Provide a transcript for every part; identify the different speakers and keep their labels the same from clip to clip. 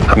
Speaker 1: I've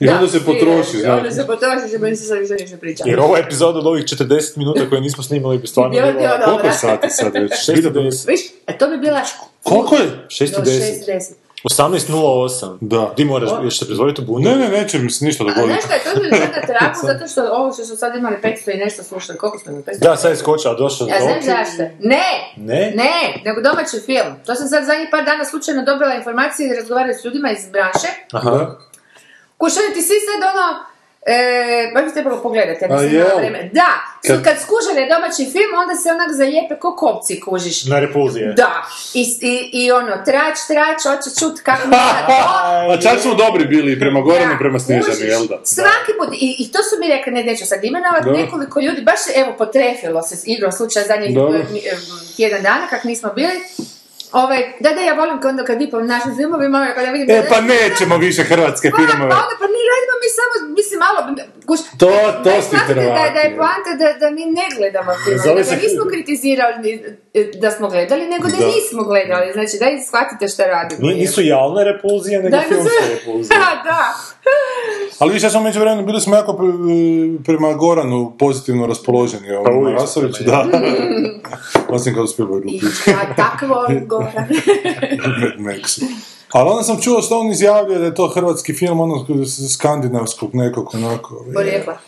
Speaker 2: I onda se potroši,
Speaker 3: Onda
Speaker 2: znaš.
Speaker 3: se potrošiš i meni se sad više ništa priča.
Speaker 4: Jer ovo je epizoda od ovih 40 minuta koje nismo snimali bi stvarno
Speaker 3: Bilo bi
Speaker 4: bilo...
Speaker 3: ono-
Speaker 2: Koliko je sati sad već?
Speaker 4: 610.
Speaker 3: Viš, a to bi bila
Speaker 4: Koliko je?
Speaker 3: do
Speaker 4: 610.
Speaker 3: 6.10.
Speaker 4: 18.08.
Speaker 2: Da.
Speaker 4: Ti moraš, još se prezvoditi u bunju?
Speaker 2: Ne, ne, neće mi se ništa
Speaker 3: A
Speaker 2: dogoditi.
Speaker 3: znaš šta je, to bi bilo na traku, zato što ovo što su sad imali 500 i nešto slušali, koliko smo imali 500?
Speaker 4: Da, sad je skočila, došla
Speaker 3: Ja znam
Speaker 4: Zoki.
Speaker 3: zašto. Ne!
Speaker 4: Ne?
Speaker 3: Ne, nego domaći film. To sam sad zadnjih par dana slučajno dobila informacije i razgovarala s ljudima iz branše.
Speaker 4: Aha.
Speaker 3: Kušaju ti svi sad ono, e, baš bi trebalo pogledati, ja
Speaker 2: A
Speaker 3: nisam
Speaker 2: je?
Speaker 3: imala vremena. Da, su
Speaker 2: Kad-
Speaker 3: kad skuže da je domaći film, onda se onak zalijepe ko kopci kužiš.
Speaker 4: Na repulzije.
Speaker 3: Da, I, i, i ono, trač, trač, hoće čut kako mi je sad to.
Speaker 2: A Pa čak smo dobri bili i prema Goranu,
Speaker 3: Da,
Speaker 2: prema Snežani,
Speaker 3: kužiš.
Speaker 2: jel da?
Speaker 3: Svaki put, i, i to su mi rekli, ne, neću sad imenovat,
Speaker 2: Dobro.
Speaker 3: nekoliko ljudi, baš se, evo, potrefilo se s igrom slučaja zadnjih
Speaker 2: Dobro.
Speaker 3: eh, mi- eh, tjedan dana, kak nismo bili. Ovaj, da, da, ja volim kad onda kad vi po našim filmovima, kada vidim...
Speaker 2: E,
Speaker 3: da-
Speaker 2: pa nećemo više hrvatske
Speaker 3: pa, pa
Speaker 2: filmove.
Speaker 3: onda, pa mi radimo, mi samo, mislim, malo... Kuš,
Speaker 2: To-
Speaker 3: da,
Speaker 2: to
Speaker 3: da,
Speaker 2: ste
Speaker 3: znate Da, da je
Speaker 2: Hrvati.
Speaker 3: poanta da, da mi ne gledamo filmove,
Speaker 4: Zove
Speaker 3: da
Speaker 4: se-
Speaker 3: ga nismo kritizirali eh, da smo gledali, nego da,
Speaker 2: Da.
Speaker 3: nismo gledali, znači da shvatite šta radimo.
Speaker 4: Ni- Nisu jalne repulzije, nego
Speaker 3: Da, nisu-
Speaker 4: filmske repulzije.
Speaker 3: Da, da.
Speaker 2: Ali više, ja sam među vremenu, bili smo jako pre- prema Goranu pozitivno raspoloženi.
Speaker 4: Pa
Speaker 2: Ovom
Speaker 4: uvijek
Speaker 2: Marasoviću,
Speaker 4: smo
Speaker 2: da. Osim kao Spielberg
Speaker 3: I
Speaker 2: glupi.
Speaker 3: šta takvo govora.
Speaker 2: Mad Max. Ali onda sam čuo što on izjavljuje da je to hrvatski film, ono s- skandinavskog nekog, onako.
Speaker 3: Porijekla.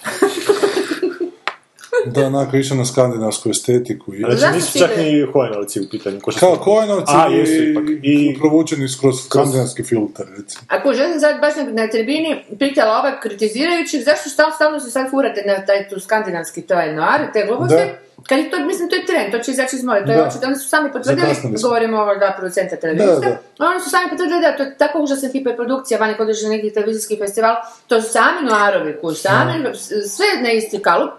Speaker 2: Da, onako, išao na skandinavsku estetiku. I,
Speaker 4: Znači
Speaker 3: Zašto
Speaker 4: nisu
Speaker 3: si
Speaker 4: čak
Speaker 3: ga-
Speaker 4: ni Hojenovci u pitanju. ko što
Speaker 2: kao
Speaker 4: smo-
Speaker 2: Kojnovci
Speaker 4: A, jesu ipak.
Speaker 2: i
Speaker 4: I
Speaker 2: provučeni skroz skandinavski filter, recimo.
Speaker 3: Ako želim sad baš na, na tribini pitala ove kritizirajući zašto stal, stalno se sad furate na taj tu skandinavski taj noir i te gluposti, kad je to, mislim, to je trend, to će izaći iz mode, to je
Speaker 2: Da.
Speaker 3: očito, oni su sami potvrdili,
Speaker 2: Zakasnili smo.
Speaker 3: govorimo ovo da producenta televizijska,
Speaker 2: Da,
Speaker 3: oni su sami potvrdili da to je tako užasna hiperprodukcija, vani kod određenih nekih televizijskih festivala, to su sami noarovi koji sami, s- sve na isti kalup,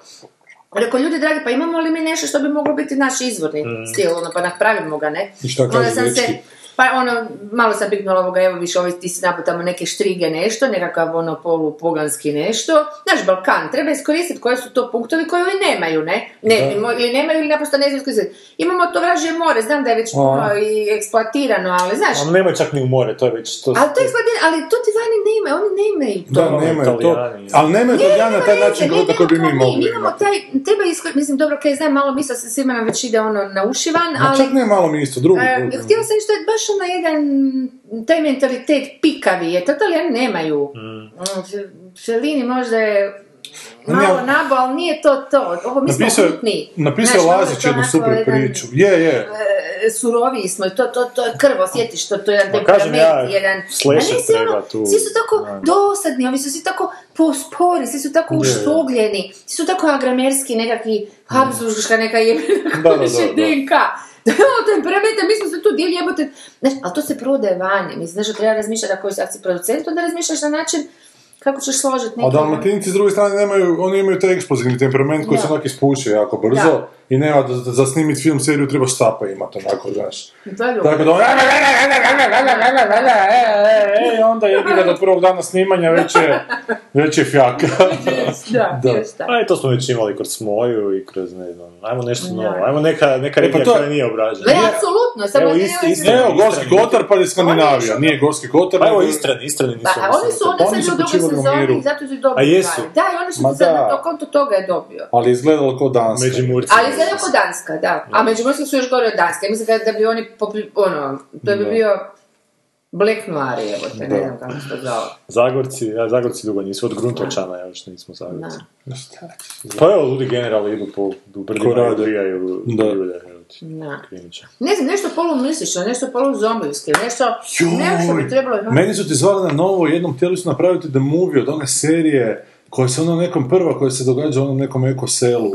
Speaker 3: Rekao, ljudi dragi, pa imamo li mi nešto što bi moglo biti naš izvorni stil, ono, pa napravimo ga, ne?
Speaker 2: Mm. I šta
Speaker 3: Onda
Speaker 2: kaže
Speaker 3: sam se-
Speaker 2: dečki?
Speaker 3: Pa ono, malo sam piknula ovoga, evo više ovi ti si naputamo neke štrige nešto, nekakav ono polupoganski nešto. Znaš, Balkan, treba iskoristiti koji su to punktovi koji ovi nemaju, ne? ne
Speaker 2: Da.
Speaker 3: mo- ili nemaju ili naprosto ne znaju iskoristiti. Imamo to vražje more, znam da je već puno i eksploatirano, ali znaš,
Speaker 4: Ali nemoj čak ni u more, to je već... To,
Speaker 3: ali to je eksploatirano, ali to ti vani ne imaju, oni ne imaju to.
Speaker 2: Da,
Speaker 4: ono,
Speaker 2: nemaju to.
Speaker 4: Italijani,
Speaker 2: Ali nemaju Italijana
Speaker 3: nema
Speaker 2: taj
Speaker 3: veze,
Speaker 2: način
Speaker 3: mi
Speaker 2: govora koji bi mi
Speaker 3: nemamo kao
Speaker 2: mogli
Speaker 3: Mi imamo
Speaker 2: imati.
Speaker 3: taj, treba iskoristiti, mislim, dobro, kaj znam, malo misla se svima nam već ide ono na ušivan,
Speaker 2: Ma
Speaker 3: ali...
Speaker 2: čak ne malo mi isto, drugo.
Speaker 3: E,
Speaker 2: drugo.
Speaker 3: htjela sam što je baš onaj jedan, taj mentalitet pikavi je, to Italijani nemaju. Mm, Fellini možda je malo
Speaker 2: Ne.
Speaker 3: nabo, ali nije to to. Ovo mi smo
Speaker 2: Napisao je-
Speaker 3: krutni.
Speaker 2: Napisao je
Speaker 3: Znaš, ono malo je
Speaker 2: Lazić
Speaker 3: to
Speaker 2: jednu
Speaker 3: onako
Speaker 2: super
Speaker 3: jedan,
Speaker 2: priču. Je, je.
Speaker 3: ovaj e, suroviji smo i to, to, to je krv, osjetiš to, to je jedan
Speaker 4: Ma kažem
Speaker 3: temperament,
Speaker 4: ja,
Speaker 3: jedan...
Speaker 4: slasher
Speaker 3: A ne, svi ono,
Speaker 4: treba tu,
Speaker 3: Svi su tako
Speaker 4: da.
Speaker 3: dosadni, ovi su svi tako pospori, svi su tako uštogljeni, svi su tako agramerski, nekakvi Habsburgska neka je
Speaker 4: Da, da, da,
Speaker 3: više
Speaker 4: da.
Speaker 3: DNK. Da, temperamente, mi smo se tu divlje jebote. Znaš, ali to se prodaje vani. Mislim, znaš, treba razmišljati ako si- ako si producent, onda razmišljaš na način kako ćeš složiti
Speaker 2: A
Speaker 3: neki...
Speaker 2: dalmatinci s druge strane nemaju, oni imaju taj eksplozivni temperament koji
Speaker 3: Da.
Speaker 2: se onak ispuše jako brzo
Speaker 3: Da.
Speaker 2: i nema da, da za snimit film seriju treba štapa imat onako, znaš.
Speaker 3: Da, ljubav.
Speaker 2: Tako da on,
Speaker 4: E, onda jebi ga do prvog dana snimanja već je...
Speaker 2: već je fjaka.
Speaker 3: Da,
Speaker 2: Da.
Speaker 3: jest, da.
Speaker 4: A i to smo već imali kroz Smoju i kroz, ne znam, ajmo nešto
Speaker 3: Da.
Speaker 4: novo, ajmo neka, neka
Speaker 2: E, pa
Speaker 4: regija
Speaker 2: to-
Speaker 4: koja nije obrađena.
Speaker 3: Ne, apsolutno, samo
Speaker 4: Evo,
Speaker 3: ne,
Speaker 4: isti-
Speaker 3: ne,
Speaker 4: isti-
Speaker 3: ne,
Speaker 2: Evo, Gorski Kotar pa je Skandinavija, nije Gorski Kotar.
Speaker 4: Pa evo
Speaker 2: nego-
Speaker 4: Istrani, Istrani nisu...
Speaker 3: Pa, a oni su onda
Speaker 2: Oni su
Speaker 3: sad u drugoj
Speaker 2: počivali u miru.
Speaker 3: sezoni, zato su i dobili.
Speaker 4: A jesu?
Speaker 3: stvari. Da, i oni su
Speaker 2: Ma
Speaker 3: sad
Speaker 2: da.
Speaker 3: na to konto toga je dobio.
Speaker 2: Ali izgledalo kao danska.
Speaker 4: Međimurci.
Speaker 3: Ali sad jako Danska, da. A Međimurski su još gore od Danske. Mislim da, da bi oni, popli- ono, to bi
Speaker 2: Da.
Speaker 3: bio Black Noir, evo te,
Speaker 2: Da.
Speaker 3: ne znam kako se to zove.
Speaker 4: Zagorci, a Zagorci dugo nisu, od Gruntovčana još nismo Zagorci.
Speaker 3: Da.
Speaker 4: Pa evo, ludi generali idu po u
Speaker 2: Ko
Speaker 4: brdima i
Speaker 2: rade.
Speaker 4: ubijaju
Speaker 2: Da.
Speaker 4: ljude. evo ti,
Speaker 3: Da.
Speaker 4: Krimića.
Speaker 3: Ne znam, nešto polumislično, nešto poluzombijski, nešto, nešto bi trebalo imati.
Speaker 2: Meni su ti zvali na novo, jednom htjeli su napraviti The Movie od one serije koja se ono nekom prva koja se događa u onom nekom ekoselu.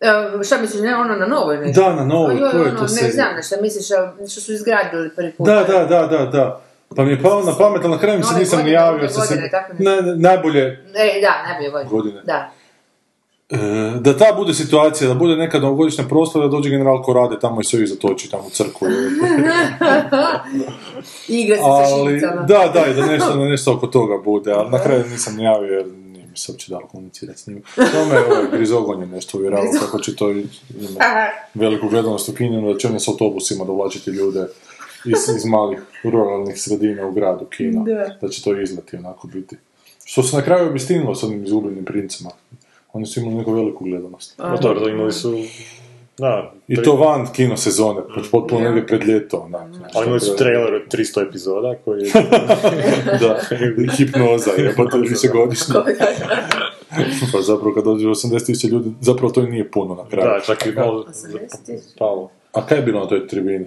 Speaker 3: E, šta misliš, ne, ono na novoj nešto?
Speaker 2: Da, na novo,
Speaker 3: Joj,
Speaker 2: koja je
Speaker 3: ono,
Speaker 2: to
Speaker 3: Ne
Speaker 2: serija?
Speaker 3: znam na šta misliš, ali što su izgradili prvi put.
Speaker 2: Da, da, da, da, da. Pa mi je palo na pamet, ali na kraju mi se
Speaker 3: Nove
Speaker 2: nisam ni
Speaker 3: godine,
Speaker 2: javio.
Speaker 3: nove
Speaker 2: jer sam se-
Speaker 3: godine, tako
Speaker 2: Ne, ne, najbolje
Speaker 3: E, da, najbolje godine.
Speaker 2: Godine.
Speaker 3: Da.
Speaker 2: e, da ta bude situacija, da bude neka novogodišnja proslava, da dođe general Korade tamo i sve ih zatoči tamo u crku.
Speaker 3: Igra se sa
Speaker 2: ali,
Speaker 3: šinicama.
Speaker 2: da, da, i da nešto, da nešto oko toga bude, ali na kraju nisam ni javio jer nije mi se uopće dalo komunicirati s njim. To me ovaj, Grizogon je nešto uvjeravao kako će to ići. ima veliku gledanost u Kinu, da će oni s autobusima dovlačiti ljude iz, iz malih ruralnih sredina u gradu Kina, da. će to izleti onako biti. Što se na kraju obistinilo s onim izgubljenim princima. Oni su imali neku veliku gledanost.
Speaker 4: No Pa dobro, to imali su... Da,
Speaker 2: I
Speaker 4: tri-
Speaker 2: to van kino sezone, potpuno negdje pred ljeto, onak. znaš,
Speaker 4: Ali Pa imali su
Speaker 2: tako je.
Speaker 4: trailer od 300 epizoda koji je...
Speaker 2: da, i hipnoza, je, pa to je višegodišnje. pa zapravo kad dođe 80.000 ljudi, zapravo to i nije puno na kraju. Znači,
Speaker 4: da, čak i malo...
Speaker 3: 80.000.
Speaker 4: Palo.
Speaker 2: A kaj je bilo na toj tribini?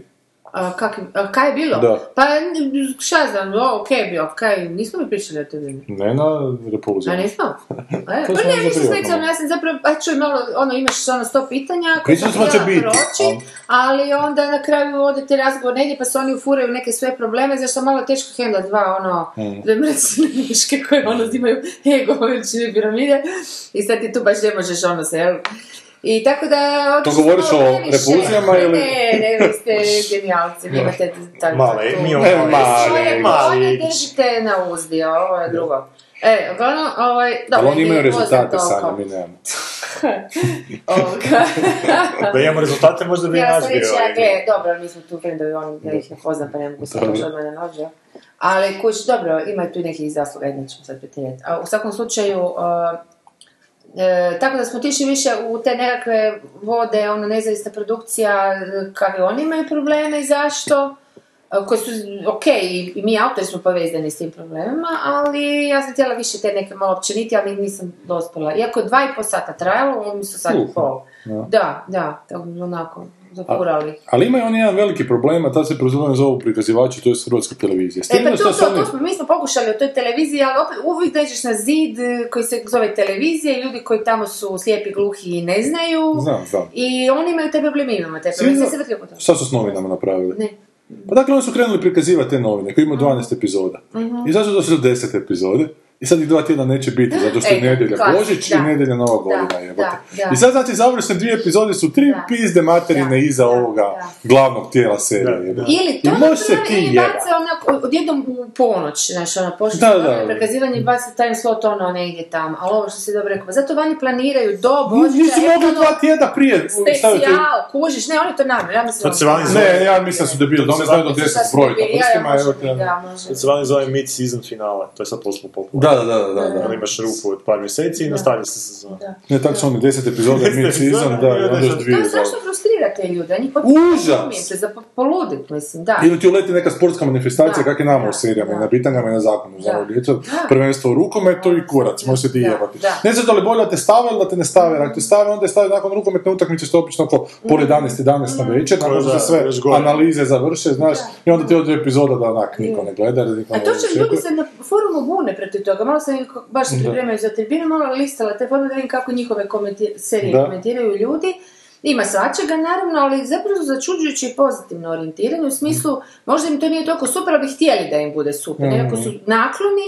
Speaker 3: A, kak, a kaj je bilo?
Speaker 2: Da.
Speaker 3: Pa, n- šta ja znam, o, okej je bio, kaj, nismo mi pričali o tebi.
Speaker 2: Ne na Repulzu.
Speaker 3: A nismo? E, pa
Speaker 2: smo za
Speaker 3: ne, ništa
Speaker 2: privatno.
Speaker 3: specijalno, ja sam zapravo, a čuj, malo, ono, imaš ono sto pitanja, koje sam
Speaker 2: Pričali smo da će
Speaker 3: htjela
Speaker 2: biti,
Speaker 3: proći, ali onda na kraju odete razgovor negdje, pa se oni ufuraju u neke svoje probleme, zašto je malo teško hendla dva, ono,
Speaker 2: Hmm.
Speaker 3: dve mrcine miške koje, ono, imaju ego veličine piramide, i sad ti tu baš ne možeš, ono, se, jel? I tako da... otišli smo
Speaker 2: govoriš
Speaker 3: malo
Speaker 2: o
Speaker 3: previše.
Speaker 2: repulzijama ili-
Speaker 3: Ne, ne, vi ste genijalci, vi imate tako...
Speaker 4: Male, mi
Speaker 2: E,
Speaker 4: imamo
Speaker 2: mali.
Speaker 3: Ove godine držite na uzdi, a ovo je drugo. E, uglavnom, ovaj,
Speaker 2: Ali
Speaker 3: dobro,
Speaker 2: oni imaju
Speaker 3: nije
Speaker 2: rezultate
Speaker 3: poznato
Speaker 2: sami,
Speaker 3: oko
Speaker 2: mi nemamo.
Speaker 3: ovoga.
Speaker 4: Da imamo rezultate, možda bi i
Speaker 3: Ja
Speaker 4: naš
Speaker 3: sam
Speaker 4: bio.
Speaker 3: reći, ja,
Speaker 4: ali-
Speaker 3: gle, dobro, mi smo tu frendovi, oni da ih ne poznam, pa ne mogu se
Speaker 2: Dobro.
Speaker 3: još od mene nođe. Ali kuć, dobro, ima tu i nekih zasluga, jedno ćemo sad pretjerati. A u svakom slučaju, uh, E, tako da smo tišli više u te nekakve vode, ono, nezavisna produkcija, e, kakve oni imaju probleme i zašto, e, koji su, ok, i i mi autori smo povezani s tim problemima, ali ja sam htjela više te neke malo općeniti, ali nisam dospjela. Iako je dva i pol sata trajalo, oni su sat i
Speaker 2: Uh,
Speaker 3: pol.
Speaker 2: da.
Speaker 3: Da, da, tako onako, zakurali.
Speaker 2: Ali imaju oni jedan veliki problem, a ta se proizvodno zovu prikazivači, to je hrvatska televizija. S
Speaker 3: E,
Speaker 2: tim
Speaker 3: pa
Speaker 2: da šta
Speaker 3: to, to,
Speaker 2: su oni-
Speaker 3: to smo, mi smo pokušali o toj televiziji, ali opet uvijek dođeš na zid e, koji se zove televizija i ljudi koji tamo su slijepi, gluhi i ne znaju.
Speaker 2: Znam, znam.
Speaker 3: I oni imaju te probleme, mi imamo te
Speaker 2: Svi
Speaker 3: probleme, sve
Speaker 2: znaju-
Speaker 3: se vrti oko toga.
Speaker 2: Šta su s novinama napravili?
Speaker 3: Ne.
Speaker 2: Pa dakle, oni su krenuli prikazivati te novine, koji imaju 12 epizoda. I zašto došli do 10 epizode? I sad ih dva tjedna neće biti, zato što je
Speaker 3: Eto,
Speaker 2: nedjelja
Speaker 3: klasi,
Speaker 2: Božić
Speaker 3: E, da.
Speaker 2: i nedjelja Nova godina
Speaker 3: Da,
Speaker 2: jebote.
Speaker 3: da, da.
Speaker 2: I sad znači završne dvije epizode su tri
Speaker 3: Da.
Speaker 2: pizde materine
Speaker 3: Da,
Speaker 2: iza
Speaker 3: da,
Speaker 2: ovoga
Speaker 3: da.
Speaker 2: glavnog tijela serije.
Speaker 4: Da,
Speaker 2: jebote.
Speaker 3: Ili to
Speaker 2: I može se
Speaker 3: napravi
Speaker 2: ti
Speaker 3: ili
Speaker 2: jebat.
Speaker 3: baca onako, odjednom u ponoć, znaš, ono, pošto
Speaker 2: Da,
Speaker 3: se
Speaker 2: da.
Speaker 3: ono prekazivanje i baca time slot ono negdje tamo, ali ovo što si dobro rekao, zato vani planiraju do Božića,
Speaker 2: Nisu
Speaker 3: eto,
Speaker 2: mogli
Speaker 3: ono,
Speaker 2: dva tjedna prije staviti...
Speaker 3: specijal, kužiš, ne, oni to namjerno, ja mislim...
Speaker 4: Sad Pa se vani zove-
Speaker 2: Ne, ja mislim da su debili, da oni znaju do 10 brojka pa prstima. evo te-
Speaker 3: Da, može.
Speaker 4: To se vani zove mid-season finale, to je sad poslo popularno.
Speaker 2: Da, da, da, da, da.
Speaker 4: Onda imaš rupu od par mjeseci i nastavlja se sezona.
Speaker 3: Da.
Speaker 2: Ne, tako su oni 10 epizoda
Speaker 4: 10
Speaker 2: mid-season, da,
Speaker 4: epizoda,
Speaker 2: i onda još
Speaker 4: da.
Speaker 2: dvije.
Speaker 3: To strašno
Speaker 2: za-
Speaker 3: frustrira te ljude, njih
Speaker 2: Užas!
Speaker 3: se za po- poludit, mislim, da.
Speaker 2: Ili ti uleti neka sportska manifestacija,
Speaker 3: Da.
Speaker 2: kak je nama u
Speaker 3: Da.
Speaker 2: serijama, i
Speaker 3: Da.
Speaker 2: na pitanjama i na ono, zakonu. Znamo,
Speaker 3: Da.
Speaker 2: djeca, prvenstvo u rukometu i kurac, može se ti
Speaker 3: Da.
Speaker 2: jebati.
Speaker 3: Da.
Speaker 2: Ne znam da li bolje da te stave ili da te ne stave, jer ako te stave, onda je stave nakon rukometne utakmice što je obično oko pol
Speaker 3: Mm.
Speaker 2: 11, 11 na večer, nakon što
Speaker 4: Da,
Speaker 2: se sve
Speaker 4: još gore.
Speaker 2: analize završe, znaš, i onda ti odve epizoda da onak niko ne gleda, jer niko
Speaker 3: Mm. A
Speaker 2: ne
Speaker 3: to će ljudi
Speaker 2: očekuje.
Speaker 3: se na forumu bune protiv toga. Malo sam nekako- baš se pripremaju za tribinu, malo listala te forume da vidim kako njihove komenti- serije
Speaker 2: Da.
Speaker 3: komentiraju ljudi. Ima svačega, naravno, ali zapravo su začuđujući i pozitivno orijentirani u smislu, možda im to nije toliko super, ali bi htjeli da im bude super.
Speaker 2: Mhm.
Speaker 3: Nekako su nakloni,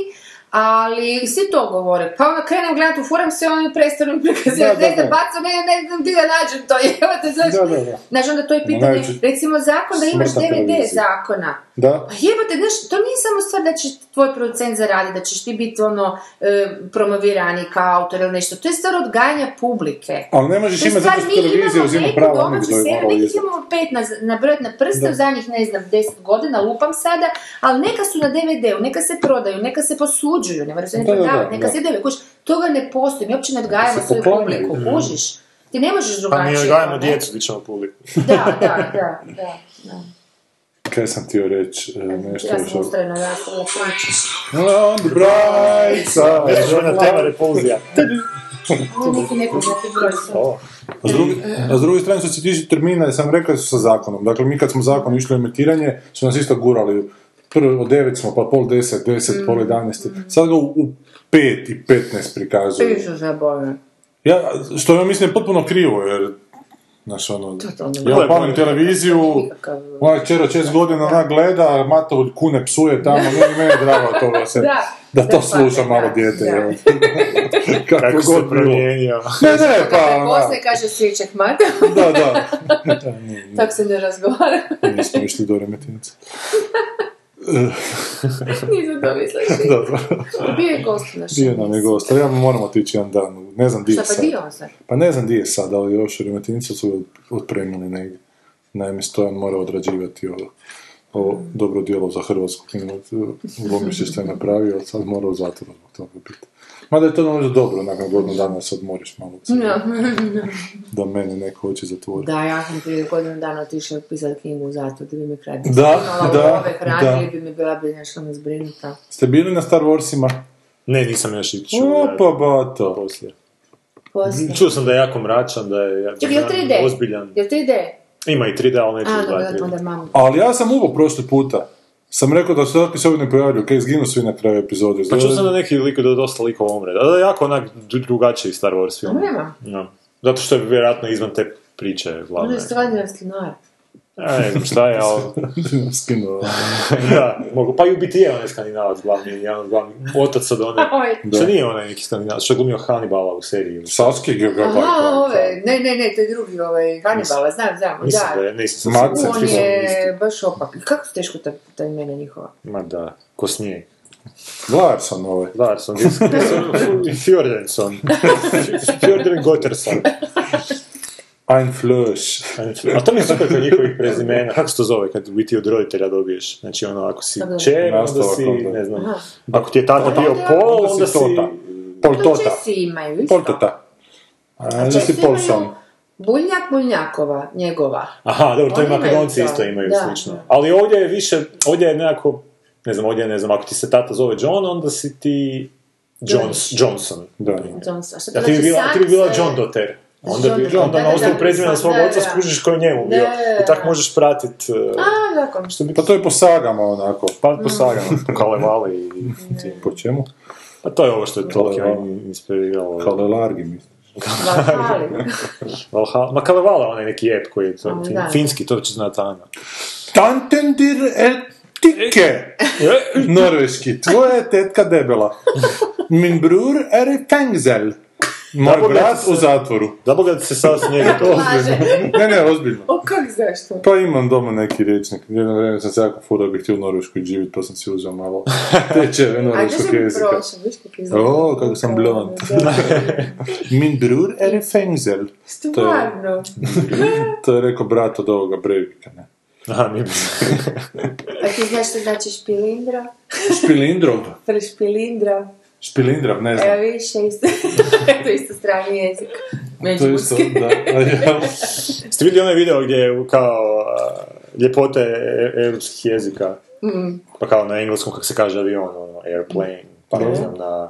Speaker 3: ali svi to govore. Pa onda krenem gledati u forum, sve ono oni prestanu prikazivati,
Speaker 2: Da, da,
Speaker 3: ne znam,
Speaker 2: da.
Speaker 3: baca me, ne znam, gdje da nađem to, evo te, znaš.
Speaker 2: Da, da, da.
Speaker 3: Znaš, onda to je pitanje,
Speaker 2: najveći
Speaker 3: recimo zakon da imaš
Speaker 2: smrt na
Speaker 3: 9D
Speaker 2: televiziji.
Speaker 3: zakona.
Speaker 2: Da?
Speaker 3: Pa jebate, znaš, to nije samo stvar da će tvoj producent zaraditi, da ćeš ti biti ono e, promovirani kao autor ili nešto. To je stvar odgajanja publike.
Speaker 2: Ali ne možeš
Speaker 3: To je
Speaker 2: imati zato
Speaker 3: stvar,
Speaker 2: što
Speaker 3: mi
Speaker 2: televizija
Speaker 3: imamo
Speaker 2: uzima
Speaker 3: neku
Speaker 2: pravo, oni bi
Speaker 3: domaću seriju,
Speaker 2: morali
Speaker 3: nekih
Speaker 2: izdati.
Speaker 3: imamo pet na, na brojat na prste, u zadnjih, ne znam, deset godina, lupam sada, ali neka su na DVD-u, neka se prodaju, neka se posuđuju, ne moraju se ne
Speaker 2: Da, da, da,
Speaker 3: prodavati, neka
Speaker 2: da.
Speaker 3: se DVD, kuš, toga ne postoji, mi uopće ne odgajamo
Speaker 2: se
Speaker 3: svoju
Speaker 2: pokloni. mm.
Speaker 3: publiku, kužiš. Ti ne možeš
Speaker 4: Pa
Speaker 3: drugačije.
Speaker 4: mi odgajamo
Speaker 3: ono.
Speaker 4: djecu, bit ćemo publiku.
Speaker 3: Da, da, da, da. da.
Speaker 2: Kaj sam htio reći, e, nešto
Speaker 3: Ja
Speaker 2: još
Speaker 3: sam
Speaker 2: ovdje.
Speaker 3: ustrajna, ja sam ustrajna.
Speaker 2: On the bright side.
Speaker 4: Još jedna tema repulzija.
Speaker 3: Ne, neki neko znate broj sad.
Speaker 2: A s, druge,
Speaker 3: E,
Speaker 2: a s druge strane što se tiče termina, ja sam rekao da su sa zakonom. Dakle, mi kad smo zakon išli u emitiranje, su nas isto gurali. Prvo od 9 smo, pa pol 10, 10,
Speaker 3: Mm.
Speaker 2: pol 11. Sad ga u, u 5 i 15 prikazuju.
Speaker 3: Svi su se bojili.
Speaker 2: Ja, što ja mislim je potpuno krivo, jer Znaš, ono,
Speaker 3: Totalno.
Speaker 2: ja palim televiziju,
Speaker 3: Nikakav-
Speaker 2: moja čera čest godina ona gleda, Matovolj kune psuje tamo, meni, meni je drago to da se,
Speaker 3: Da.
Speaker 2: da to
Speaker 3: Da,
Speaker 2: sluša
Speaker 3: da,
Speaker 2: malo
Speaker 3: da.
Speaker 2: dijete.
Speaker 3: Da.
Speaker 2: evo. Kako,
Speaker 4: Kako
Speaker 2: god
Speaker 4: se
Speaker 2: bilo.
Speaker 4: promijenio.
Speaker 2: Ne, ne, pa,
Speaker 3: Kada
Speaker 2: ona,
Speaker 3: Bosne kaže svičak mata,
Speaker 2: da, da. Da, nije, nije.
Speaker 3: tako se ne razgovara.
Speaker 2: Nismo išli do Remetinaca.
Speaker 3: Nisam to mislila.
Speaker 2: Dobro,
Speaker 3: Bio je gost naš.
Speaker 2: bio nam je gost, ali ja moramo otići jedan dan, ne znam di
Speaker 3: Šta
Speaker 2: je
Speaker 3: pa
Speaker 2: sad.
Speaker 3: dio on sad?
Speaker 2: Pa ne znam di je sad, ali još u Remetinicu su ga otpremili negdje. Naime, Stojan mora odrađivati ovo, ovo dobro djelo za Hrvatsku kinematografiju. Lomir se što je napravio, ali sad mora u zatvoru zbog toga biti. Mada je to možda dobro, nakon godinu dana se odmoriš malo. Da mene neko hoće zatvoriti.
Speaker 3: Da, ja sam prije godinu dana otišla pisati knjigu u zatvor, da bi mi kraj
Speaker 2: Da, da,
Speaker 3: ove hrane,
Speaker 2: da.
Speaker 3: bi mi bila bi nešto me zbrinuta.
Speaker 2: Ste bili na Star Warsima?
Speaker 4: Ne, nisam još i čuo.
Speaker 2: Opa,
Speaker 4: ja,
Speaker 2: bato.
Speaker 4: poslije.
Speaker 3: Poslije.
Speaker 4: Čuo sam da je jako mračan, da je jako
Speaker 3: Čekaj, je li 3D?
Speaker 4: ozbiljan.
Speaker 3: Je li 3D?
Speaker 4: Ima i 3D, ali neću
Speaker 3: A, dobro,
Speaker 4: gledati.
Speaker 3: onda mamu.
Speaker 2: Ali ja sam ubo prošli puta. Sam rekao da se takvi se ovdje ne pojavljuju, kaj izginu svi na kraju epizode.
Speaker 4: Pa čuo sam da neki lik da dosta likova umre. Da, da, jako onak dru- drugačiji Star Wars film.
Speaker 3: Nema.
Speaker 4: No. Zato što je vjerojatno izvan te priče
Speaker 3: Ono
Speaker 4: glavne.
Speaker 3: je stvarno jaslinar.
Speaker 4: Ja ne znam šta je, ali...
Speaker 2: Skinuo.
Speaker 4: da, mogu. Pa i u biti je onaj skandinavac glavni, jedan od glavnih. Otac od one...
Speaker 3: Oj.
Speaker 4: Što nije onaj neki skandinavac, što je glumio Hannibala u seriji. ili-
Speaker 2: Saski ga ga-
Speaker 3: Aha,
Speaker 2: ga-
Speaker 3: ove, ne, ne, ne, to je drugi, ovaj, Hannibala, znam, znam,
Speaker 4: Mislim da
Speaker 3: da.
Speaker 4: je, nisam
Speaker 2: Mace.
Speaker 4: siguran,
Speaker 3: On
Speaker 4: nisam
Speaker 3: je baš opak. Kako su teško ta, ta imena njihova?
Speaker 4: Ma da, ko snijeg.
Speaker 2: Larson ovaj.
Speaker 4: Larson, Fjordenson. Fjorden Gotterson.
Speaker 2: Ein Flush.
Speaker 4: A to mi je super kod njihovih prezimena. Kako se to zove kad u biti od roditelja dobiješ? Znači ono, ako si
Speaker 3: Kako?
Speaker 4: čer, onda
Speaker 2: Nastavak
Speaker 4: si,
Speaker 2: onda.
Speaker 4: ne znam,
Speaker 3: Aha.
Speaker 4: ako ti je tata bio pol, onda si...
Speaker 2: Tota.
Speaker 3: To
Speaker 2: Poltota.
Speaker 3: Česi Ono imaju, isto.
Speaker 4: tota.
Speaker 2: Poltota. A, Onda
Speaker 3: Česi
Speaker 2: si
Speaker 3: imaju
Speaker 2: Polson.
Speaker 3: Buljnjak Buljnjakova, njegova.
Speaker 4: Aha, dobro, to i
Speaker 3: Oni imaju
Speaker 4: makedonci
Speaker 3: to,
Speaker 4: isto imaju
Speaker 3: da.
Speaker 4: slično. Ali ovdje je više, ovdje je nekako, ne znam, ovdje je, ne znam, ako ti se tata zove John, onda si ti Jones, Johnson.
Speaker 2: Da.
Speaker 3: Johnson. A šta to
Speaker 4: A ti bi
Speaker 3: znači,
Speaker 4: bila,
Speaker 3: sam
Speaker 4: ti bi bila
Speaker 3: se-
Speaker 4: John Dotter. Onda
Speaker 3: John
Speaker 4: bi
Speaker 3: Dotter,
Speaker 4: onda
Speaker 3: da,
Speaker 4: na
Speaker 3: da,
Speaker 4: osnovu
Speaker 3: da,
Speaker 4: prezimena
Speaker 3: da,
Speaker 4: svog
Speaker 3: da,
Speaker 4: oca
Speaker 3: da.
Speaker 4: skužiš koji je njemu bio.
Speaker 3: Da.
Speaker 4: I tako možeš pratit uh,
Speaker 3: A, dakle.
Speaker 4: što bi
Speaker 2: Pa to je po sagama onako.
Speaker 4: pa po sagama, po Kalevali i...
Speaker 2: Po čemu?
Speaker 4: Pa to je ovo što je
Speaker 2: Kalevali.
Speaker 4: Tolkien inspiriralo.
Speaker 2: Kalelargi mislim.
Speaker 3: Valhali.
Speaker 4: Valhalla. Ma Kalevala, onaj neki ep koji je to,
Speaker 3: Ali
Speaker 4: fin-
Speaker 3: da.
Speaker 4: finski, to će znati Ana.
Speaker 2: Tantendir etike. E, Norveški. Tvoja je tetka debela. Min brur er fengzel. Moj
Speaker 4: Da,
Speaker 2: brat
Speaker 4: pogledaj se.
Speaker 2: u zatvoru.
Speaker 4: Da boga da se sad s njega to...
Speaker 3: Laže.
Speaker 2: Ne, ne, ozbiljno.
Speaker 3: O, kak znaš to?
Speaker 2: Pa imam doma neki rječnik. Jedno vrijeme sam se jako furao da bih htio u Norveškoj živjeti, pa sam si uzeo malo tečeve
Speaker 3: A gdje sam
Speaker 2: norveškog jezika.
Speaker 3: prošla, viš kako izgleda.
Speaker 2: O, kako sam blond.
Speaker 3: Da,
Speaker 2: Min brur er fengzel.
Speaker 3: Stvarno.
Speaker 2: To je rekao brat od ovoga Breivika, ne?
Speaker 4: Aha, nije
Speaker 3: A ti znaš što znači špilindra?
Speaker 2: Špilindrov.
Speaker 3: Ili špilindra?
Speaker 2: Špilindrav, ne znam.
Speaker 3: Evo više isto. to je isto strani jezik.
Speaker 2: To je isto,
Speaker 3: Međugorski.
Speaker 2: da. Ja,
Speaker 4: Ste vidjeli onaj video gdje je kao a, ljepote e- europskih jezika? Pa kao na engleskom kako se kaže avion, ono, airplane, pa ne znam, na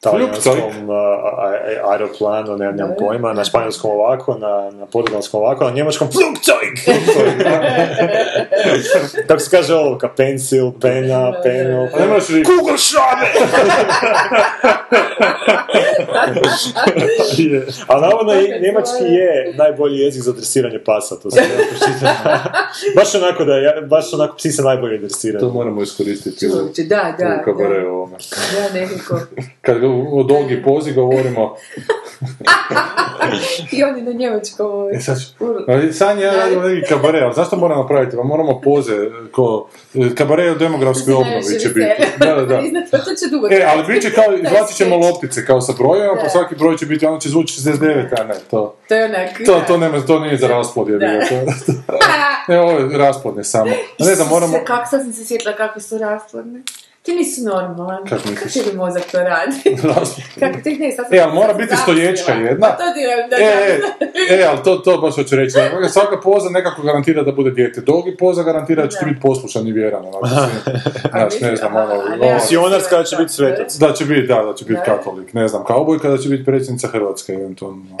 Speaker 4: talijanskom a, a- a- aeroplan, ne, nemam pojma, na španjolskom ovako, na, na portugalskom ovako, na njemačkom flugzeug! Kako se kaže ovo, ka pencil, pena, penal,
Speaker 2: Ne moraš reći.
Speaker 4: A navodno je, njemački je najbolji jezik za dresiranje pasa, to sam ja pročitao. baš onako da, ja, baš onako psi se najbolje
Speaker 2: To
Speaker 4: dresiraju.
Speaker 2: moramo iskoristiti u,
Speaker 3: Uopće, Da, da,
Speaker 2: u kabare
Speaker 3: da.
Speaker 2: ovome.
Speaker 3: Da, nekako.
Speaker 2: Kad ga u- o dolgi pozi govorimo,
Speaker 3: I oni na njemačkom ovaj.
Speaker 2: e sad ću-
Speaker 3: Ur-
Speaker 2: Ali Sanja, ja radimo neki kabare, ali zašto moramo napraviti? Pa moramo poze, ko, kabare u demografskoj obnovi će biti. Da, da, da.
Speaker 3: Priznat, pa to će dugo.
Speaker 2: E, ali bit će kao, izvlačit ćemo
Speaker 3: skeč.
Speaker 2: loptice kao sa brojeva,
Speaker 3: Da.
Speaker 2: pa svaki broj će biti, ono će zvući 69, a ne, to.
Speaker 3: To je onak.
Speaker 2: To,
Speaker 3: da.
Speaker 2: to, nema, to nije za rasplod, je bilo. Ne, ovo je rasplodne samo. A Ne znam, moramo...
Speaker 3: Isuse, Kako sad sam se sjetila kakve su rasplodne? Ti nisi normalan.
Speaker 2: Kako
Speaker 3: Kako
Speaker 2: misliš?
Speaker 3: ti mozak to radi? Kako ti ne, sad sam-
Speaker 2: E, ali mora
Speaker 3: sad sam
Speaker 2: biti
Speaker 3: zamislila.
Speaker 2: stoječka jedna.
Speaker 3: Pa To ti je, da,
Speaker 2: E,
Speaker 3: da.
Speaker 2: e, e, ali to, to baš hoću reći. da Svaka poza nekako garantira da bude dijete. Dolgi poza garantira da će ti biti poslušan i vjeran. Onako, svi. Znaš, ne znam, ono,
Speaker 3: A,
Speaker 2: ovo-
Speaker 3: ne,
Speaker 4: Misionarska će biti svetac.
Speaker 2: da će biti, da, da će biti
Speaker 3: Da.
Speaker 2: katolik. Ne znam, kaubojka da će biti predsjednica Hrvatske, eventualno. ono.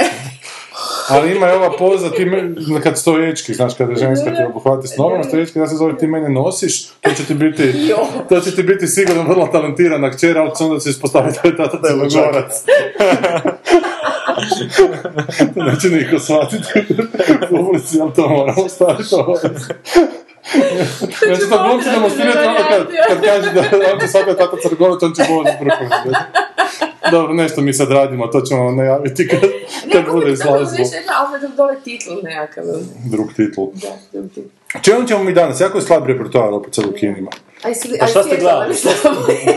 Speaker 2: Ali ima i ova poza, ti me, kad stoječki, znaš, kada ženska ti obuhvati s nogama, stoječki, da se zove ti mene nosiš, to će ti biti, to će ti biti sigurno vrlo talentirana kćera, ali će onda se ispostaviti da je tata crnogorac. Neće niko shvatiti publici, ali to moramo staviti ovo. Znači, to glumci demonstrirati ono kad, kad kaže da Ante Sabo je tata Crgović, on će bolje prokliniti. Dobro, nešto mi sad radimo, to ćemo vam najaviti kad, kad bude izlazilo.
Speaker 3: više jedna, ali dok dole titl nekakav.
Speaker 2: Drug titl.
Speaker 3: Da, drugi.
Speaker 2: Čemu ćemo mi danas? Jako je slab repertoar opet sad u kinima.
Speaker 3: Aj, sli, aj
Speaker 4: šta ste
Speaker 3: svjetlo
Speaker 4: gledali?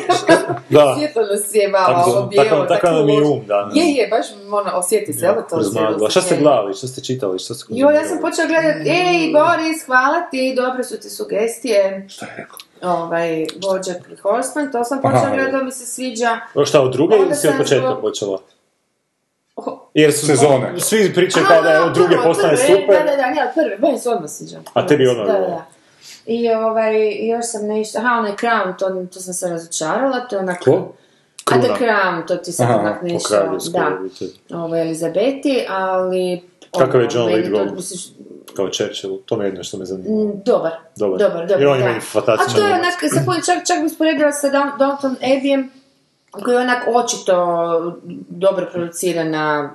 Speaker 3: nas
Speaker 4: Da.
Speaker 3: nas je malo
Speaker 4: Tako-
Speaker 3: ovo bijelo.
Speaker 4: tako- tako nam je i
Speaker 3: loše.
Speaker 4: um danas.
Speaker 3: Je, je, baš ono, osjeti se, evo to.
Speaker 4: Zmagla. Šta Mm. ste gledali, šta ste čitali, šta ste
Speaker 3: Jo, ja sam počela gledati, ej, Boris, hvala ti, dobre su ti sugestije.
Speaker 2: Šta je rekao?
Speaker 3: Ovaj, Bojack Horseman, to sam počela
Speaker 2: Aha.
Speaker 3: gledati, to mi se sviđa.
Speaker 4: O, Šta, od druge
Speaker 3: Onda
Speaker 4: ili si od
Speaker 3: sam
Speaker 4: početka
Speaker 3: zbog-
Speaker 4: počela?
Speaker 3: O,
Speaker 4: Jer su
Speaker 2: Sezone.
Speaker 4: Svi pričaju kao pa da je od druge
Speaker 3: prvo,
Speaker 4: postane
Speaker 3: prve,
Speaker 4: super.
Speaker 3: Da, da, da, ne, od prve, meni se odmah sviđa.
Speaker 4: A tebi ono- odmah
Speaker 3: Da, da,
Speaker 4: bilo?
Speaker 3: da. I ovaj, i još sam nešto, aha, onaj Crown, to, to sam se razočarala, to je onak...
Speaker 2: Ko?
Speaker 3: A The
Speaker 4: Kruna.
Speaker 3: Crown, to ti sam
Speaker 2: Aha,
Speaker 3: onak
Speaker 4: Po
Speaker 3: nešto,
Speaker 4: kraljevskoj,
Speaker 3: da,
Speaker 4: vidite,
Speaker 3: ovo Elizabeti, ali...
Speaker 4: Kakav je
Speaker 3: ono,
Speaker 4: John
Speaker 3: meni
Speaker 4: Lithgow?
Speaker 3: to, misliš,
Speaker 4: kao Churchill, to mi je jedno što me zanima.
Speaker 3: Mm, Dobar.
Speaker 4: Dobar.
Speaker 3: Dobar, dobar,
Speaker 4: I on je
Speaker 3: da.
Speaker 4: meni fantastičan
Speaker 3: A to je
Speaker 4: glumac.
Speaker 3: onak, sa kojim čak, čak bi usporedila sa Down- Downton Abbeyem, koji je onak očito dobro producirana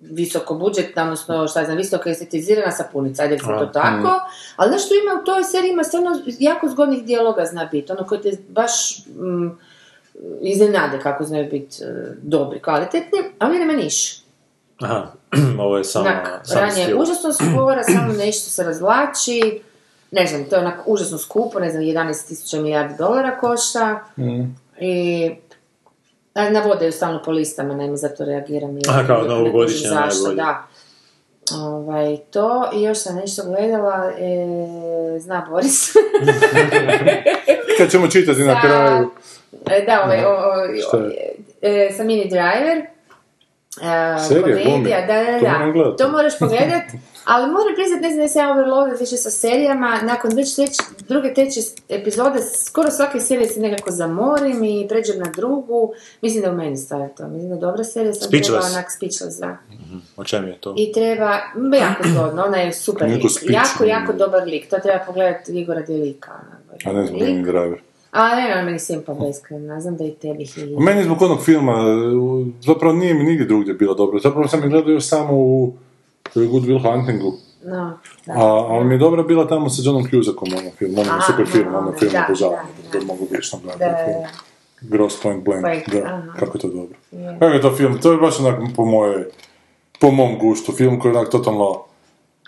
Speaker 3: visoko budžetna, odnosno šta znam, visoko estetizirana sapunica, ajde se to tako,
Speaker 4: mm.
Speaker 3: ali nešto ima u toj seriji, ima stvarno jako zgodnih dijaloga zna biti, ono koji te baš mm, iznenade kako znaju biti e, dobri, kvalitetni, a oni nema niš.
Speaker 4: Aha, ovo je samo
Speaker 3: Onak,
Speaker 4: sam
Speaker 3: ranije je
Speaker 4: stil.
Speaker 3: užasno spora, samo nešto se razvlači, ne znam, to je onak užasno skupo, ne znam, 11.000 milijardi dolara košta i a, navode ju stalno po listama, naime, zato reagiram. jer
Speaker 4: Aha, kao
Speaker 3: ne- ne
Speaker 4: novogodišnja
Speaker 3: kužim zašto,
Speaker 4: najbolja.
Speaker 3: Da. Ovaj, to, i još sam nešto gledala, e, zna Boris.
Speaker 2: Kad ćemo čitati na kraju.
Speaker 3: E, da, ovaj, o, o-
Speaker 2: Pa Šta je?
Speaker 3: e, sa Mini Driver. E,
Speaker 2: Serija,
Speaker 3: komedija,
Speaker 2: glumi.
Speaker 3: da, da,
Speaker 2: To moram
Speaker 3: da.
Speaker 2: gledat.
Speaker 3: To moraš pogledat, ali moram priznat, ne znam, da se ja overloaded više sa serijama, nakon već treće, druge, treće epizode, skoro svake serije se nekako zamorim i pređem na drugu, mislim da u meni staje to, mislim da je dobra serija, sam
Speaker 4: Speechless.
Speaker 3: treba onak speechless, da.
Speaker 4: O čem je to?
Speaker 3: I treba, m, jako zgodno, ona je super
Speaker 2: Neko
Speaker 3: lik,
Speaker 2: speech.
Speaker 3: jako, jako dobar lik, to treba pogledati Igora ono, Delika,
Speaker 2: A ne znam, meni driver.
Speaker 3: a ne, on meni simpa iskreno, znam da i tebi hilja.
Speaker 2: Meni zbog onog filma, u- zapravo nije mi nigdje drugdje bilo dobro. Zapravo sam je gledao još samo u Good Will Huntingu.
Speaker 3: No, da.
Speaker 2: A, ali mi je dobra bila tamo sa Johnom Cusackom, ono film, ono
Speaker 3: A,
Speaker 2: je super film, ono
Speaker 3: da,
Speaker 2: film
Speaker 3: da,
Speaker 2: obožavam,
Speaker 3: da, da.
Speaker 2: to mogu vječno gledati.
Speaker 3: Da, da,
Speaker 2: taj film.
Speaker 3: da.
Speaker 2: Gross Point Blank,
Speaker 3: Blank,
Speaker 2: da,
Speaker 3: aha.
Speaker 2: kako je to dobro.
Speaker 3: Je.
Speaker 2: Kako je to film, to je baš onak po moje, po mom guštu, film koji je onak totalno,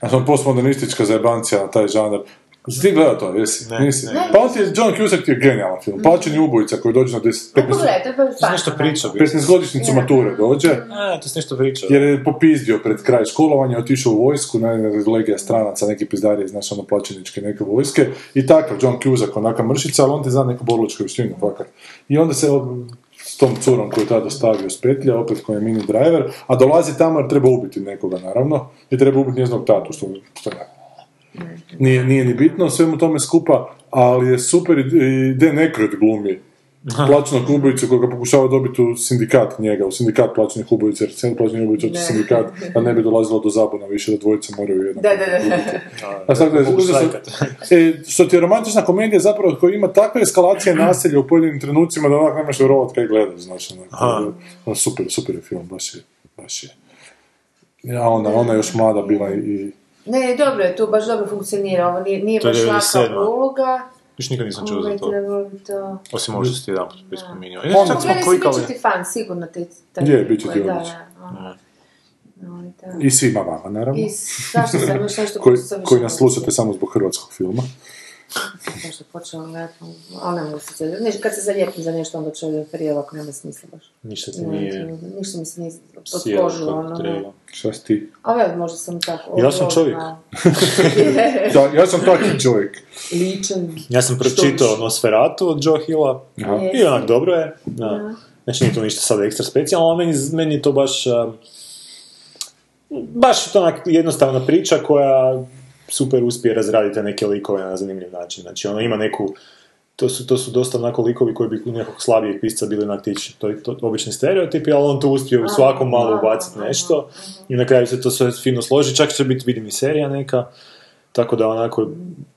Speaker 2: ja sam postmodernistička zajebancija na taj žanar. Jesi ti gledao to, jesi?
Speaker 4: Ne,
Speaker 2: Nisi?
Speaker 4: ne.
Speaker 2: Pa on ti je, John Cusack ti je genijalan film, plaćeni ubojica koji dođe na 10,
Speaker 3: Pa pogledaj, to je baš
Speaker 4: To si
Speaker 3: fajno,
Speaker 4: nešto
Speaker 3: da.
Speaker 4: pričao bi.
Speaker 2: 15 godišnjicu mature dođe,
Speaker 4: A, to si nešto pričao.
Speaker 2: jer je popizdio pred kraj školovanja, otišao u vojsku, na legija stranaca, neki pizdari iz naše ono plaćeničke neke vojske, i takav John Cusack, onaka mršica, ali on ti zna neku borličku vještinu, fakat. I onda se on s tom curom koju je tada ostavio s petlja, opet koji je mini driver, a dolazi tamo jer treba ubiti nekoga, naravno, i treba ubiti njeznog tatu, što, što je nije, nije ni bitno o svemu tome skupa, ali je super i- i De Nekret glumi plaćenog ubojicu koga pokušava dobiti u sindikat njega, u sindikat plaćenih ubojica, jer sindikat plaćenih ubojica hoće
Speaker 3: Ne.
Speaker 2: sindikat, da ne bi dolazilo do zabuna više, da dvojice moraju jednako
Speaker 3: Da, da, da.
Speaker 2: a sad gledaj,
Speaker 4: Mogu
Speaker 2: užasno-
Speaker 4: štrajkat.
Speaker 2: e, što ti je romantična komedija zapravo koja ima takve eskalacije nasilja u pojedinim trenucima da onak nemaš vjerovat kaj gledaš, znači, onak,
Speaker 4: Aha.
Speaker 2: ono, super, super je film, baš je, baš je. Ja, ona, ona je još mlada bila i- i
Speaker 3: Ne, dobro je, tu baš dobro funkcionira, ovo nije, nije
Speaker 4: To je
Speaker 3: baš laka
Speaker 4: 97..
Speaker 3: uloga.
Speaker 4: Još nikad nisam čuo za
Speaker 3: Uvijek
Speaker 4: to.
Speaker 3: da volim to.
Speaker 4: Osim možda si ti jedan put spominjao. E,
Speaker 2: Ono,
Speaker 4: čak smo
Speaker 3: Pogledaj si, bit će
Speaker 4: klikali.
Speaker 3: ti fan, sigurno ti. taj
Speaker 2: Je,
Speaker 3: lik
Speaker 2: bit će
Speaker 3: koji-
Speaker 2: ti
Speaker 3: da,
Speaker 2: odličan.
Speaker 3: da, ono. No, da.
Speaker 2: I svima vama, naravno.
Speaker 3: I zašto sam još nešto
Speaker 2: koji,
Speaker 3: sam još
Speaker 2: koji nas
Speaker 3: nešto-
Speaker 2: slušate samo zbog hrvatskog filma.
Speaker 3: Nešto počela gledati, ali ne mogu se sjetiti. Ne, Kad se zalijepim za nešto, onda čovjek prije ovako nema smisla baš.
Speaker 4: Ništa ti
Speaker 3: Ne,
Speaker 4: nije
Speaker 3: ništa mi se nije
Speaker 4: sjelo
Speaker 3: podkožilo,
Speaker 4: kako
Speaker 3: ono.
Speaker 4: treba.
Speaker 2: Šta si ti?
Speaker 3: Ali evo, možda sam tako...
Speaker 4: Ja sam čovjek.
Speaker 3: odložna.
Speaker 4: E.
Speaker 2: Da, ja sam takav čovjek.
Speaker 3: Ličan.
Speaker 4: Mm. Ja sam pročitao Nosferatu od Joe Hilla. I
Speaker 3: Jesam.
Speaker 4: onak dobro je. Da. Znači nije to ništa sad ekstra specijalno, ali meni, meni je to baš... um, baš je to onak jednostavna priča koja super uspije razraditi te neke likove na zanimljiv način. Znači ono ima neku... To su, to su dosta onako likovi koji bi kod nekog slabijeg pisca bili onak tići, to, to obični stereotipi, ali on to uspije u svakom malo ubaciti nešto i na kraju se to sve fino složi, čak će biti, vidim i serija neka. Tako da onako,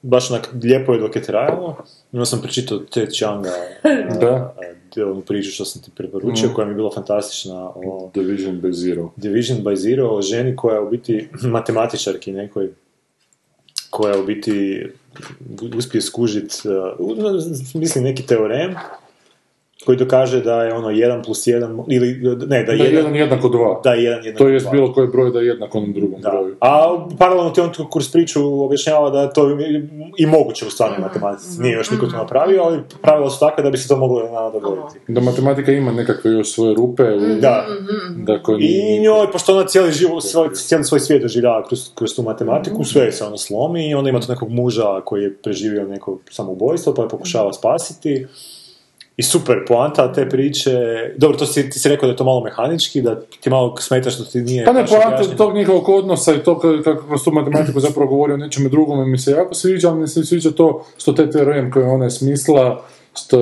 Speaker 4: baš onak lijepo je dok je trajalo. Onda sam pročitao Ted Changa,
Speaker 2: Da. Mm.
Speaker 4: a, onu priču što sam ti preporučio, koja mi je bila fantastična o
Speaker 2: Division by Zero.
Speaker 4: Division by Zero, o ženi koja je u biti matematičarki nekoj, koja je u biti uspije skužit, uh, mislim, neki teorem, koji dokaže da je ono 1 plus 1, ili ne, da,
Speaker 2: Da je jedan
Speaker 4: jedan,
Speaker 2: jednako dva.
Speaker 4: da je 1 jednako
Speaker 2: To jest
Speaker 4: dva.
Speaker 2: bilo koji broj da je jednak onom drugom
Speaker 4: Da.
Speaker 2: broju.
Speaker 4: A paralelno ti on tu kroz priču objašnjava da je to i- i moguće u
Speaker 2: Mhm.
Speaker 4: stvarnoj matematici. Nije još niko to napravio, ali pravila su takve da bi se to moglo na- dogoditi.
Speaker 2: Da matematika ima nekakve još svoje rupe u...
Speaker 4: Da.
Speaker 3: Mhm.
Speaker 2: Da, koje
Speaker 4: Mm. I
Speaker 2: nije-
Speaker 4: njoj, pošto ona cijeli, život, svoj, cijeli svoj svijet doživljava kroz, kroz tu
Speaker 2: Mhm.
Speaker 4: matematiku, sve se ono slomi i onda ima tu nekog muža koji je preživio neko samoubojstvo pa je
Speaker 2: Mhm.
Speaker 4: pokušava spasiti. I super poanta te priče, dobro, to si, ti si rekao da je to malo mehanički, da ti malo smeta što ti nije...
Speaker 2: Pa ne,
Speaker 4: baš
Speaker 2: poanta
Speaker 4: objašnjeno.
Speaker 2: tog njihovog odnosa i to ka- kako kroz tu matematiku zapravo govori o nečemu drugome mi se jako sviđa, ali mi se sviđa to što te teorem koje ona je smisla, što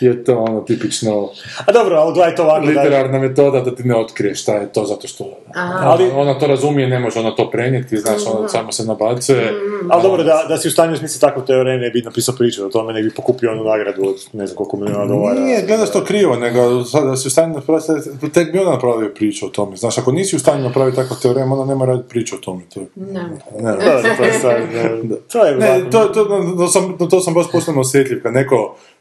Speaker 2: je to ono tipično
Speaker 4: A dobro, ali gledaj to ovako, da,
Speaker 2: literarna Pa metoda da ti ne otkrije šta je to, zato što
Speaker 4: Ali-
Speaker 2: ali ona to razumije, ne može ona to prenijeti, znaš,
Speaker 3: Mhm.
Speaker 2: ona samo se nabacuje.
Speaker 3: Mm.
Speaker 4: Ali dobro, da, da si u stanju smisliti takvu teorem ne bi napisao priču o tome, ne bi pokupio onu nagradu od ne znam koliko milijuna dolara.
Speaker 2: Nije, gledaš to krivo, nego sad da si u stanju napraviti, tek bi ona napravio priču o tome. Znaš, ako nisi u stanju napraviti takav teorem, onda nema raditi priču o tome. To je, ne,
Speaker 3: E.
Speaker 4: Da, da, to je sad, da. To je
Speaker 2: Ne,
Speaker 4: ovako-
Speaker 2: to, to, to, sam, to sam baš postano osjetljiv, kad neko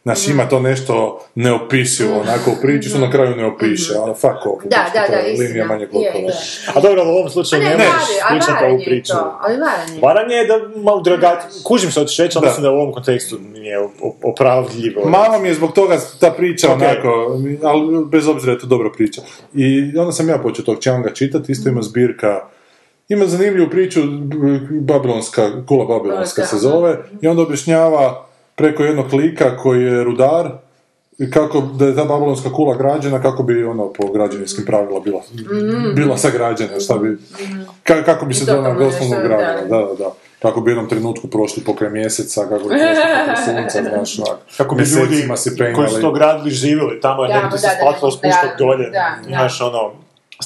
Speaker 2: naš ima to nešto neopisivo, onako u priči što na kraju ne opiše, ono fuck off.
Speaker 3: Mhm. Da,
Speaker 2: oprosti,
Speaker 3: da,
Speaker 2: to
Speaker 3: da,
Speaker 2: je linija
Speaker 3: istina.
Speaker 2: manje
Speaker 3: Je,
Speaker 2: blokova.
Speaker 3: je.
Speaker 4: A dobro, ali u ovom
Speaker 3: A
Speaker 4: slučaju
Speaker 3: ne,
Speaker 4: ne
Speaker 3: varanje,
Speaker 4: možeš
Speaker 3: a
Speaker 4: pričati ovu
Speaker 3: varanje je
Speaker 4: priču.
Speaker 3: to, ali varanje.
Speaker 4: Varanje je da malo drugačije, kužim što hoćeš reći, ali
Speaker 2: Da.
Speaker 4: mislim da u ovom kontekstu nije op- opravdljivo.
Speaker 2: Malo mi je zbog toga ta priča
Speaker 4: Ok.
Speaker 2: onako, ali bez obzira je to dobra priča. I onda sam ja počeo tog Changa čitati, isto ima zbirka ima zanimljivu priču, Babilonska, Kula Babilonska se zove, i onda objašnjava preko jednog lika koji je rudar, i kako, da je ta Babilonska kula građena, kako bi ono po građevinskim pravila bila, bila sagrađena, šta bi, ka- kako bi se Mhm. to ono
Speaker 3: Totalno
Speaker 2: doslovno
Speaker 3: nešto,
Speaker 2: gradilo, da, da, da. Kako bi u jednom trenutku prošli pokraj mjeseca, kako bi prošli pokraj sunca, znaš, onak.
Speaker 4: Kako bi ljudi
Speaker 2: Mjesecima si penjali.
Speaker 4: koji su to gradili živjeli tamo, jer
Speaker 3: Da,
Speaker 4: ne bi ti
Speaker 3: da,
Speaker 4: se
Speaker 3: da,
Speaker 4: isplatilo
Speaker 3: da,
Speaker 4: spuštati
Speaker 3: da,
Speaker 4: dolje.
Speaker 3: da, da.
Speaker 4: Znaš, ono,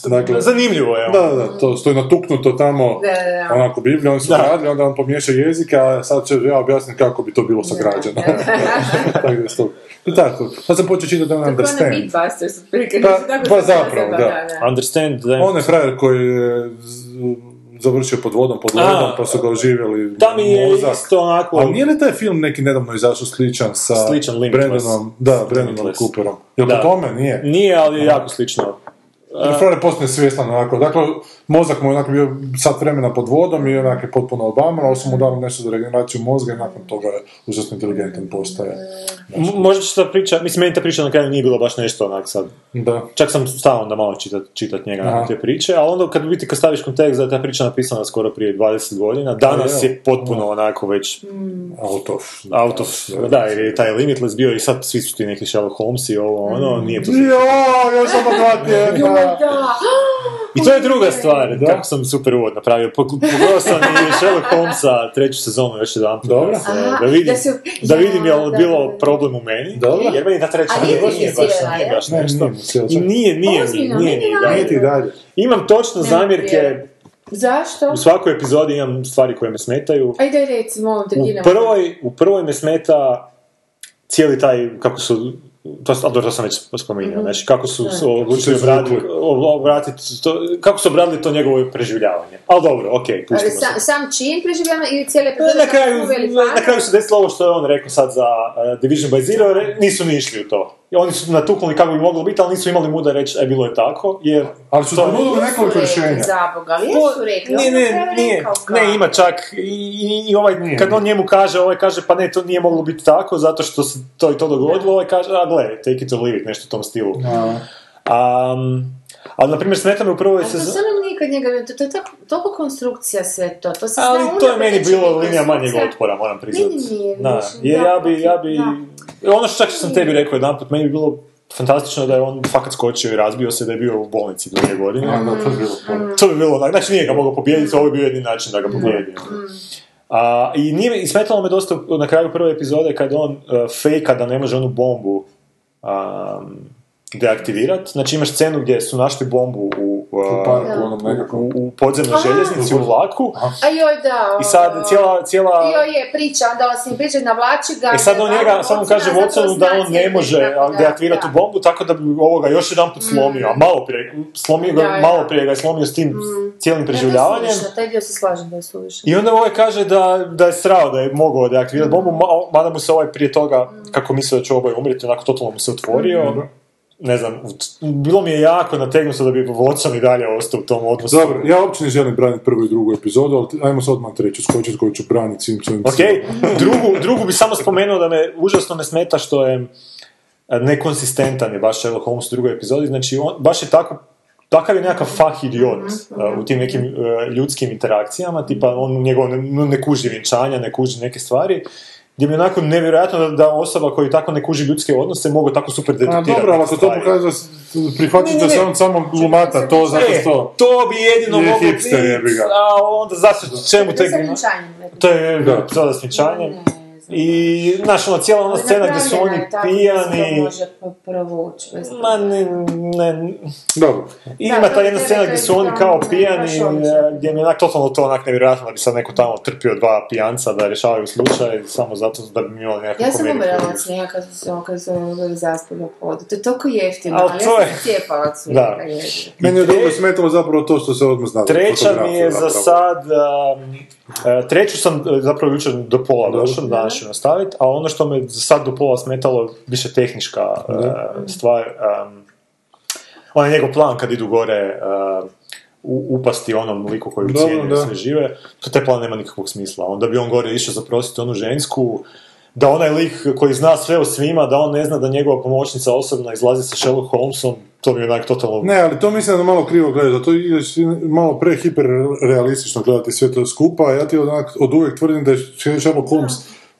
Speaker 2: Dakle,
Speaker 4: zanimljivo je. ono.
Speaker 2: Da, da, da, to stoji natuknuto tamo,
Speaker 3: Da, da, da.
Speaker 2: onako Biblija, oni su
Speaker 4: Da.
Speaker 2: radili, onda on pomiješa jezike, a sad ću ja objasniti kako bi to bilo sagrađeno. Tako da je to- I tako, sad sam počeo čitati Don't
Speaker 3: Tako ono
Speaker 2: Understand.
Speaker 3: Beatbusters, otprilike.
Speaker 2: Pa-
Speaker 3: Tako
Speaker 2: pa
Speaker 3: se zove,
Speaker 2: zapravo, da.
Speaker 4: Understand da je-
Speaker 2: On je frajer koji je z- završio pod vodom, pod ledom,
Speaker 4: A,
Speaker 2: pa su ga oživjeli
Speaker 4: Da mi je
Speaker 2: mozak.
Speaker 4: isto onako...
Speaker 2: Ali nije li taj film neki nedavno izašao sličan sa
Speaker 4: Sličan, Limitless.
Speaker 2: Brandonom, da, Brandonom
Speaker 4: Limitless.
Speaker 2: Cooperom? Jel
Speaker 4: Da.
Speaker 2: po tome? Nije.
Speaker 4: Nije, ali je jako slično. E,
Speaker 2: Jer frajer postane svjestan onako, dakle, mozak mu je onako bio sat vremena pod vodom i onak je potpuno obamran, ali su mu dali nešto za regeneraciju mozga i nakon toga je užasno inteligentan postaje.
Speaker 4: M- možda će ta priča, mislim, meni ta priča na kraju nije bilo baš nešto onak sad.
Speaker 2: Da.
Speaker 4: Čak sam stao onda malo čitat, čitat njega
Speaker 2: Aha.
Speaker 4: te priče, ali onda kad biti kad staviš kontekst da je ta priča napisana skoro prije 20 godina, danas
Speaker 2: A, je.
Speaker 4: je potpuno onako već
Speaker 2: Out of.
Speaker 4: out of, da, jer je taj Limitless bio i sad svi su ti neki Sherlock Holmes i ovo, ono,
Speaker 2: Mhm.
Speaker 4: nije to...
Speaker 2: Jo, još samo dva
Speaker 3: Oh
Speaker 2: tjedna.
Speaker 3: Da.
Speaker 4: I to je druga stvar,
Speaker 2: Da.
Speaker 4: kako sam super uvod napravio. Pog- Pogledao sam i Sherlock Holmesa treću sezonu još jedan put.
Speaker 2: Dobro.
Speaker 4: Da, se-
Speaker 3: Aha,
Speaker 4: da vidim,
Speaker 3: da se-
Speaker 4: da vidim
Speaker 3: ja,
Speaker 4: je li
Speaker 3: da, da,
Speaker 4: bilo
Speaker 3: da.
Speaker 4: problem u meni.
Speaker 2: Dobro.
Speaker 4: Jer meni ta treća
Speaker 3: A nije
Speaker 4: nije,
Speaker 3: ti
Speaker 4: nije
Speaker 3: sjela,
Speaker 4: baš, nije
Speaker 3: je?
Speaker 4: baš
Speaker 2: Ne,
Speaker 4: nešto.
Speaker 2: nije mi sjela
Speaker 4: I
Speaker 2: čak.
Speaker 4: nije, nije, nije,
Speaker 3: Ozbiljno,
Speaker 4: nije,
Speaker 3: meni
Speaker 4: nije,
Speaker 3: nije.
Speaker 4: nije,
Speaker 2: Nije ti dalje.
Speaker 4: Imam točno zamjerke,
Speaker 3: vjerujem. Zašto?
Speaker 4: u svakoj epizodi imam stvari koje me smetaju.
Speaker 3: Ajde, reci, molim te,
Speaker 4: U
Speaker 3: Kino.
Speaker 4: prvoj, u prvoj me smeta cijeli taj, kako su, to, ali dobro, to sam već spominjao, znači kako su se odlučili
Speaker 2: Kako su se
Speaker 4: obraditi,
Speaker 2: izvukli.
Speaker 4: obratiti, to, kako su obradili to njegovo preživljavanje. Ali dobro, okej,
Speaker 3: Ali
Speaker 4: pustimo se.
Speaker 3: sam, sam čin preživljava ili cijele
Speaker 4: Na kraju, na kraju se desilo ovo što je on rekao sad za uh, Division by Zero, re- nisu ni išli u to. I Oni su natuknuli kako bi moglo biti, ali nisu imali muda reći, e, bilo je tako, jer...
Speaker 2: Ali su
Speaker 4: to-
Speaker 2: ponudili nekoliko rješenja.
Speaker 3: Za Boga, ali
Speaker 4: To-
Speaker 3: jesu rekli.
Speaker 4: Ne,
Speaker 3: on je
Speaker 4: ne,
Speaker 3: na kraju
Speaker 4: nije,
Speaker 3: rekao kao.
Speaker 4: ne, ima čak i, i- i ovaj,
Speaker 2: Nije.
Speaker 4: kad on njemu kaže, ovaj kaže, pa ne, to nije moglo biti tako, zato što se to i to dogodilo, ovaj kaže, a gle, take it or leave it, nešto u tom stilu. Um, ali, na primjer, smeta me u prvoj
Speaker 3: Ali Pa to
Speaker 4: sezoni...
Speaker 3: stvarno nikad njega, to, to je tako, toliko konstrukcija sve to, to se zna
Speaker 4: Ali to je
Speaker 3: unaprijed
Speaker 4: meni
Speaker 3: da će
Speaker 4: bilo
Speaker 3: biti
Speaker 4: linija manjeg
Speaker 3: konstrukcija.
Speaker 4: otpora, moram priznati.
Speaker 3: Meni nije,
Speaker 4: Da,
Speaker 3: mislim,
Speaker 4: jer
Speaker 3: da,
Speaker 4: ja bi, ja bi...
Speaker 3: da.
Speaker 4: Ono što čak što sam tebi rekao jedanput, meni bi bilo fantastično da je on fakat skočio i razbio se, da je bio u bolnici dvije godine.
Speaker 2: Da, to je bilo puno.
Speaker 4: To bi bilo onak, znači nije ga mogao pobijediti, ovo je bio jedini način da ga pobijedi.
Speaker 3: Mm.
Speaker 4: A, I, nije, mi- i smetalo me dosta na kraju prve epizode kad on uh, fejka da ne može onu bombu um, deaktivirati. Znači imaš scenu gdje su našli bombu u, u a,
Speaker 2: U parku,
Speaker 4: u-
Speaker 2: onom nekakvom.
Speaker 4: u, u podzemnoj željeznici, u vlaku.
Speaker 3: A joj da.
Speaker 4: I sad cijela, cijela...
Speaker 3: Joj je priča, onda vas im priča, navlači ga.
Speaker 4: E sad on
Speaker 3: navlači
Speaker 4: njega, samo kaže
Speaker 3: Watsona, zato
Speaker 4: Watsonu da
Speaker 3: zna
Speaker 4: on ne
Speaker 3: cijeli,
Speaker 4: može
Speaker 3: tako da,
Speaker 4: deaktivirati tu
Speaker 3: da. Mm.
Speaker 4: bombu, tako da bi ovoga još jedan put slomio, a malo prije, slomio
Speaker 3: Da,
Speaker 4: ga,
Speaker 3: da. Mm.
Speaker 4: malo prije ga je slomio s tim cijelim
Speaker 3: Ne, to je
Speaker 4: preživljavanjem.
Speaker 3: suvišno, Taj dio se slažem da je suvišno.
Speaker 4: I onda ovaj kaže da, da je srao da je mogao deaktivirati bombu, ma- mada mu se ovaj prije toga,
Speaker 3: Mm.
Speaker 4: kako mislio da će ovaj umriti, onako totalno mu se otvorio. Ne znam, ut- bilo mi je jako nategnuto da bi Watson i dalje ostao u tom odnosu.
Speaker 2: Dobro, ja uopće ne želim braniti prvu i drugu epizodu, ali ti- ajmo se odmah na treću skočiti koju ću braniti svim svojim
Speaker 4: Ok,
Speaker 2: silama.
Speaker 4: drugu, drugu bi samo spomenuo da me užasno ne smeta što je e, nekonsistentan je baš Sherlock Holmes u drugoj epizodi, znači on baš je tako Takav je nekakav fah idiot
Speaker 3: Mhm.
Speaker 4: e, u tim nekim e, ljudskim interakcijama, tipa on njegov ne, ne kuži vjenčanja, ne kuži neke stvari, gdje mi je onako nevjerojatno da, da osoba koji tako ne kuži ljudske odnose mogu tako super
Speaker 2: A,
Speaker 4: detektirati.
Speaker 2: dobro, ali ako to
Speaker 4: stvari.
Speaker 2: pokazuje, prihvatit
Speaker 4: Ne, ne,
Speaker 2: da se
Speaker 4: ne.
Speaker 2: on samo glumata to zato
Speaker 4: E,
Speaker 2: što...
Speaker 4: to bi jedino
Speaker 2: Je
Speaker 4: moglo biti,
Speaker 2: hipster, jebi ga.
Speaker 4: a onda zašto, čemu
Speaker 3: To je
Speaker 4: te...
Speaker 3: sa vjenčanjem, ne?
Speaker 4: To je
Speaker 2: Da.
Speaker 4: epizoda s vjenčanjem.
Speaker 3: Ne znam.
Speaker 4: I, znaš, ona cijela ona
Speaker 3: Ali
Speaker 4: scena gdje su
Speaker 3: napravljena
Speaker 4: oni
Speaker 3: je tako da se to
Speaker 4: pijani,
Speaker 3: može po- provući, bez-
Speaker 4: ma ne, ne,
Speaker 2: Dobro.
Speaker 4: i
Speaker 3: Da,
Speaker 4: ima
Speaker 3: to
Speaker 4: ta
Speaker 3: je
Speaker 4: jedna
Speaker 3: to
Speaker 4: scena
Speaker 3: je
Speaker 4: gdje
Speaker 3: to
Speaker 4: su
Speaker 3: je
Speaker 4: oni
Speaker 3: tamo,
Speaker 4: kao
Speaker 3: baš
Speaker 4: pijani,
Speaker 3: odlično.
Speaker 4: e, gdje mi je onak totalno to onak nevjerojatno da bi sad neko tamo trpio dva pijanca da rješavaju slučaj, samo zato da bi mi imali nekakvu
Speaker 3: Ja sam
Speaker 4: komediju.
Speaker 3: umrela od snijega kad su se kad su ono bili zaspali u podu. To je toliko jeftino,
Speaker 4: Ali
Speaker 3: ali,
Speaker 4: to
Speaker 3: ja
Speaker 4: je-
Speaker 3: sam cijepala od
Speaker 4: Da.
Speaker 3: snijega. jebi.
Speaker 2: Meni je
Speaker 4: tre-
Speaker 2: dobro smetalo zapravo to što se odmah znali.
Speaker 4: Treća mi je za
Speaker 2: zapravo.
Speaker 4: sad, um, e, treću sam e, zapravo jučer do pola došao, danas ću nastaviti, a ono što me za sad do pola smetalo, više tehnička e, stvar, um, onaj njegov plan kad idu gore e, u- upasti onom liku koji
Speaker 2: Dobro,
Speaker 4: ucijenjuje
Speaker 2: da.
Speaker 4: sve žive, to te plan nema nikakvog smisla. Onda bi on gore išao zaprositi onu žensku, da onaj lik koji zna sve o svima, da on ne zna da njegova pomoćnica osobna izlazi sa Sherlock Holmesom, to mi je onak totalno...
Speaker 2: Ne, ali to mislim da malo krivo gledaš, da to ideš malo pre hiperrealistično gledati sve to skupa, a ja ti onak, od uvijek tvrdim da je Sherlock Holmes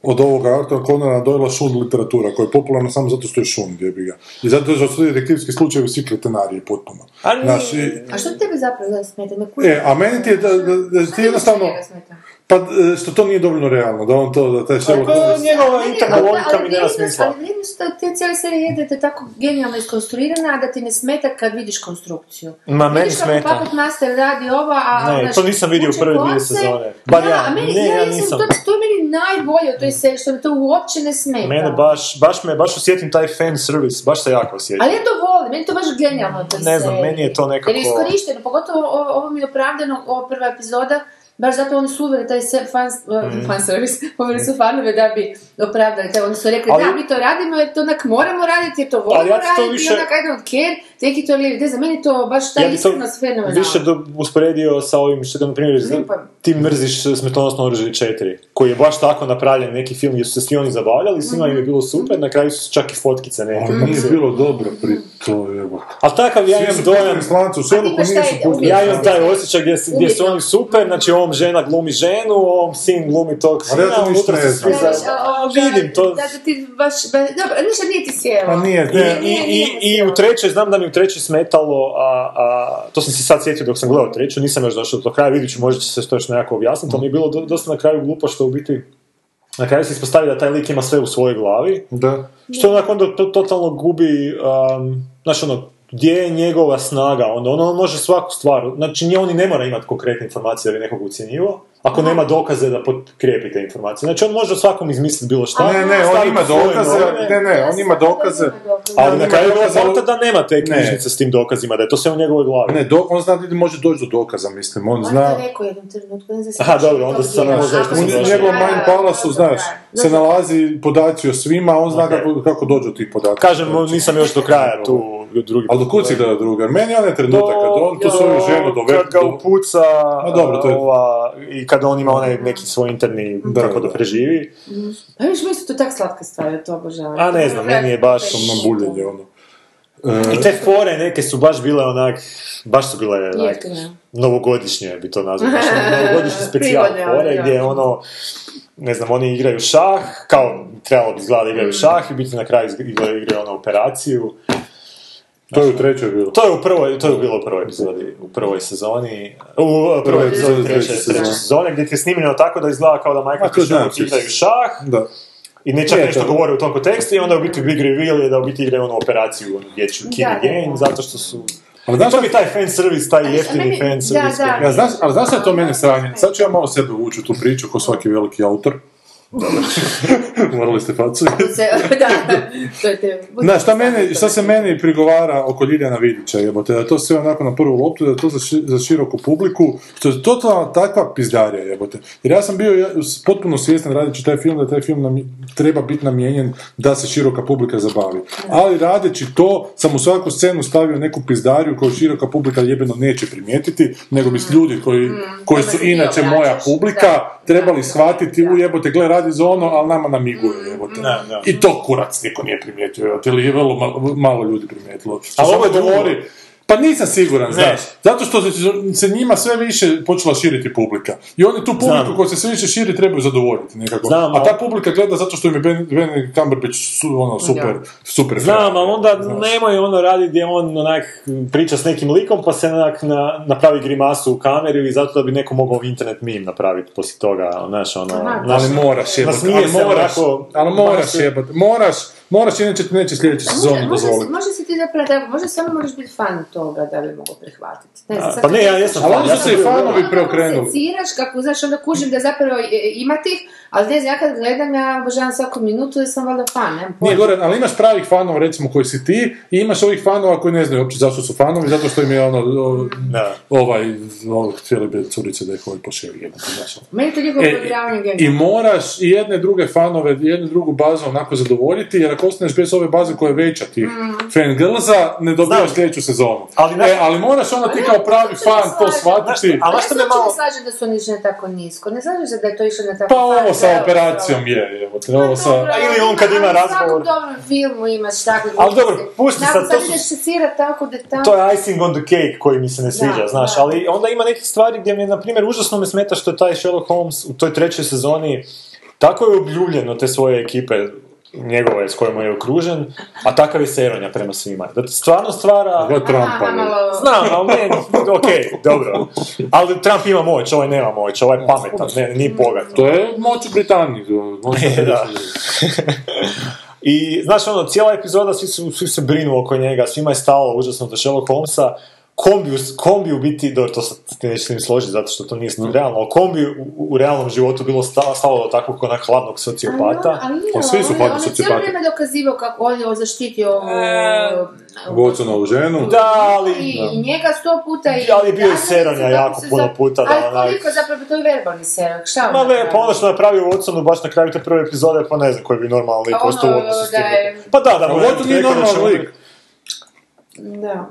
Speaker 2: od ovoga Arthur Conana dojela šund literatura, koja je popularna samo zato što je šund, jebi ga. I zato što su detektivski slučajevi svi kretenarije potpuno.
Speaker 4: A nije-
Speaker 2: Znaš, i-
Speaker 3: A što tebi zapravo da smeta? Ne kužim.
Speaker 2: e, a meni ti je da, da- da ti jednostavno,
Speaker 3: Meni ništa njega smeta.
Speaker 2: pa e, što to nije dovoljno realno, da on to, da taj Sherlock Holmes...
Speaker 4: njegova
Speaker 3: Meni-
Speaker 4: interna
Speaker 3: ali-
Speaker 4: logika
Speaker 3: ali
Speaker 4: mi nema
Speaker 3: vrijednost-
Speaker 4: smisla.
Speaker 3: Ali vrijednost te- te cijele serije je da je to tako genijalno iskonstruirana, a da ti ne smeta kad vidiš konstrukciju.
Speaker 4: Ma, meni
Speaker 3: Vidiš kako
Speaker 4: smeta.
Speaker 3: Puppet Master radi ova, a...
Speaker 4: Ne,
Speaker 3: ona
Speaker 4: to nisam vidio u
Speaker 3: vuče
Speaker 4: prve dvije
Speaker 3: konce.
Speaker 4: sezone. Bar
Speaker 3: Da,
Speaker 4: ja,
Speaker 3: a meni,
Speaker 4: ne,
Speaker 3: ja
Speaker 4: ja
Speaker 3: nisam,
Speaker 4: nisam.
Speaker 3: To, to je meni najbolje u toj seriji, što mi to uopće ne smeta.
Speaker 4: Mene baš, baš me, baš osjetim taj fan service, baš se jako osjetim.
Speaker 3: Ali ja to volim, meni je to baš genijalno u toj
Speaker 4: Ne znam,
Speaker 3: seriji.
Speaker 4: meni je to nekako-
Speaker 3: Jer je iskorišteno, pogotovo ovo, ovo mi je opravdano, ova prva epizoda, baš zato oni su uveli taj se, e, fan,
Speaker 4: Mhm.
Speaker 3: fan service, uveli su fanove da bi opravdali taj, oni su rekli
Speaker 4: Ali-
Speaker 3: da mi to radimo jer to onak moramo raditi, jer to
Speaker 4: Ali
Speaker 3: volimo
Speaker 4: ja ti to
Speaker 3: raditi,
Speaker 4: više-
Speaker 3: i onak I don't care, take it or leave it. Ne znam, meni je to baš taj
Speaker 4: Ja bi to
Speaker 3: iskrenost fenomenalna.
Speaker 4: više do, usporedio sa ovim što ga, na primjer, z-
Speaker 3: Lipom.
Speaker 4: ti mrziš smrtonosno oružje 4, koji je baš tako napravljen neki film gdje su se svi oni zabavljali, svima
Speaker 3: Mhm.
Speaker 4: im je bilo super, na kraju su čak i fotkice neke.
Speaker 2: Ali nije bilo dobro pri to, evo.
Speaker 4: Ali takav ja
Speaker 2: Svi
Speaker 4: imam
Speaker 2: su
Speaker 4: dojam,
Speaker 2: pustili slancu, Sherlocku
Speaker 3: A ti pa
Speaker 2: nije
Speaker 3: šta
Speaker 2: su
Speaker 3: je-
Speaker 2: pustili
Speaker 4: ja
Speaker 3: Umjetno.
Speaker 4: imam taj osjećaj gdje, se- gdje su
Speaker 3: Umjetno.
Speaker 4: oni super, znači ovom žena glumi ženu, ovom sin glumi tog
Speaker 2: Ali
Speaker 4: sina,
Speaker 2: ja to ništa
Speaker 4: unutra
Speaker 2: ne
Speaker 4: se
Speaker 2: znam.
Speaker 4: svi za...
Speaker 3: Znaš, a,
Speaker 4: A,
Speaker 3: ovoga,
Speaker 4: Vidim, to...
Speaker 3: Da, da ti baš, ba- dobro, ništa nije ti sjelo.
Speaker 2: Pa nije,
Speaker 4: I,
Speaker 2: ne.
Speaker 4: i, i, i u trećoj, znam da mi u trećoj smetalo, a, a, to sam se sad sjetio dok sam gledao treću, nisam još došao do kraja, vidit ću, možda će se to još nekako objasniti, ali mi je bilo do- dosta na kraju glupo što u biti, na kraju se ispostavi da taj lik ima sve u svojoj glavi,
Speaker 2: Da.
Speaker 4: što onako onda to, totalno gubi, um, znaš ono, gdje je njegova snaga, onda ono, on može svaku stvar, znači nje, on i ne mora imati konkretne informacije da bi nekog ucjenjivao, ako nema dokaze da potkrijepi te informacije. Znači on može o svakom izmisliti bilo šta.
Speaker 2: Ne, ne, on
Speaker 4: stavi
Speaker 2: ima
Speaker 4: u svoje
Speaker 2: dokaze,
Speaker 4: novine.
Speaker 2: ne, ne, on ima dokaze.
Speaker 4: Ali na
Speaker 2: Nema
Speaker 4: kraju je bila
Speaker 2: dokaza,
Speaker 4: poanta da nema te
Speaker 2: Ne.
Speaker 4: knjižnice s tim dokazima, da je to sve u njegovoj glavi.
Speaker 2: Ne, do, on zna da može doći do dokaza, mislim, on
Speaker 3: Možda
Speaker 2: zna.
Speaker 3: je rekao u jednom trenutku, ne znam se
Speaker 4: Aha,
Speaker 3: što je
Speaker 4: dobro,
Speaker 3: to
Speaker 4: onda sam
Speaker 3: bilo.
Speaker 4: možda
Speaker 3: A,
Speaker 4: što
Speaker 2: U
Speaker 4: sam
Speaker 3: možda-
Speaker 4: došao.
Speaker 2: njegovom
Speaker 3: Da,
Speaker 2: mind
Speaker 3: da,
Speaker 2: palace
Speaker 3: da,
Speaker 2: znaš,
Speaker 3: da.
Speaker 2: se nalazi podaci o svima, on zna
Speaker 4: Ok.
Speaker 2: kako, kako dođe do tih podataka.
Speaker 4: Kažem, nisam još do kraja tu drugi
Speaker 2: Ali do kud si gledao druga? Meni je onaj trenutak kad on tu svoju ženu dovede.
Speaker 4: Kad ga upuca
Speaker 2: A dobro, to je-
Speaker 4: ova, i kad on ima onaj neki svoj interni,
Speaker 2: Da,
Speaker 4: kako
Speaker 2: da.
Speaker 4: da preživi.
Speaker 3: Pa viš, meni su to tak slatka stvar, ja to obožavam.
Speaker 4: A ne znam, meni je baš
Speaker 2: do buljenje, ono. E,
Speaker 4: I te fore neke su baš bile onak, baš su bile onak,
Speaker 3: Jeftine.
Speaker 4: novogodišnje bi to nazvao, baš ono novogodišnji specijal
Speaker 3: Prigodne, ali
Speaker 4: fore
Speaker 3: da.
Speaker 4: gdje je ono, ne znam, oni igraju šah, kao trebalo bi izgleda da
Speaker 3: Mm.
Speaker 4: igraju šah i biti na kraju izg- igraju, igraju ono operaciju.
Speaker 2: To je u trećoj bilo.
Speaker 4: To je u prvoj, to je bilo u prvoj epizodi, u prvoj sezoni, u prvoj epizodi treće,
Speaker 2: treće
Speaker 4: treće
Speaker 2: sezone.
Speaker 4: sezone, gdje ti je snimljeno tako da izgleda kao da Michael
Speaker 2: Ma, to znam,
Speaker 4: Kišenov igraju šah
Speaker 2: Da.
Speaker 4: i ne čak
Speaker 2: Je,
Speaker 4: nešto
Speaker 2: to-
Speaker 4: govore u tom ono, kontekstu i onda u biti big reveal je da u biti igraju onu operaciju, onu dječju Kini
Speaker 3: Da, da, da.
Speaker 4: Game, zato što su Znači,
Speaker 2: Ali znaš
Speaker 4: To
Speaker 2: šta-
Speaker 4: mi je taj fan service, taj jeftini
Speaker 3: meni-
Speaker 4: fan service.
Speaker 3: da, da.
Speaker 2: Ja, znaš, ali znaš šta je to mene sranje? Sad ću ja malo sebe uvući u tu priču, ko svaki veliki autor. Morali ste facu.
Speaker 3: se- da, to je te...
Speaker 2: Znaš, šta, mene, šta se meni prigovara oko Ljiljana Vidića, jebote, da je to sve onako na prvu loptu, da je to za, ši- za široku publiku, što je totalno takva pizdarija, jebote. Jer ja sam bio ja, s- potpuno svjestan radeći taj film, da taj film nami- treba biti namijenjen da se široka publika zabavi. Ali radeći to, sam u svaku scenu stavio neku pizdariju koju široka publika jebeno neće primijetiti, nego
Speaker 3: Mm.
Speaker 2: bi s ljudi koji, koji
Speaker 3: to
Speaker 2: su
Speaker 3: me ti
Speaker 2: inače
Speaker 3: obraćaš,
Speaker 2: moja publika,
Speaker 3: da,
Speaker 2: trebali
Speaker 3: da,
Speaker 2: shvatiti,
Speaker 3: da.
Speaker 2: u jebote, gle, radi za ono, ali nama namiguje, jebote. I to kurac niko nije primijetio, jebote, ili je vrlo ma- malo ljudi primijetilo. Ali
Speaker 4: ovo
Speaker 2: ovo
Speaker 4: je drugo.
Speaker 2: govori, pa nisam siguran, znaš, zato što se, se njima sve više počela širiti publika. I oni tu publiku
Speaker 4: Znam.
Speaker 2: koja se sve više širi trebaju zadovoljiti nekako.
Speaker 4: Znam,
Speaker 2: A ta
Speaker 4: ali-
Speaker 2: publika gleda zato što im je Ben, ben Cumberbatch su, ono, super, super.
Speaker 4: Znam, ali onda
Speaker 2: Znaš.
Speaker 4: nemoj ono radi gdje on onak priča s nekim likom pa se onak na, napravi grimasu u kameru i zato da bi neko mogao internet meme napraviti poslije toga, znaš ono...
Speaker 3: Aha,
Speaker 4: znaš,
Speaker 2: Ali moraš jebati,
Speaker 4: Nasmije
Speaker 2: ali
Speaker 4: se
Speaker 2: moraš,
Speaker 4: onako-
Speaker 2: ali moraš
Speaker 4: baš je-
Speaker 2: jebati, moraš, moraš, inače ti neće sljedeću sezonu dozvoliti.
Speaker 3: Može si ti zapravo, da, možda samo moraš biti fan toga da bi mogo prihvatiti. Ne znam, sad
Speaker 4: Pa ne, ja jesam
Speaker 2: Ali
Speaker 4: fan,
Speaker 2: oni
Speaker 4: ja
Speaker 2: su
Speaker 4: sam
Speaker 2: se i
Speaker 4: bio-
Speaker 2: fanovi
Speaker 3: Ono,
Speaker 2: preokrenuli.
Speaker 3: seciraš kako, znaš, onda kužim da zapravo e, ima tih, ali ne znam, ja kad gledam, ja obožavam svaku minutu jer sam valjda fan, nemam
Speaker 2: Nije
Speaker 3: pojma.
Speaker 2: gore, ali imaš pravih fanova recimo koji si ti i imaš ovih fanova koji ne znaju uopće zašto su fanovi, zato što im je ono, o-
Speaker 4: Da.
Speaker 2: ovaj, o, htjeli bi curice da ih ovaj pošeli jebote, znaš.
Speaker 3: Meni je to njihovo
Speaker 2: E,
Speaker 3: podgravanje
Speaker 2: I
Speaker 3: genijalno.
Speaker 2: moraš i jedne druge fanove, i jednu drugu bazu onako zadovoljiti, jer ako ostaneš bez ove baze koja je veća tih
Speaker 3: Mm.
Speaker 2: fangirlza, ne dobijaš
Speaker 4: Znam.
Speaker 2: sljedeću sezonu.
Speaker 4: Ali znaš-
Speaker 2: e, ali moraš onda ti kao pravi
Speaker 3: uopće ne
Speaker 2: fan to
Speaker 3: slažem.
Speaker 2: shvatiti.
Speaker 4: Ali
Speaker 3: Ali
Speaker 4: što
Speaker 3: što
Speaker 4: me malo...
Speaker 3: ne slažem da su oni išli tako nisko, ne slažem se da je to išlo na tako...
Speaker 2: Pa ovo sa operacijom je, jebote, ovo sa...
Speaker 4: A ili on kad ima razgovor.
Speaker 3: U svakom dobrom filmu imaš tako...
Speaker 4: Ali dobro, pusti sad, to
Speaker 3: Nakon
Speaker 4: su-
Speaker 3: sad ideš secirati tako detalje.
Speaker 4: To je icing on the cake koji mi se ne sviđa,
Speaker 3: Da,
Speaker 4: znaš,
Speaker 3: da.
Speaker 4: ali onda ima nekih stvari gdje mi, na primjer, užasno me smeta što je taj Sherlock Holmes u toj trećoj sezoni tako je obljuljen od te svoje ekipe njegove s kojima je okružen, a takav je seronja prema svima. Da stvarno stvara...
Speaker 2: Gle Trumpa,
Speaker 3: Aha,
Speaker 2: jebote.
Speaker 3: malo...
Speaker 4: Znam, ali ne, ok, dobro. Ali Trump ima moć, ovaj nema moć, ovaj je pametan, ne, nije bogat.
Speaker 2: To je moć u Britaniji. to- moć u
Speaker 4: E, Da.
Speaker 2: Britaniji.
Speaker 4: I, znaš, ono, cijela epizoda, svi, su, svi se brinu oko njega, svima je stalo užasno do Sherlock Holmesa, kombi, u- kombi u biti, dobro, to sad ti neće s tim složiti zato što to nije
Speaker 2: Mm.
Speaker 4: s- realno, ali kombi u, u realnom životu bilo stalo, stalo do takvog onak hladnog sociopata.
Speaker 3: Ali,
Speaker 2: Pa svi su hladni
Speaker 3: on je ono, cijelo
Speaker 2: sociopati.
Speaker 3: vrijeme dokazivao kako on je zaštitio ovu...
Speaker 2: Watsonovu ženu.
Speaker 4: Da, E, ali...
Speaker 3: I, i njega sto puta i...
Speaker 4: Ali je bio i
Speaker 3: Danas
Speaker 4: seranja
Speaker 3: kako
Speaker 4: jako
Speaker 3: se
Speaker 4: puno
Speaker 3: zap-
Speaker 4: puta da
Speaker 3: Ali
Speaker 4: onaj-
Speaker 3: koliko zapravo to je verbalni serak, šta on
Speaker 4: Ma ne,
Speaker 3: napravi?
Speaker 4: pa ono što je napravio Watsonu baš na kraju te prve epizode, pa ne znam koji bi normalni lik
Speaker 3: Pa ono,
Speaker 4: ostao u odnosu s tim.
Speaker 3: da je-
Speaker 4: Pa da, da,
Speaker 2: A
Speaker 4: mu
Speaker 2: Watson nije
Speaker 4: rekao da će
Speaker 2: normalan
Speaker 4: on-
Speaker 2: lik.
Speaker 3: Da.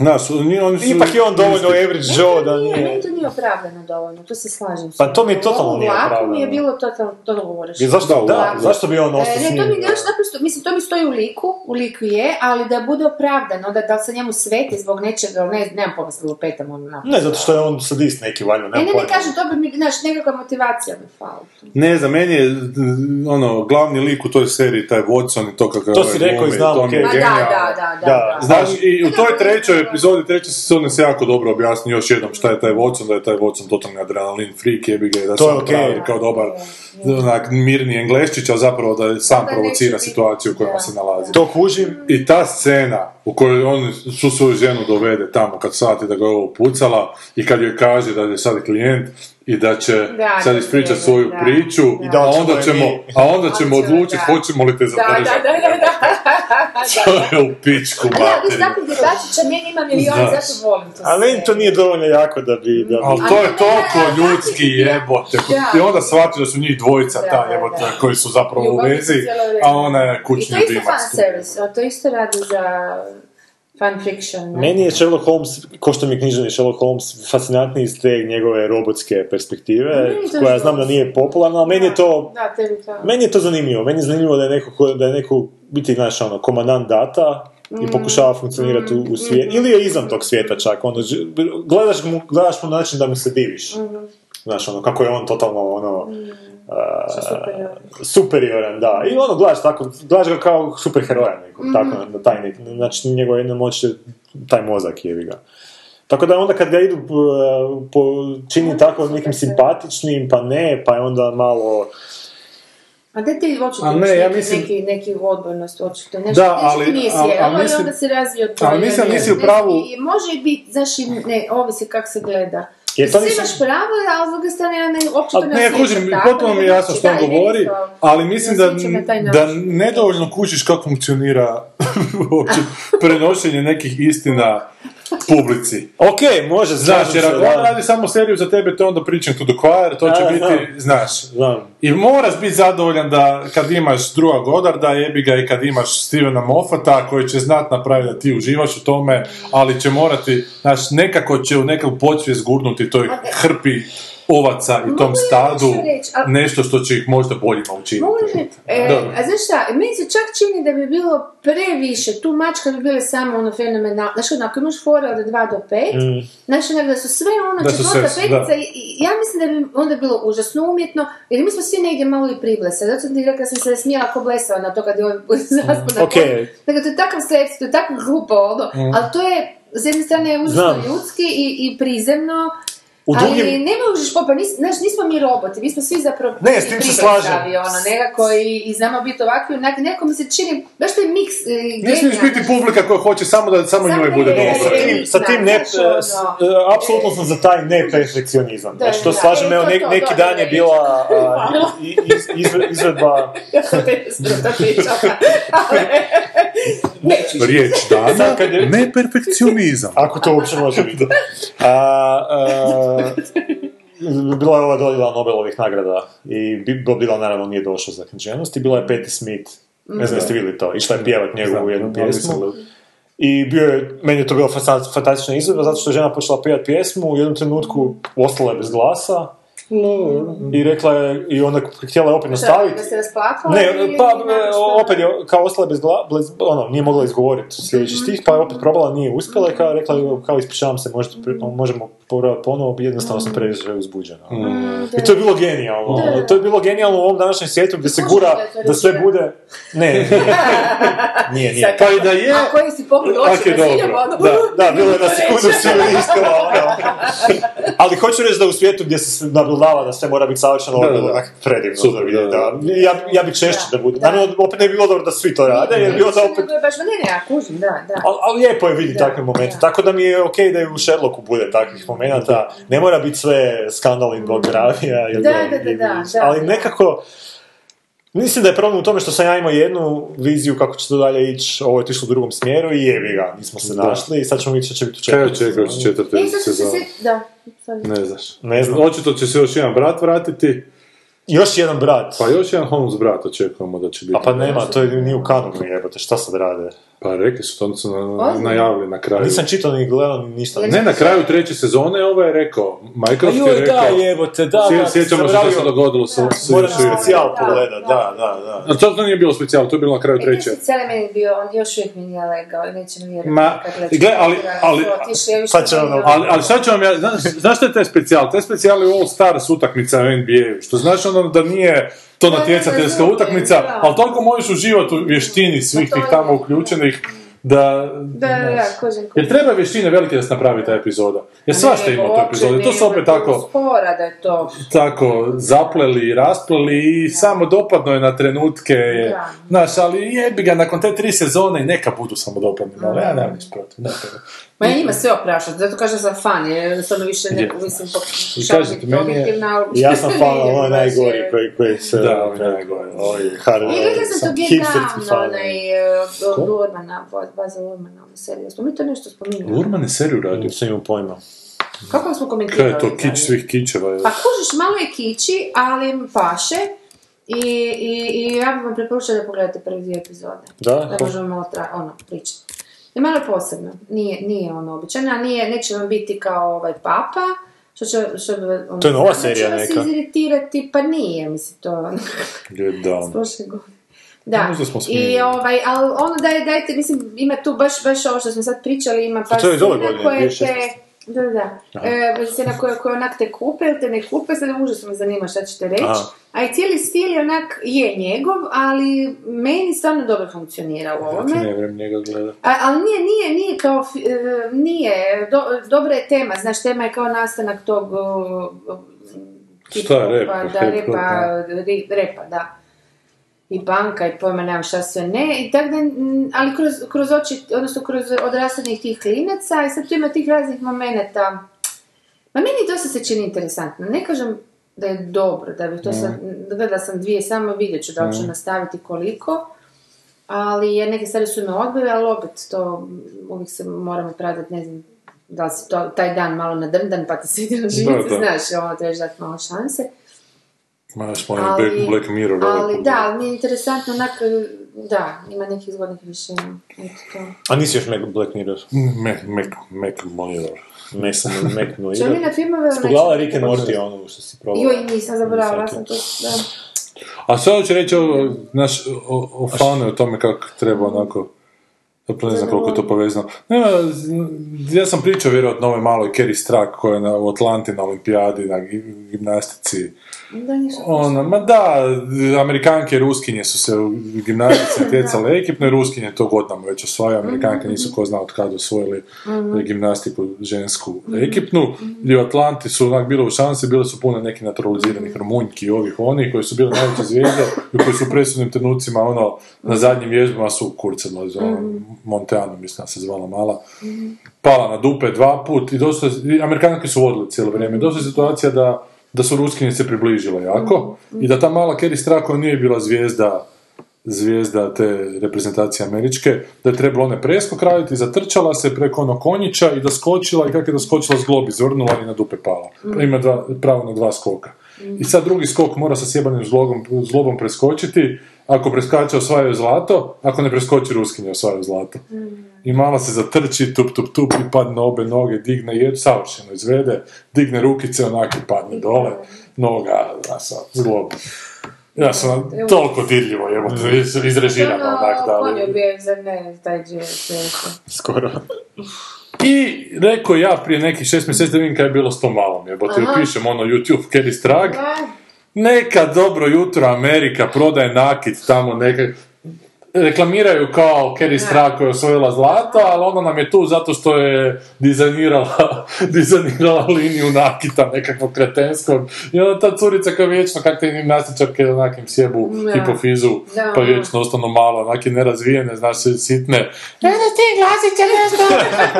Speaker 2: Nas, oni, oni su...
Speaker 4: Ipak je on dovoljno average Joe da
Speaker 3: Nije,
Speaker 4: nije...
Speaker 3: meni to nije opravdano dovoljno, to se slažem. s
Speaker 4: Pa
Speaker 3: vama.
Speaker 4: to mi je totalno
Speaker 3: Ovo
Speaker 4: nije
Speaker 3: ovako mi je
Speaker 4: opravdano.
Speaker 3: bilo totalno, to govoriš.
Speaker 4: I zašto,
Speaker 2: Da,
Speaker 4: da,
Speaker 3: da.
Speaker 4: zašto bi on ostao
Speaker 3: E,
Speaker 4: s
Speaker 3: ne,
Speaker 4: njim?
Speaker 3: to mi
Speaker 4: da?
Speaker 3: znaš, naprosto, mislim, to mi stoji u liku, u liku je, ali da bude opravdano, da, da li se njemu sveti zbog nečega, ali ne, nemam pomisla lupetam ono naprosto.
Speaker 4: Ne, zato što je on sadist neki, valjda,
Speaker 3: Ne,
Speaker 4: nema
Speaker 3: ne, ne
Speaker 4: pojma.
Speaker 3: kažem, to bi mi, znaš, nekakva motivacija mi fali.
Speaker 2: Ne znam, meni je ono, glavni lik u toj seriji, taj Watson i to kako
Speaker 4: To si rekao i znam,
Speaker 2: to mi je
Speaker 3: Ma
Speaker 4: okej.
Speaker 3: Pa da,
Speaker 2: genijalno.
Speaker 3: da, da, da,
Speaker 4: Da.
Speaker 3: da.
Speaker 2: Znaš, i u toj trećoj epizodi treće sezone se jako dobro objasni još jednom šta je taj Watson, da je taj Watson totalni adrenalin freak, jebi ga, i da se
Speaker 4: To je
Speaker 2: on
Speaker 4: okej.
Speaker 2: pravi kao dobar onak, mirni engleščić, a zapravo da je sam
Speaker 3: Da, da
Speaker 2: provocira
Speaker 3: neće biti.
Speaker 2: situaciju u kojoj
Speaker 3: Da.
Speaker 2: se nalazi.
Speaker 4: To kužim,
Speaker 2: I ta scena u kojoj on su svoju ženu dovede tamo kad shvati da ga je ovo pucala i kad joj kaže da je sad klijent i da će
Speaker 3: Da,
Speaker 2: sad
Speaker 3: da
Speaker 2: ispričati
Speaker 3: je,
Speaker 2: svoju
Speaker 3: da.
Speaker 2: priču,
Speaker 3: I
Speaker 4: da
Speaker 2: a,
Speaker 4: ćemo
Speaker 2: onda
Speaker 4: je
Speaker 2: ćemo,
Speaker 4: mi-
Speaker 2: a onda ćemo
Speaker 3: Hoćemo,
Speaker 2: odlučiti
Speaker 3: da.
Speaker 2: hoćemo li te
Speaker 3: Da, da,
Speaker 2: zadržati.
Speaker 3: da, da, da.
Speaker 2: To je u pičku
Speaker 3: A da, viš,
Speaker 2: materinu.
Speaker 3: takvih djebačića meni ima milion,
Speaker 2: Znaš.
Speaker 3: zato volim to
Speaker 4: ali meni to nije dovoljno jako da bi... Da
Speaker 2: Ali
Speaker 4: bi...
Speaker 2: to
Speaker 3: Ali
Speaker 2: je
Speaker 3: ne,
Speaker 2: toliko
Speaker 3: ne, ne,
Speaker 2: ljudski
Speaker 3: da.
Speaker 2: jebote.
Speaker 3: Da.
Speaker 2: I onda shvati da su njih dvojica
Speaker 3: Da,
Speaker 2: ta
Speaker 3: da,
Speaker 2: jebote
Speaker 3: da.
Speaker 2: koji su zapravo u
Speaker 3: Ljubavni
Speaker 2: vezi,
Speaker 3: su cijelo vrijeme.
Speaker 2: a ona je
Speaker 3: I
Speaker 2: kućni
Speaker 3: to je isto
Speaker 2: ljubimac.
Speaker 3: fan service, a to isto radi za fan fiction. ne?
Speaker 4: Meni je Sherlock Holmes, ko što mi je knjiženi Sherlock Holmes, fascinantniji iz te njegove robotske perspektive,
Speaker 3: Meni to
Speaker 4: koja
Speaker 3: je-
Speaker 4: znam da nije popularna, ali meni je to...
Speaker 3: Da, tebi to...
Speaker 4: Meni je to zanimljivo. Meni je zanimljivo da je neko, ko- da je neko biti, znaš, ono, komandant data
Speaker 3: Mm.
Speaker 4: i pokušava funkcionirati u, u svijetu. Ili je izvan tog svijeta čak. Ono, ž- gledaš, mu, gledaš mu na način da mu se diviš.
Speaker 3: Mhm.
Speaker 4: Znaš, ono, kako je on totalno, ono... a,
Speaker 3: Što superioran.
Speaker 4: superioran, da. I ono, gledaš tako, gledaš ga kao superheroja nekog,
Speaker 3: Mhm.
Speaker 4: tako, na taj neki, znači njegova jedna moć je taj mozak jevi ga. Tako da onda kad ga idu uh, po, čini tako nekim simpatičnim, pa ne, pa je onda malo
Speaker 3: A gdje ti očito
Speaker 2: A
Speaker 3: imaš
Speaker 2: ne, ja
Speaker 3: neki,
Speaker 2: mislim-
Speaker 3: neki, neki odbojnost, očito nešto,
Speaker 2: Da,
Speaker 3: nešto
Speaker 2: ali-
Speaker 3: ti nije
Speaker 2: ali- ali
Speaker 3: sjedalo i
Speaker 2: mislim-
Speaker 3: onda se razvio tvoj...
Speaker 2: ali mislim da nisi u
Speaker 3: ne znam,
Speaker 2: pravu-
Speaker 3: i može i biti, znaš, i ne, ovisi kak se gleda.
Speaker 4: Jer to
Speaker 3: Svi
Speaker 4: nisam-
Speaker 3: imaš pravo, ali s druge strane ja ne, uopće to
Speaker 2: Ali ne, ja kužim, potpuno mi je jasno
Speaker 3: znači
Speaker 2: što on govori, ali mislim da, da nedovoljno kužiš kako funkcionira uopće prenošenje nekih istina publici.
Speaker 4: Ok, može,
Speaker 2: Znaš,
Speaker 4: slažem
Speaker 2: jer
Speaker 4: se,
Speaker 2: ako
Speaker 4: da.
Speaker 2: on radi samo seriju za tebe, to je onda pričam to do kvar, to će
Speaker 4: Da, da,
Speaker 2: biti, znaš.
Speaker 4: Znam.
Speaker 2: I moraš biti zadovoljan da kad imaš Drua Godarda, jebi ga i kad imaš Stevena Moffata koji će znat napraviti da ti uživaš u tome, ali će morati, znaš, nekako će u nekakvu podsvijest gurnuti toj hrpi ovaca i
Speaker 3: e, Mogu
Speaker 2: tom
Speaker 3: ja
Speaker 2: stadu
Speaker 3: nešto reći, ali-
Speaker 2: nešto što će ih možda boljima učiniti.
Speaker 3: Može, e,
Speaker 2: Dobro.
Speaker 3: a znaš šta, meni se čak čini da bi bilo previše, tu mačka bi bile samo ono fenomenalno, znaš onako imaš fore od 2 do 5, znaš onak da su sve ono
Speaker 2: Mm. Da su
Speaker 3: četvrta
Speaker 2: sve,
Speaker 3: petica
Speaker 2: da.
Speaker 3: i, i ja mislim da bi onda bilo užasno umjetno, jer mi smo svi negdje malo i priblese, zato sam ti rekla da sam se smijela ko blesava na to kad je ovaj zaspana.
Speaker 4: Okej.
Speaker 3: Dakle, to je takav seks, to je tako glupo ono, ali to je s jedne strane užasno
Speaker 4: Znam.
Speaker 3: ljudski i, i prizemno,
Speaker 4: U
Speaker 3: Ali
Speaker 4: drugim-
Speaker 3: ne možeš popa, nis, znaš, nismo mi roboti, mi smo svi zapravo
Speaker 4: Ne, s tim se
Speaker 3: pribrdavi,
Speaker 4: slažem.
Speaker 3: ono, nekako i, i znamo biti ovakvi, onakvi, nekako mi se čini, baš to je miks e,
Speaker 2: Ne smiješ
Speaker 3: genijalno.
Speaker 2: biti publika koja hoće samo da samo
Speaker 3: Samo
Speaker 2: njoj
Speaker 3: da
Speaker 2: bude
Speaker 3: njoj
Speaker 4: E,
Speaker 2: dobro.
Speaker 4: sa tim, sa tim ne,
Speaker 3: Znaš, ono,
Speaker 4: s- e, apsolutno sam za taj neperfekcionizam.
Speaker 3: Da,
Speaker 4: Znači, to
Speaker 3: da,
Speaker 4: slažem,
Speaker 3: e,
Speaker 4: evo,
Speaker 3: to,
Speaker 4: nek-
Speaker 3: to,
Speaker 4: neki
Speaker 3: dobro
Speaker 4: dan je
Speaker 3: reći.
Speaker 4: bila a,
Speaker 3: Hvala.
Speaker 4: i- i- iz- izvedba...
Speaker 3: Ja sam te struta pričala, ali neću.
Speaker 2: Riječ dana,
Speaker 4: Sad kad je-
Speaker 2: neperfekcionizam.
Speaker 4: Ako to uopće može biti. A, a, bila je ova dodjela Nobelovih nagrada i bi- Bob Dylan naravno nije došao za književnost i bila je Patti Smith. Ne znam jeste vidjeli to. Išla je pjevat njegovu jednu pjesmu. I bio je, meni je to bila fasa- fantastična izvedba zato što je žena počela pjevati pjesmu u jednom trenutku ostala je bez glasa i rekla je, i onda htjela je opet nastaviti.
Speaker 3: Da se rasplakala?
Speaker 4: Ne,
Speaker 3: ili-
Speaker 4: pa
Speaker 3: ili naprosto-
Speaker 4: e, opet je kao ostala bez gla, bez- ono, nije mogla izgovoriti sljedeći
Speaker 3: Mhm.
Speaker 4: stih, pa je opet probala, nije uspjela i kao rekla, je, kao ispričavam se, možete, pri- možemo probati ponovo, jednostavno sam previše uzbuđena. I to je bilo genijalno.
Speaker 3: Mhm. Da.
Speaker 4: To je bilo genijalno u ovom današnjem svijetu gdje se
Speaker 3: Možeš
Speaker 4: gura
Speaker 3: da to
Speaker 4: da sve
Speaker 3: reći?
Speaker 4: bude... Ne, nije. nije, nije.
Speaker 2: Pa i da je...
Speaker 3: A koji si pogled
Speaker 2: Ak
Speaker 3: oči,
Speaker 2: je
Speaker 3: da
Speaker 2: dobro,
Speaker 3: vidimo, ono,
Speaker 2: da.
Speaker 4: Da, bilo je na sekundu sve istila, ono. Ali hoću reći da u svijetu gdje se nabildava da sve mora biti savršeno, ovo je
Speaker 2: Da,
Speaker 4: bilo
Speaker 2: da.
Speaker 4: onak predivno.
Speaker 2: Super,
Speaker 4: za vidjeti,
Speaker 2: da, da.
Speaker 4: da. ono. Ja, ja bi češće
Speaker 3: Da,
Speaker 4: da, bude.
Speaker 3: da.
Speaker 4: Naravno, opet ne bi bilo dobro da svi to rade, jer bi onda opet...
Speaker 3: Nego je Baš, ma ne, ne, ja kužim, da, da.
Speaker 4: Ali, ali lijepo je vidjeti
Speaker 3: Da,
Speaker 4: takve momente,
Speaker 3: da.
Speaker 4: tako da mi je okej da i u Sherlocku bude takvih momenata. Ne mora biti sve skandal i biografija. ili-
Speaker 3: Da, da, da, da, da.
Speaker 4: Ali nekako, Mislim da je problem u tome što sam ja imao jednu viziju kako će to dalje ići, ovo je otišlo u drugom smjeru i jebi ga, nismo se
Speaker 2: Da.
Speaker 4: našli i sad ćemo vidjeti što će biti u
Speaker 2: Kaj
Speaker 4: četvrtom.
Speaker 2: očekuješ u četvrte
Speaker 3: E, sad ću se
Speaker 2: sezone?
Speaker 3: sjetiti- da. sorry.
Speaker 2: Ne znaš.
Speaker 4: Ne znam.
Speaker 2: Očito će se još jedan brat vratiti,
Speaker 4: Još jedan brat.
Speaker 2: pa još jedan Holmes brat očekujemo da će biti.
Speaker 4: A pa nema, to je ni u kanonu jebote, šta sad rade?
Speaker 2: Pa rekli su, to su na,
Speaker 3: Ozbiljno?
Speaker 2: najavili na kraju.
Speaker 4: Nisam čitao ni gledao ni ništa.
Speaker 3: Jer-
Speaker 2: Ne, na kraju treće sezone ovo je rekao,
Speaker 4: Pa
Speaker 2: Michael je
Speaker 4: joj, da
Speaker 2: rekao,
Speaker 4: jebote, da,
Speaker 2: sje-
Speaker 4: da,
Speaker 2: sjećamo se što se
Speaker 4: zaboravio.
Speaker 2: dogodilo sa
Speaker 3: Da.
Speaker 2: sa-
Speaker 4: Moraš
Speaker 2: sa-
Speaker 4: specijal
Speaker 3: Da,
Speaker 4: pogledat, da, da, da.
Speaker 2: A to, to nije bilo specijal, to je bilo na kraju
Speaker 3: E, taj
Speaker 2: treće.
Speaker 3: specijal je meni bio, on još uvijek mi nije legao i neće mi vjerovati.
Speaker 2: Ma,
Speaker 3: kad gledam
Speaker 2: gle, ali-
Speaker 3: specijal,
Speaker 2: ali-
Speaker 3: to otišao, ja više
Speaker 4: Sad će
Speaker 3: ne
Speaker 4: ono-
Speaker 3: mogu.
Speaker 2: Ali, ali šta ću vam ja, znaš, znaš šta je taj specijal? Taj specijal je All Stars utakmica u NBA-u, što znači ono da nije to
Speaker 3: Da,
Speaker 2: natjecateljska
Speaker 3: razumijem,
Speaker 2: utakmica,
Speaker 3: da.
Speaker 2: ali toliko možeš uživati u vještini svih
Speaker 3: Pa to
Speaker 2: tih
Speaker 3: je-
Speaker 2: tamo uključenih, da...
Speaker 3: Da, da, da, kužim, kužim.
Speaker 2: Jer treba vještine velike da se napravi ta epizoda. Jer svašta ima u toj epizodi, to su opet tako...
Speaker 3: Spora da je to.
Speaker 2: tako zapleli i raspleli i samo dopadno je na trenutke.
Speaker 3: Da.
Speaker 2: Znaš, ali jebi ga, nakon te tri sezone i neka budu samo dopadni, ali ja nemam ništa protiv. ne treba.
Speaker 3: Ma ja njima sve oprašam, zato kažem sam fan, jer jednostavno više
Speaker 2: Je.
Speaker 3: ne, mislim, po
Speaker 2: I
Speaker 3: šalim
Speaker 2: kažete, meni je-
Speaker 4: Ja sam fan, ovo je najgori koji, koji se...
Speaker 2: Da, ovo je najgori.
Speaker 4: Ovo je Harvey.
Speaker 3: Znači, I gledala sam to
Speaker 4: hipsterski
Speaker 3: genijalno,
Speaker 2: ono.
Speaker 4: fan.
Speaker 3: onaj, e, od Urmana, od Baza Urmana, ono serija. Smo mi to nešto spominjali?
Speaker 2: Lurman je seriju radio.
Speaker 4: Nisam imao pojma.
Speaker 3: Kako smo komentirali?
Speaker 2: Kaj je to,
Speaker 3: zadnje?
Speaker 2: kič svih kičeva? je.
Speaker 3: Pa kužiš, malo je kiči, ali im paše. I, i, i ja bih vam preporučila da pogledate prve dvije epizode.
Speaker 4: Da?
Speaker 3: Da možemo malo tra... ono, pričati. I malo je posebno. Nije, nije ono običajno, a nije, neće vam biti kao ovaj papa, što će, što bi, vas- ono,
Speaker 4: To je nova
Speaker 3: samo će
Speaker 4: serija
Speaker 3: vas
Speaker 4: neka.
Speaker 3: iziritirati, pa nije, mislim, to je ono,
Speaker 2: Je, da.
Speaker 3: s prošle godine. Da,
Speaker 2: Možda smo smijenili.
Speaker 3: i ovaj, ali ono daj, dajte, mislim, ima tu baš, baš ovo što smo sad pričali, ima par
Speaker 4: to je iz ove godine,
Speaker 3: koje te,
Speaker 4: 2016.
Speaker 3: da, da, e, scena koje, koje onak te kupe ili te ne kupe, sad užasno me zanima šta ćete reći,
Speaker 4: Aha.
Speaker 3: a i cijeli stil je onak, je njegov, ali meni stvarno dobro funkcionira u
Speaker 2: Znate,
Speaker 3: ovome.
Speaker 2: Ne vrem njega gleda.
Speaker 3: A, ali nije, nije, nije kao, fi- e, nije, do- dobra je tema, znaš, tema je kao nastanak tog... e, e,
Speaker 2: Šta,
Speaker 3: hip-hopa,
Speaker 2: repa,
Speaker 3: Da,
Speaker 2: hip-hop,
Speaker 3: repa,
Speaker 2: da.
Speaker 3: ri- repa, da. i banka i pojma nemam šta sve ne, i tak da, mm, ali kroz, kroz oči, odnosno kroz odrastanih tih klinaca i sad tu ima tih raznih momenata. Ma meni dosta se čini interesantno, ne kažem da je dobro, da bi to sad, gledala sam dvije samo, vidjet ću da li ću nastaviti koliko, ali jer neke stvari su me odbile, ali opet to, mm, uvijek se moram opravdati, ne znam, da li si to, taj dan malo nadrndan pa ti se ide na živce,
Speaker 2: da.
Speaker 3: znaš, ono trebaš dati malo šanse.
Speaker 2: Ma ja smo onaj Black- Black Mirror. ovaj
Speaker 3: Ali
Speaker 2: put.
Speaker 3: da, mi je interesantno, onak, da, ima nekih zgodnih rješenja. Eto to.
Speaker 4: A nisi još Mac Black Mirror.
Speaker 2: Mac, Mac, Mac Mirror.
Speaker 4: Mesam, Mac
Speaker 3: Čujem mi na
Speaker 4: Mirror.
Speaker 3: filmove, onak-
Speaker 4: Spogledala Rick and Morty ono što si probala.
Speaker 3: Joj, nisam zaboravila
Speaker 4: Nisam
Speaker 3: sam
Speaker 4: ti.
Speaker 3: to, da.
Speaker 2: A sve hoću reći o, naš, o, o fanu, o tome kako treba onako... Zapravo ne znam koliko je to povezano. Nema, z- ja sam pričao vjerojatno o ovoj maloj Kerry Strack koja je na, u Atlanti na olimpijadi, na gi- gimnastici.
Speaker 3: Da, ništa.
Speaker 2: Ona, Ono, ma da, Amerikanke i Ruskinje su se u gimnastici natjecale ekipno i Ruskinje to godinama već osvajaju, Amerikanke nisu ko zna od kada osvojili gimnastiku žensku ekipnu i u Atlanti su onak bile u šansi, bile su puno nekih naturaliziranih Rumunjki i ovih oni koji su bile najveće zvijezde i koji su u presudnim trenucima ono, na zadnjim vježbama su kurcem, ono, Monteanu mislim da se zvala mala, pala na dupe dva put i dosta, i Amerikanke su vodili cijelo vrijeme. Dosta je situacija da, da su Ruskinje se približile jako i da ta mala Kerry Strah koja nije bila zvijezda zvijezda te reprezentacije američke, da je trebalo one preskok raditi, zatrčala se preko onog konjića i da skočila i kako je da skočila zglob izvrnula i na dupe pala. Ima dva, pravo na dva skoka. I sad drugi skok mora sa sjebanim zlogom, zglobom preskočiti, ako preskače osvajaju zlato, ako ne preskoči Ruskinje osvajaju zlato. I mala se zatrči, tup, tup, tup i padne na obe noge, digne jer savršeno izvede, digne rukice, onako i padne dole, noga, znaš, zglob. Ja sam
Speaker 3: Evo.
Speaker 2: toliko dirljivo, jebo, iz- izrežirano onak, da. ali-
Speaker 3: Ono, ponio bi je za mene taj džez, eto.
Speaker 4: Skoro.
Speaker 2: I rekao ja prije nekih šest mjeseci da vidim kaj je bilo s tom malom, jebo, ti
Speaker 3: Aha.
Speaker 2: upišem ono YouTube Kerry Strag,
Speaker 3: Da,
Speaker 2: neka dobro jutro Amerika prodaje nakit tamo neka reklamiraju kao Kerry Strah koja je osvojila zlato, ali ona nam je tu zato što je dizajnirala, dizajnirala liniju nakita nekakvog kretenskog. I onda ta curica koja je vječno, kak te gimnastičarke onakim sjebu
Speaker 3: Da.
Speaker 2: hipofizu,
Speaker 3: Da.
Speaker 2: pa vječno ostanu malo, onaki nerazvijene, znaš, sitne. Ne znaš E, ti glasiće nešto,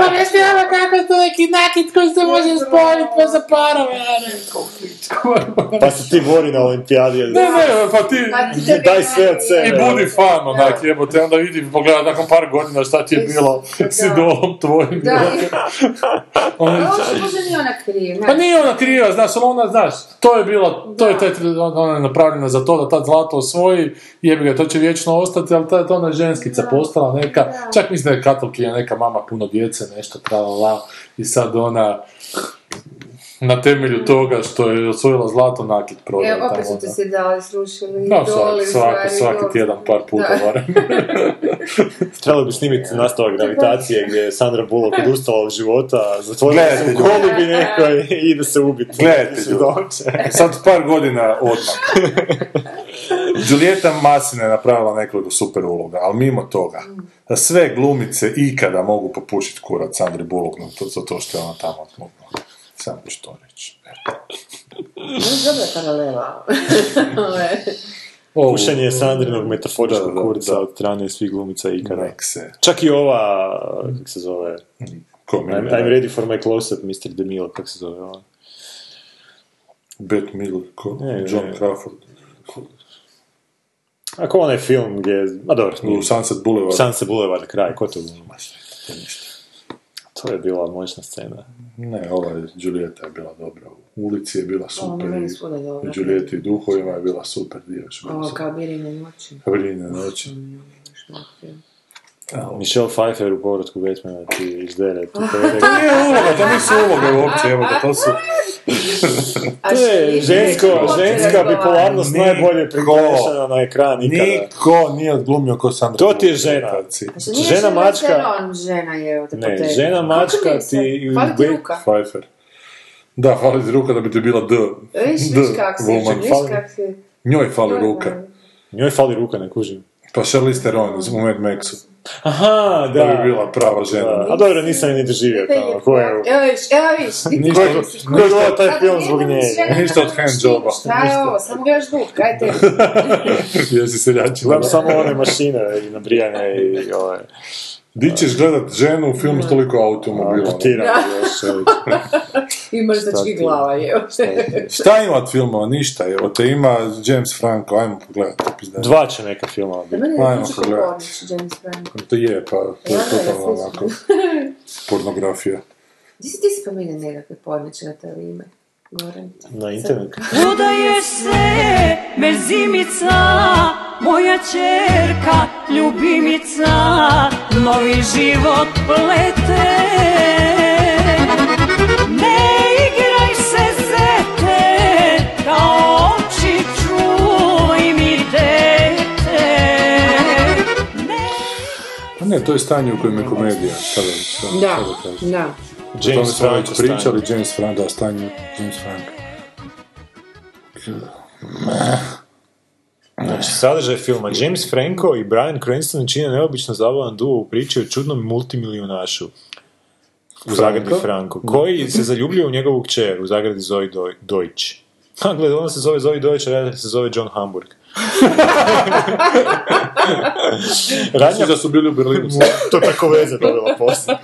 Speaker 2: objašnjava kako je to neki nakit koji se može spojiti pa za parove. Ja rekao, "Pičku."
Speaker 4: Pa se ti bori na olimpijadi.
Speaker 2: Ne, ne, pa ti...
Speaker 3: pa ti
Speaker 4: Daj
Speaker 3: trgaj
Speaker 4: sve od
Speaker 3: meni.
Speaker 4: sebe.
Speaker 2: I budi fan, onak, jebote, onda vidim, pogledaj nakon par godina šta ti je bilo s
Speaker 3: Da.
Speaker 2: idolom tvojim.
Speaker 3: Da,
Speaker 2: jebote.
Speaker 3: i-
Speaker 2: Ona-
Speaker 3: ali uopće možda nije ona kriv,
Speaker 2: pa nije ona kriva, znaš, ali ona, znaš, to je bilo, to je taj, ona je napravljena za to da ta zlato osvoji, jebi ga, to će vječno ostati, ali ta je to ona ženskica postala neka, čak mislim da je katolkinja neka mama puno djece, nešto, tralala, i sad ona, na temelju toga što je osvojila zlato nakit prodaje.
Speaker 3: Evo, Mm. E, opet
Speaker 2: tamo,
Speaker 3: su te
Speaker 2: da.
Speaker 3: se dali, slušali,
Speaker 2: No, svaki,
Speaker 3: doli,
Speaker 2: svaki,
Speaker 3: stvari,
Speaker 2: svaki
Speaker 3: doli.
Speaker 2: tjedan par puta
Speaker 3: Da.
Speaker 2: barem.
Speaker 4: Trebalo bi snimiti nastavak gravitacije gdje je Sandra Bullock odustala od života, zatvorila se u
Speaker 2: Gledajte,
Speaker 4: kolubi nekoj i ide se ono, ubiti.
Speaker 2: Gledajte,
Speaker 4: Su
Speaker 2: ljudi. E,
Speaker 4: dođe.
Speaker 2: Sad par godina odmah. Julieta Masina je napravila nekoliko super uloga, ali mimo toga, da sve glumice ikada mogu popušiti kurac Sandri Bullock na to, za to što je ona tamo odmogla. Samo ću to reći.
Speaker 3: Dobra paralela.
Speaker 2: Ovo,
Speaker 4: Pušenje je Sandrinog
Speaker 2: Da,
Speaker 4: metaforičkog
Speaker 2: da,
Speaker 4: kurca
Speaker 2: da.
Speaker 4: od strane svih glumica ikada.
Speaker 2: nek se,
Speaker 4: Čak i ova, kak se zove,
Speaker 2: ko mi je,
Speaker 4: I'm, I'm ready for my close-up, Mr. DeMille, kak se zove ono. ona.
Speaker 2: Bette Miller, ko,
Speaker 4: Ne, ne,
Speaker 2: John
Speaker 4: ne.
Speaker 2: Crawford,
Speaker 4: Ako onaj film gdje, ma dobro, Pa nije.
Speaker 2: u Sunset Boulevard.
Speaker 4: Sunset Boulevard, kraj, ko to glumi? To je bila moćna scena.
Speaker 2: Ne, ova je, Julieta je bila dobra. U ulici je bila super.
Speaker 3: meni
Speaker 2: i-
Speaker 3: ono, svuda dobra.
Speaker 2: u Julieti i duhovima je bila super. Dio još bila
Speaker 3: Ovo,
Speaker 2: super.
Speaker 3: kao birine noći.
Speaker 2: Vrine noći.
Speaker 4: Michelle Pfeiffer u povratku Batmana ti izdere. tu povratak.
Speaker 2: Nije uloga, to nisu uloge uopće, evo ga, to su...
Speaker 3: A
Speaker 4: To je
Speaker 3: širi-
Speaker 4: E, žensko,
Speaker 3: uopće
Speaker 4: ženska
Speaker 3: razgovaranje.
Speaker 4: bipolarnost
Speaker 2: Niko.
Speaker 4: najbolje priglašena na ekran ikada.
Speaker 2: Niko nije odglumio ko Sandra.
Speaker 4: To ti je
Speaker 2: Bullock.
Speaker 4: žena.
Speaker 3: Znači, nije
Speaker 4: Žena
Speaker 3: Charlize
Speaker 4: mačka-
Speaker 3: Theron žena je od
Speaker 4: Ne,
Speaker 3: Apoteke.
Speaker 4: žena
Speaker 3: Kako
Speaker 4: mačka
Speaker 3: nisam?
Speaker 4: ti-
Speaker 3: Hvala ti
Speaker 4: Be-
Speaker 3: ruka.
Speaker 2: Pfeiffer. Da, fali ti ruka da bi ti bila D.
Speaker 3: Viš,
Speaker 2: D
Speaker 3: viš kak si,
Speaker 2: woman.
Speaker 3: viš
Speaker 2: Fali-
Speaker 3: kak si.
Speaker 2: Njoj fali ruka.
Speaker 4: Njoj fali ruka, ne kužim.
Speaker 2: Pa Charlize Theron u Mad Maxu.
Speaker 4: Aha, da.
Speaker 2: To bi bila prava žena.
Speaker 4: A dobro, nisam je ni
Speaker 3: Е,
Speaker 4: doživio tamo. Ko je...
Speaker 3: Evo viš, evo viš.
Speaker 4: Ko
Speaker 3: Е,
Speaker 4: je, ko je gledao taj film
Speaker 3: Ами,
Speaker 4: zbog nje?
Speaker 2: Ništa od handjoba.
Speaker 3: Šta je ovo? Samo gledaš zvuk, kaj te?
Speaker 2: Jesi seljačila.
Speaker 4: Gledam samo one mašine i nabrijane i ove...
Speaker 2: Di ćeš gledat ženu u filmu s toliko automobila?
Speaker 4: Amputirane još. evo.
Speaker 3: I mrzački glava je.
Speaker 2: Šta ima od filmova? Ništa. Evo te ima James Franco, ajmo pogledati. pizda.
Speaker 4: Dva će neka filma biti.
Speaker 3: Mene
Speaker 2: Ajmo
Speaker 3: ne kući kako
Speaker 2: pogledat.
Speaker 3: voliš James Franco.
Speaker 2: To je, pa to je
Speaker 3: Ja, ja,
Speaker 2: totalno
Speaker 3: slično.
Speaker 2: onako pornografija.
Speaker 3: Gdje si ti spominjao nekakve podneće na to ime? Goran.
Speaker 4: Na internetu.
Speaker 5: Udaješ se, mezimica, moja čerka, ljubimica, novi život plete. Ne igraj se zete, kao oči čuj mi dete. Ne
Speaker 2: Pa ne, to je stanje u kojem je komedija. Šta da, šta,
Speaker 3: Da,
Speaker 2: šta da kažem.
Speaker 3: da.
Speaker 2: O tome
Speaker 4: James
Speaker 2: smo
Speaker 4: Franco
Speaker 2: već pričali, James Franco, da, stanje James Franco.
Speaker 4: Znači, sadržaj filma James Franco i Brian Cranston čine neobično zabavan duo u priči o čudnom multimilijunašu u zagradi Franco, koji se zaljubljuje u njegovu kćer u zagradi Zoe Doj- Deutsch. Ha, gledaj, ona se zove Zoe Deutsch, a ja se zove John Hamburg. Radnja
Speaker 2: Mislim da su bili u Berlinu.
Speaker 4: to tako veze pa dobila posla.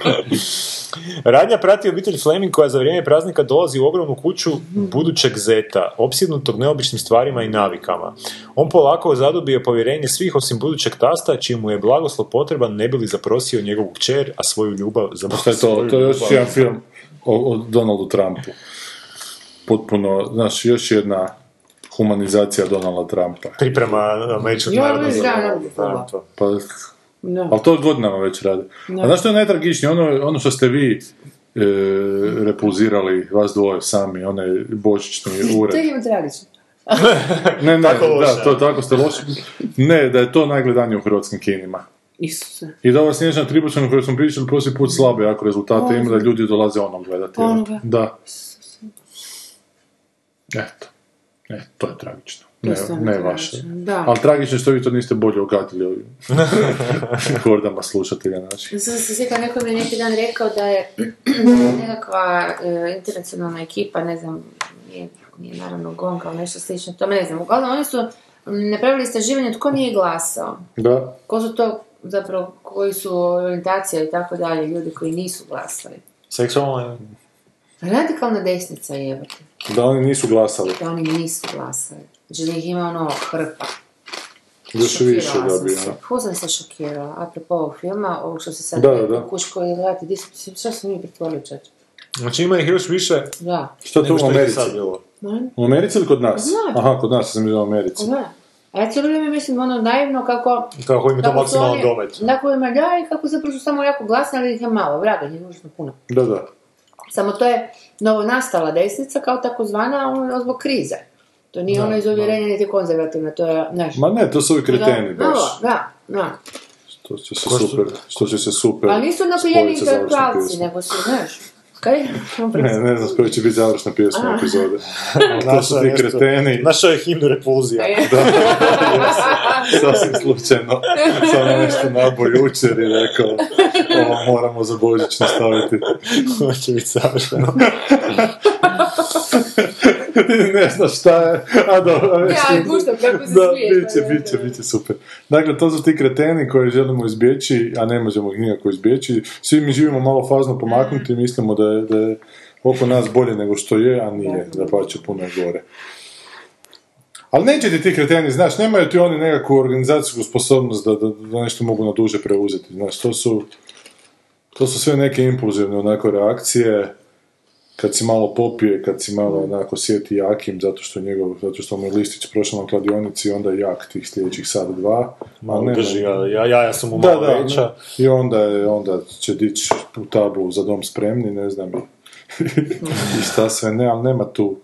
Speaker 4: Radnja prati obitelj Fleming koja za vrijeme praznika dolazi u ogromnu kuću budućeg zeta, opsjednutog neobičnim stvarima i navikama. On polako zadobije povjerenje svih osim budućeg tasta, čiji mu je blagoslov potreban ne bi li zaprosio njegovu kćer, a svoju ljubav za
Speaker 2: Pa Šta je to? To je još jedan film o, o Donaldu Trumpu. Potpuno, znaš, još jedna humanizacija Donalda Trumpa.
Speaker 4: Priprema američkog
Speaker 3: Ja,
Speaker 4: narodnog
Speaker 3: vidiš, da,
Speaker 4: zavoda.
Speaker 3: da,
Speaker 4: Da, to.
Speaker 2: Pa,
Speaker 3: Da.
Speaker 2: ali to godinama već radi. A znaš što je najtragičnije? Ono, ono što ste vi e, repulzirali, vas dvoje sami, onaj božićni
Speaker 3: To
Speaker 2: ured.
Speaker 3: je tragično.
Speaker 2: Ne, ne,
Speaker 4: Tako loše.
Speaker 2: da, to tako ste loši. Ne, da je to najgledanije u hrvatskim kinima.
Speaker 3: Isuse.
Speaker 2: I da ova snježna tribučana koju smo pričali prošli put slabe jako rezultate ima da ljudi dolaze ono gledati. jel?
Speaker 3: Onoga.
Speaker 2: Da. Eto. E, to je tragično. Ne,
Speaker 3: stvarno
Speaker 2: ne
Speaker 3: tragično,
Speaker 2: vaše.
Speaker 3: da.
Speaker 2: Ali tragično je što vi to niste bolje ogatili ovim hordama slušatelja naših.
Speaker 3: Ja sam se sjetila, neko mi je neki dan rekao da je da je nekakva e, internacionalna ekipa, ne znam, nije, nije naravno gong, ali nešto slično tome, ne znam. Uglavnom, oni su m, napravili istraživanje tko nije glasao.
Speaker 2: Da.
Speaker 3: Ko su to zapravo, koji su orijentacija i tako dalje, ljudi koji nisu glasali.
Speaker 4: Seksualno
Speaker 3: Radikalna desnica je, jebote,
Speaker 2: Da oni nisu glasali.
Speaker 3: da oni nisu glasali. Znači da ih ima ono hrpa.
Speaker 2: Još više
Speaker 3: Šokirala
Speaker 2: da
Speaker 3: sam
Speaker 2: bi.
Speaker 3: se.
Speaker 2: ono.
Speaker 3: Ful sam se šokirala, apropo ovog filma, ovog što se sad
Speaker 2: Da, da, da.
Speaker 3: kuško i gledati, di su, šta su mi pretvorili čač?
Speaker 4: Znači ima ih još više
Speaker 3: Da.
Speaker 2: Što to
Speaker 4: nego
Speaker 2: u
Speaker 4: što je
Speaker 2: Americi?
Speaker 4: sad bilo.
Speaker 3: Molim?
Speaker 2: U Americi ili kod nas?
Speaker 3: Da.
Speaker 2: Aha, kod nas sam u Americi.
Speaker 3: Da. Znači, A ja cijelo vrijeme mislim ono naivno kako...
Speaker 4: Kako im je to
Speaker 3: kako su
Speaker 4: maksimalan
Speaker 3: oni-
Speaker 4: domet.
Speaker 3: Kako ima da i kako zapravo su samo jako glasni, ali ih je malo, vraga, njih je užasno puno.
Speaker 2: Da, da.
Speaker 3: Samo to je novonastala desnica kao takozvana ono, zbog krize. To nije ono iz uvjerenja niti konzervativno, to je naš...
Speaker 2: Ma ne, to su ovi kreteni
Speaker 3: da,
Speaker 2: baš.
Speaker 3: da, da.
Speaker 2: To će se super, što će se super.
Speaker 4: Pa
Speaker 3: Ali nisu napijeni
Speaker 2: spojit sa završnom
Speaker 3: intelektualci,
Speaker 2: pjesmom.
Speaker 3: nego su, znaš, kaj?
Speaker 2: Ne, ne znam s koji će biti završna pjesma epizode. To su ti
Speaker 4: nešto-
Speaker 2: kreteni,
Speaker 4: Našao je himnu repulzija.
Speaker 2: sasvim slučajno. Samo nešto nabo jučer i rekao, ovo moramo za božićno staviti.
Speaker 4: Ovo će biti savršeno.
Speaker 2: Ti ne znaš šta je, a dobro. već
Speaker 3: Ja,
Speaker 2: ti-
Speaker 3: puštam kako se
Speaker 2: Da,
Speaker 3: smiješ,
Speaker 2: bit će,
Speaker 3: pa da,
Speaker 2: bit će,
Speaker 3: da.
Speaker 2: bit će super. Dakle, to su ti kreteni koje želimo izbjeći, a ne možemo ih nikako izbjeći. Svi mi živimo malo fazno pomaknuti i mislimo da je, da je oko nas bolje nego što je, a nije, da pa će puno je gore. Ali neće ti ti kreteni, znaš, nemaju ti oni nekakvu organizacijsku sposobnost da, da, da nešto mogu na duže preuzeti. Znaš, to su, to su sve neke impulzivne onako reakcije kad si malo popije, kad si malo
Speaker 4: Mm.
Speaker 2: onako sjeti jakim, zato što njegov, zato što mu je listić prošao na kladionici, onda je jak tih sljedećih sat, dva. ali
Speaker 4: Malo
Speaker 2: nema.
Speaker 4: drži ga, ja, ja, ja sam mu
Speaker 2: Pa Da,
Speaker 4: malo
Speaker 2: da,
Speaker 4: veća.
Speaker 2: ne. i onda, je, onda će dići u tablu za dom spremni, ne znam, i-
Speaker 4: Mm.
Speaker 2: i šta sve ne, ali nema tu,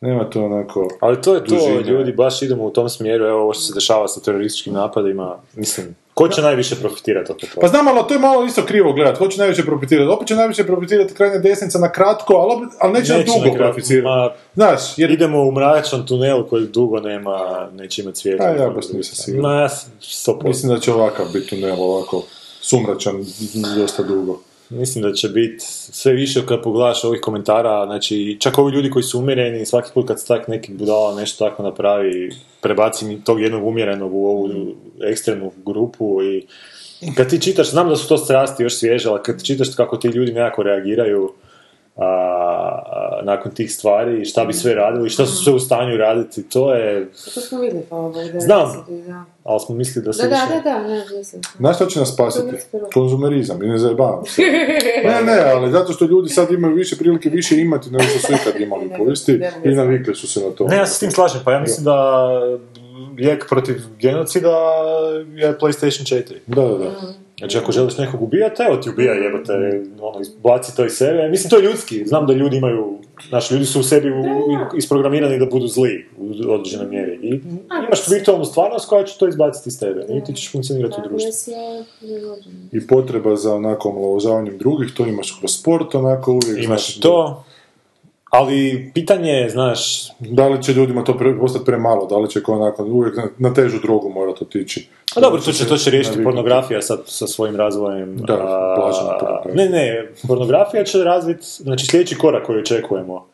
Speaker 2: nema tu onako...
Speaker 4: Ali to je to,
Speaker 2: Dužina.
Speaker 4: ljudi, baš idemo u tom smjeru, evo ovo što se dešava sa terorističkim napadima, mislim, Ko će najviše profitirati od toga?
Speaker 2: Pa znam, ali to je malo isto krivo gledati. Ko će najviše profitirati? Opet će najviše profitirati krajnja desnica na kratko, ali, opet, ali neće, na
Speaker 4: Neće na
Speaker 2: dugo
Speaker 4: kraju, ma,
Speaker 2: profitirati. Znaš, jer...
Speaker 4: Idemo u mračan tunel koji dugo nema, neće imati svjetla.
Speaker 2: Pa ja baš nisam siguran.
Speaker 4: Ma, ja sam 100%. Mislim,
Speaker 2: Mislim da će ovakav biti tunel, ovako sumračan dosta dugo.
Speaker 4: mislim da će biti sve više kad pogledaš ovih komentara, znači čak ovi ljudi koji su umjereni, svaki put kad se tak neki budala nešto tako napravi, prebaci mi tog jednog umjerenog u ovu ekstremnu grupu i kad ti čitaš, znam da su to strasti još svježe, ali kad čitaš kako ti ljudi nekako reagiraju, a, a, nakon tih stvari i šta bi sve radili, šta su sve u stanju raditi, to je...
Speaker 3: To smo vidjeli, hvala Bogu, da je
Speaker 4: Znam.
Speaker 3: deset, da.
Speaker 4: Ali smo mislili da se
Speaker 3: Da, da,
Speaker 4: više...
Speaker 3: da, da, ne, mislim.
Speaker 2: Znaš što će nas spasiti?
Speaker 3: To je inspirantno.
Speaker 2: Konzumerizam, i ne zajebavam se. Ne, ne, ali zato što ljudi sad imaju više prilike više imati nego što su ikad imali u povijesti i navikli su se na to.
Speaker 4: Ne, ja se s tim slažem, pa ja mislim da lijek protiv genocida je PlayStation 4.
Speaker 2: Da, da, da.
Speaker 4: Znači, ako želiš nekog ubijati, evo ti ubija jebote, ono, baci to iz sebe. Mislim, to je ljudski. Znam da ljudi imaju, znači, ljudi su u sebi u- isprogramirani da budu zli u određenoj mjeri. I imaš virtualnu stvarnost koja će to izbaciti iz tebe. I ti ćeš funkcionirati u društvu.
Speaker 3: Agresija, nerođena.
Speaker 2: I potreba za onako omalovažavanjem drugih, to imaš kroz sport, onako uvijek.
Speaker 4: Imaš
Speaker 2: znaš,
Speaker 4: to, ali pitanje je, znaš,
Speaker 2: Da li će ljudima to pre, postati premalo, da li će ko onako uvijek na, na težu drogu morati otići.
Speaker 4: Pa dobro, to će, to će riješiti
Speaker 2: Naviknuti.
Speaker 4: pornografija sad sa svojim razvojem.
Speaker 2: Da,
Speaker 4: a,
Speaker 2: blažena pornografija.
Speaker 4: Ne, ne, pornografija će razviti, znači sljedeći korak koji očekujemo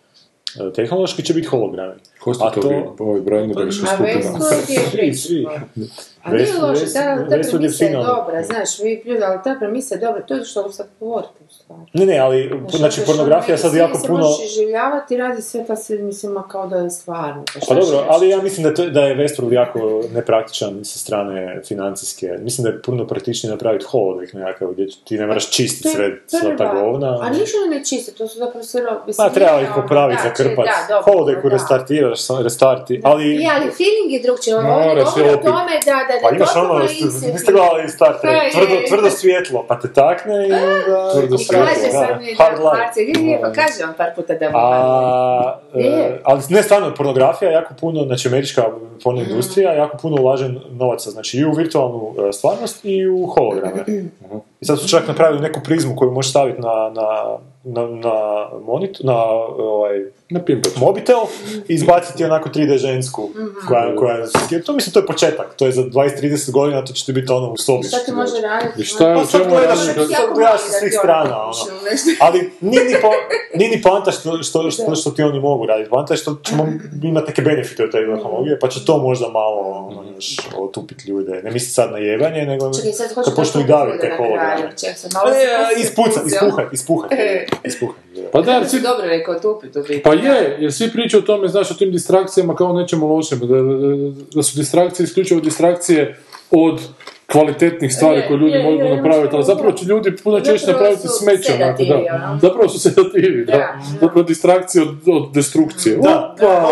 Speaker 4: e, tehnološki će biti hologrami.
Speaker 2: Ko ste
Speaker 4: A
Speaker 2: to,
Speaker 4: to-
Speaker 2: vi, ovi Brandenburgska
Speaker 3: A
Speaker 2: skupina?
Speaker 3: Westworld je
Speaker 4: Svi,
Speaker 3: priča. A nije
Speaker 4: Westworld-
Speaker 3: loše, ta,
Speaker 4: Westworld
Speaker 3: ta
Speaker 4: je
Speaker 3: premisa je
Speaker 4: finalno.
Speaker 3: dobra, znaš, vi pljuje, ali ta premisa je dobra, to je ono što sad govorite u stvari.
Speaker 4: Ne, ne,
Speaker 3: E,
Speaker 4: ali znači pornografija sad jako puno...
Speaker 3: Sve se možeš iživljavati, radi sve pa se mislima kao da je stvarno. šta
Speaker 4: Pa
Speaker 3: će
Speaker 4: dobro,
Speaker 3: reći?
Speaker 4: ali ja mislim da, to, da je Westworld jako nepraktičan sa strane financijske. Mislim da je puno praktičnije napraviti holodek nekakav gdje ti ne moraš
Speaker 3: Pa, To
Speaker 4: čistiti
Speaker 3: je
Speaker 4: sve, sva ta
Speaker 3: prva.
Speaker 4: govna.
Speaker 3: A ništa ne čiste, to su zapravo sve robe.
Speaker 4: Pa treba ih popraviti, zakrpati. Holodeku restartiraš, restarti, ali...
Speaker 3: Ja, E, ali feeling je drugčiji, on
Speaker 2: Mora
Speaker 3: govori
Speaker 2: se
Speaker 3: o
Speaker 2: opit.
Speaker 3: tome da, da, da,
Speaker 4: Pa imaš ono,
Speaker 3: doslovno
Speaker 4: jeste-
Speaker 3: instinktivno.
Speaker 4: niste gledali Star Trek,
Speaker 3: Da, je,
Speaker 4: tvrdo,
Speaker 3: je.
Speaker 4: tvrdo svjetlo, pa te takne i onda...
Speaker 2: Tvrdo
Speaker 3: I kaže
Speaker 4: da,
Speaker 3: sam mi da,
Speaker 4: hard light.
Speaker 3: Marce, vidi lijepo, pa kaže on par puta da mu
Speaker 4: A, e,
Speaker 3: Je.
Speaker 4: ali ne stvarno, pornografija jako puno, znači američka porno
Speaker 3: Mhm.
Speaker 4: industrija jako puno ulaže novaca, znači i u virtualnu e, stvarnost i u holograme. I sad su čak napravili neku prizmu koju možeš staviti na, na, na, na, monitor, na ovaj,
Speaker 2: Na pimpač.
Speaker 4: mobitel i izbaciti onako 3D žensku
Speaker 3: Mhm.
Speaker 4: koja, koja, to mislim to je početak, to je za 20-30 godina to će ti biti ono u sobi.
Speaker 3: Šta ti može raditi?
Speaker 2: I šta je,
Speaker 4: Pa
Speaker 2: u
Speaker 4: sad
Speaker 2: čemu je
Speaker 4: gledaš-
Speaker 2: razlika?
Speaker 4: sad gledaš sa svih strana, ono. Ali nije ni, po, nije ni poanta što, što, što, što ti oni mogu raditi. Poanta je što ćemo imati neke benefite od te tehnologije, pa će to možda malo ono, još otupiti ljude. Ne mislim sad na jebanje, nego
Speaker 3: Čekaj, sad hoću
Speaker 4: kad počnu i daviti te holograme.
Speaker 3: Čekaj, sad
Speaker 4: Pa
Speaker 3: malo
Speaker 4: ne, ispucat,
Speaker 3: ispucati.
Speaker 4: ispuhat, ispuhat.
Speaker 3: E.
Speaker 4: ispuhat.
Speaker 2: Pa da, jer svi,
Speaker 3: Dobro rekao, tupi, tupi.
Speaker 2: pa je, jer svi pričaju o tome, znaš, o tim distrakcijama kao o nečemu lošem, da, da, da su distrakcije isključivo distrakcije od kvalitetnih stvari
Speaker 3: Je,
Speaker 2: koje ljudi
Speaker 3: je,
Speaker 2: mogu
Speaker 3: je,
Speaker 2: napraviti, ali
Speaker 3: je.
Speaker 2: zapravo će ljudi puno češće
Speaker 3: Zapravo
Speaker 2: napraviti
Speaker 3: su
Speaker 2: smeće, onako,
Speaker 3: sedativi,
Speaker 2: da.
Speaker 3: ono.
Speaker 2: Zapravo su sedativi, da.
Speaker 3: Da.
Speaker 2: Zapravo distrakcije od, od destrukcije.
Speaker 4: Da.
Speaker 2: Opa!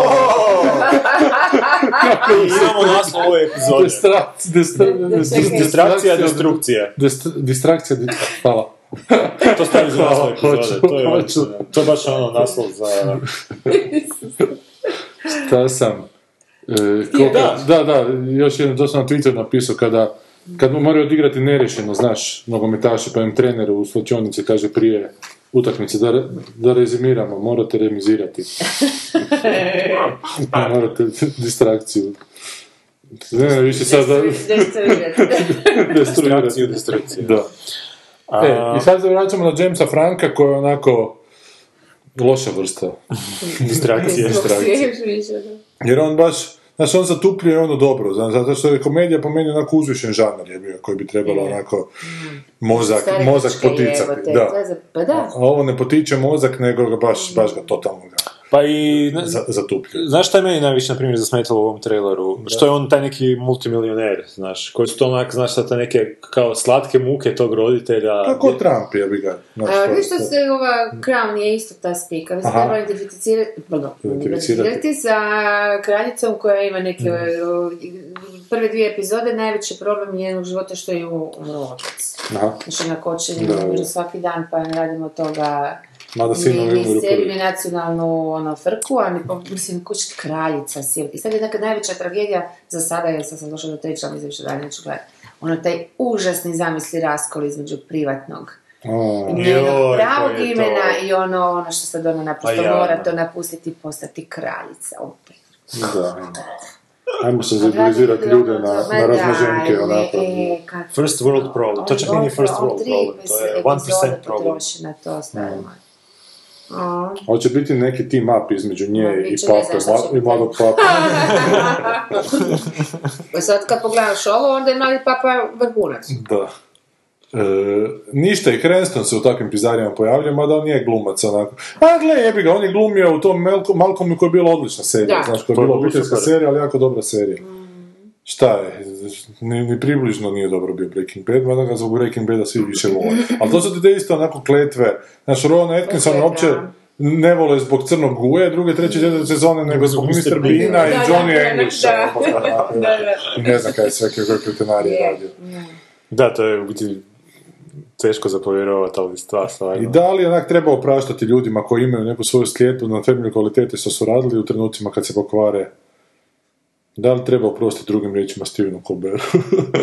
Speaker 4: I imamo naslov ove epizode.
Speaker 2: Distrak- distra- dis-
Speaker 4: Distrakcija, destrukcija.
Speaker 2: Dist- Distrakcija, dis- hvala.
Speaker 4: To stavi za naslov epizode. To je,
Speaker 2: Hoću, hoću.
Speaker 4: odlično. to je baš ono naslov za...
Speaker 2: Da sam. E, koliko-
Speaker 4: da.
Speaker 2: da, da, još jedno, to sam na Twitter napisao kada kad moraju odigrati nerješeno, znaš, nogometaši, pa im trener u slučionici kaže prije utakmice da, re- da rezimiramo, morate remizirati. morate distrakciju. Ne, ne, više sad da destruirati.
Speaker 4: Distrakciju, destrukciju.
Speaker 2: Da. E, i sad se vraćamo na Jamesa Franka koji je onako loša vrsta.
Speaker 4: Distrakcije.
Speaker 2: Jer on baš, znači on zatupljuje ono dobro, zna- zato što je komedija po meni onako uzvišen žanar je bio, koji bi trebalo onako
Speaker 3: Mm.
Speaker 2: mozak, mozak poticati. Da.
Speaker 3: Pa da,
Speaker 2: A ovo ne potiče mozak, nego ga
Speaker 3: Mm.
Speaker 2: baš, baš ga totalno ga
Speaker 4: Pa i... ne-
Speaker 2: za- zatupljuje.
Speaker 4: Znaš šta je meni najviše, na primjer, zasmetalo u ovom traileru? Što je on taj neki multimilioner, znaš, koji su to onak, znaš, sad te neke kao slatke muke tog roditelja.
Speaker 2: Kako Trump je bi ga. znaš,
Speaker 3: A,
Speaker 2: to-
Speaker 3: vi što
Speaker 2: to-
Speaker 3: se ova Crown je isto ta spika, vi se
Speaker 2: Aha.
Speaker 3: treba identificirati, pardon,
Speaker 2: Identificirati. Mm.
Speaker 3: identificirati sa kraljicom koja ima neke, o, prve dvije epizode, najveći problem njenog života što je u umro otac.
Speaker 2: Aha.
Speaker 3: Znači na kočenju,
Speaker 2: Da, da.
Speaker 3: umre svaki dan pa radimo toga
Speaker 2: Mada
Speaker 3: Ni,
Speaker 2: sinovi
Speaker 3: ni
Speaker 2: umiru
Speaker 3: sebi, ni
Speaker 2: prvi.
Speaker 3: nacionalnu ono, frku, a ni, mislim, kuć kraljica si. I sad je neka najveća tragedija za sada, jer sad sam došla do treća, ali više dalje neću gledati. Ono, taj užasni zamisli raskol između privatnog
Speaker 2: A,
Speaker 3: njenog
Speaker 4: Joj,
Speaker 3: pravog
Speaker 4: koje je to.
Speaker 3: imena i ono, ono što sad ona naprosto
Speaker 4: Pa jadno.
Speaker 3: mora to napustiti i postati kraljica. opet.
Speaker 2: da. Ajmo se zivilizirati ljude na,
Speaker 3: Ma
Speaker 2: na razmaženke,
Speaker 3: daj,
Speaker 2: onako.
Speaker 3: e, kako
Speaker 4: First world problem. To čak
Speaker 3: Ono,
Speaker 4: nije first
Speaker 3: ono,
Speaker 4: world
Speaker 3: tri
Speaker 4: problem. To je
Speaker 3: epizode
Speaker 4: 1% problem.
Speaker 3: potroši na to, stari
Speaker 2: Mm.
Speaker 3: moj. A.
Speaker 2: Hoće biti neki team up između nje
Speaker 3: Ma,
Speaker 2: i
Speaker 3: bit će, ne
Speaker 2: pape,
Speaker 3: znam šta će
Speaker 2: mla- i mladog pape.
Speaker 3: E Sad kad pogledaš ovo, onda je mali papa pa vrhunac.
Speaker 2: Da. E, ništa i Cranston se u takvim pizdarijama pojavlja, mada on nije glumac onako. A gle, jebi ga, on je glumio u tom Malcol- Malcolmu koja je bila odlična serija,
Speaker 3: Da. Mm.
Speaker 2: znaš, koja
Speaker 4: To
Speaker 2: je
Speaker 4: je
Speaker 2: bila
Speaker 4: bila
Speaker 2: obiteljska
Speaker 4: super.
Speaker 2: serija, ali jako dobra serija. Šta je, ni, ni približno nije dobro bio Breaking Bad, mada ga zbog Breaking Bada svi više vole. Ali to su ti te isto onako kletve. Znaš, Rowan Atkinson
Speaker 3: Ok,
Speaker 2: uopće
Speaker 3: da.
Speaker 2: ne vole zbog Crnog guje, druge, treće, četvrte sezone, nego zbog Mr.
Speaker 4: Beana.
Speaker 2: Beana i
Speaker 3: Da,
Speaker 2: Johnny
Speaker 3: da,
Speaker 2: Englisha.
Speaker 3: da.
Speaker 2: Onako,
Speaker 3: Da, da.
Speaker 2: I ne znam kaj je sve kakve kretenarije
Speaker 3: Je.
Speaker 2: radio.
Speaker 4: Da, to je u biti teško zapovjerovati, ali stvar stvarno.
Speaker 2: I da li onak treba opraštati ljudima koji imaju neku svoju slijetu na temelju kvalitete što su radili u trenucima kad se pokvare? Da li treba oprostiti drugim riječima Stevenu Colbertu?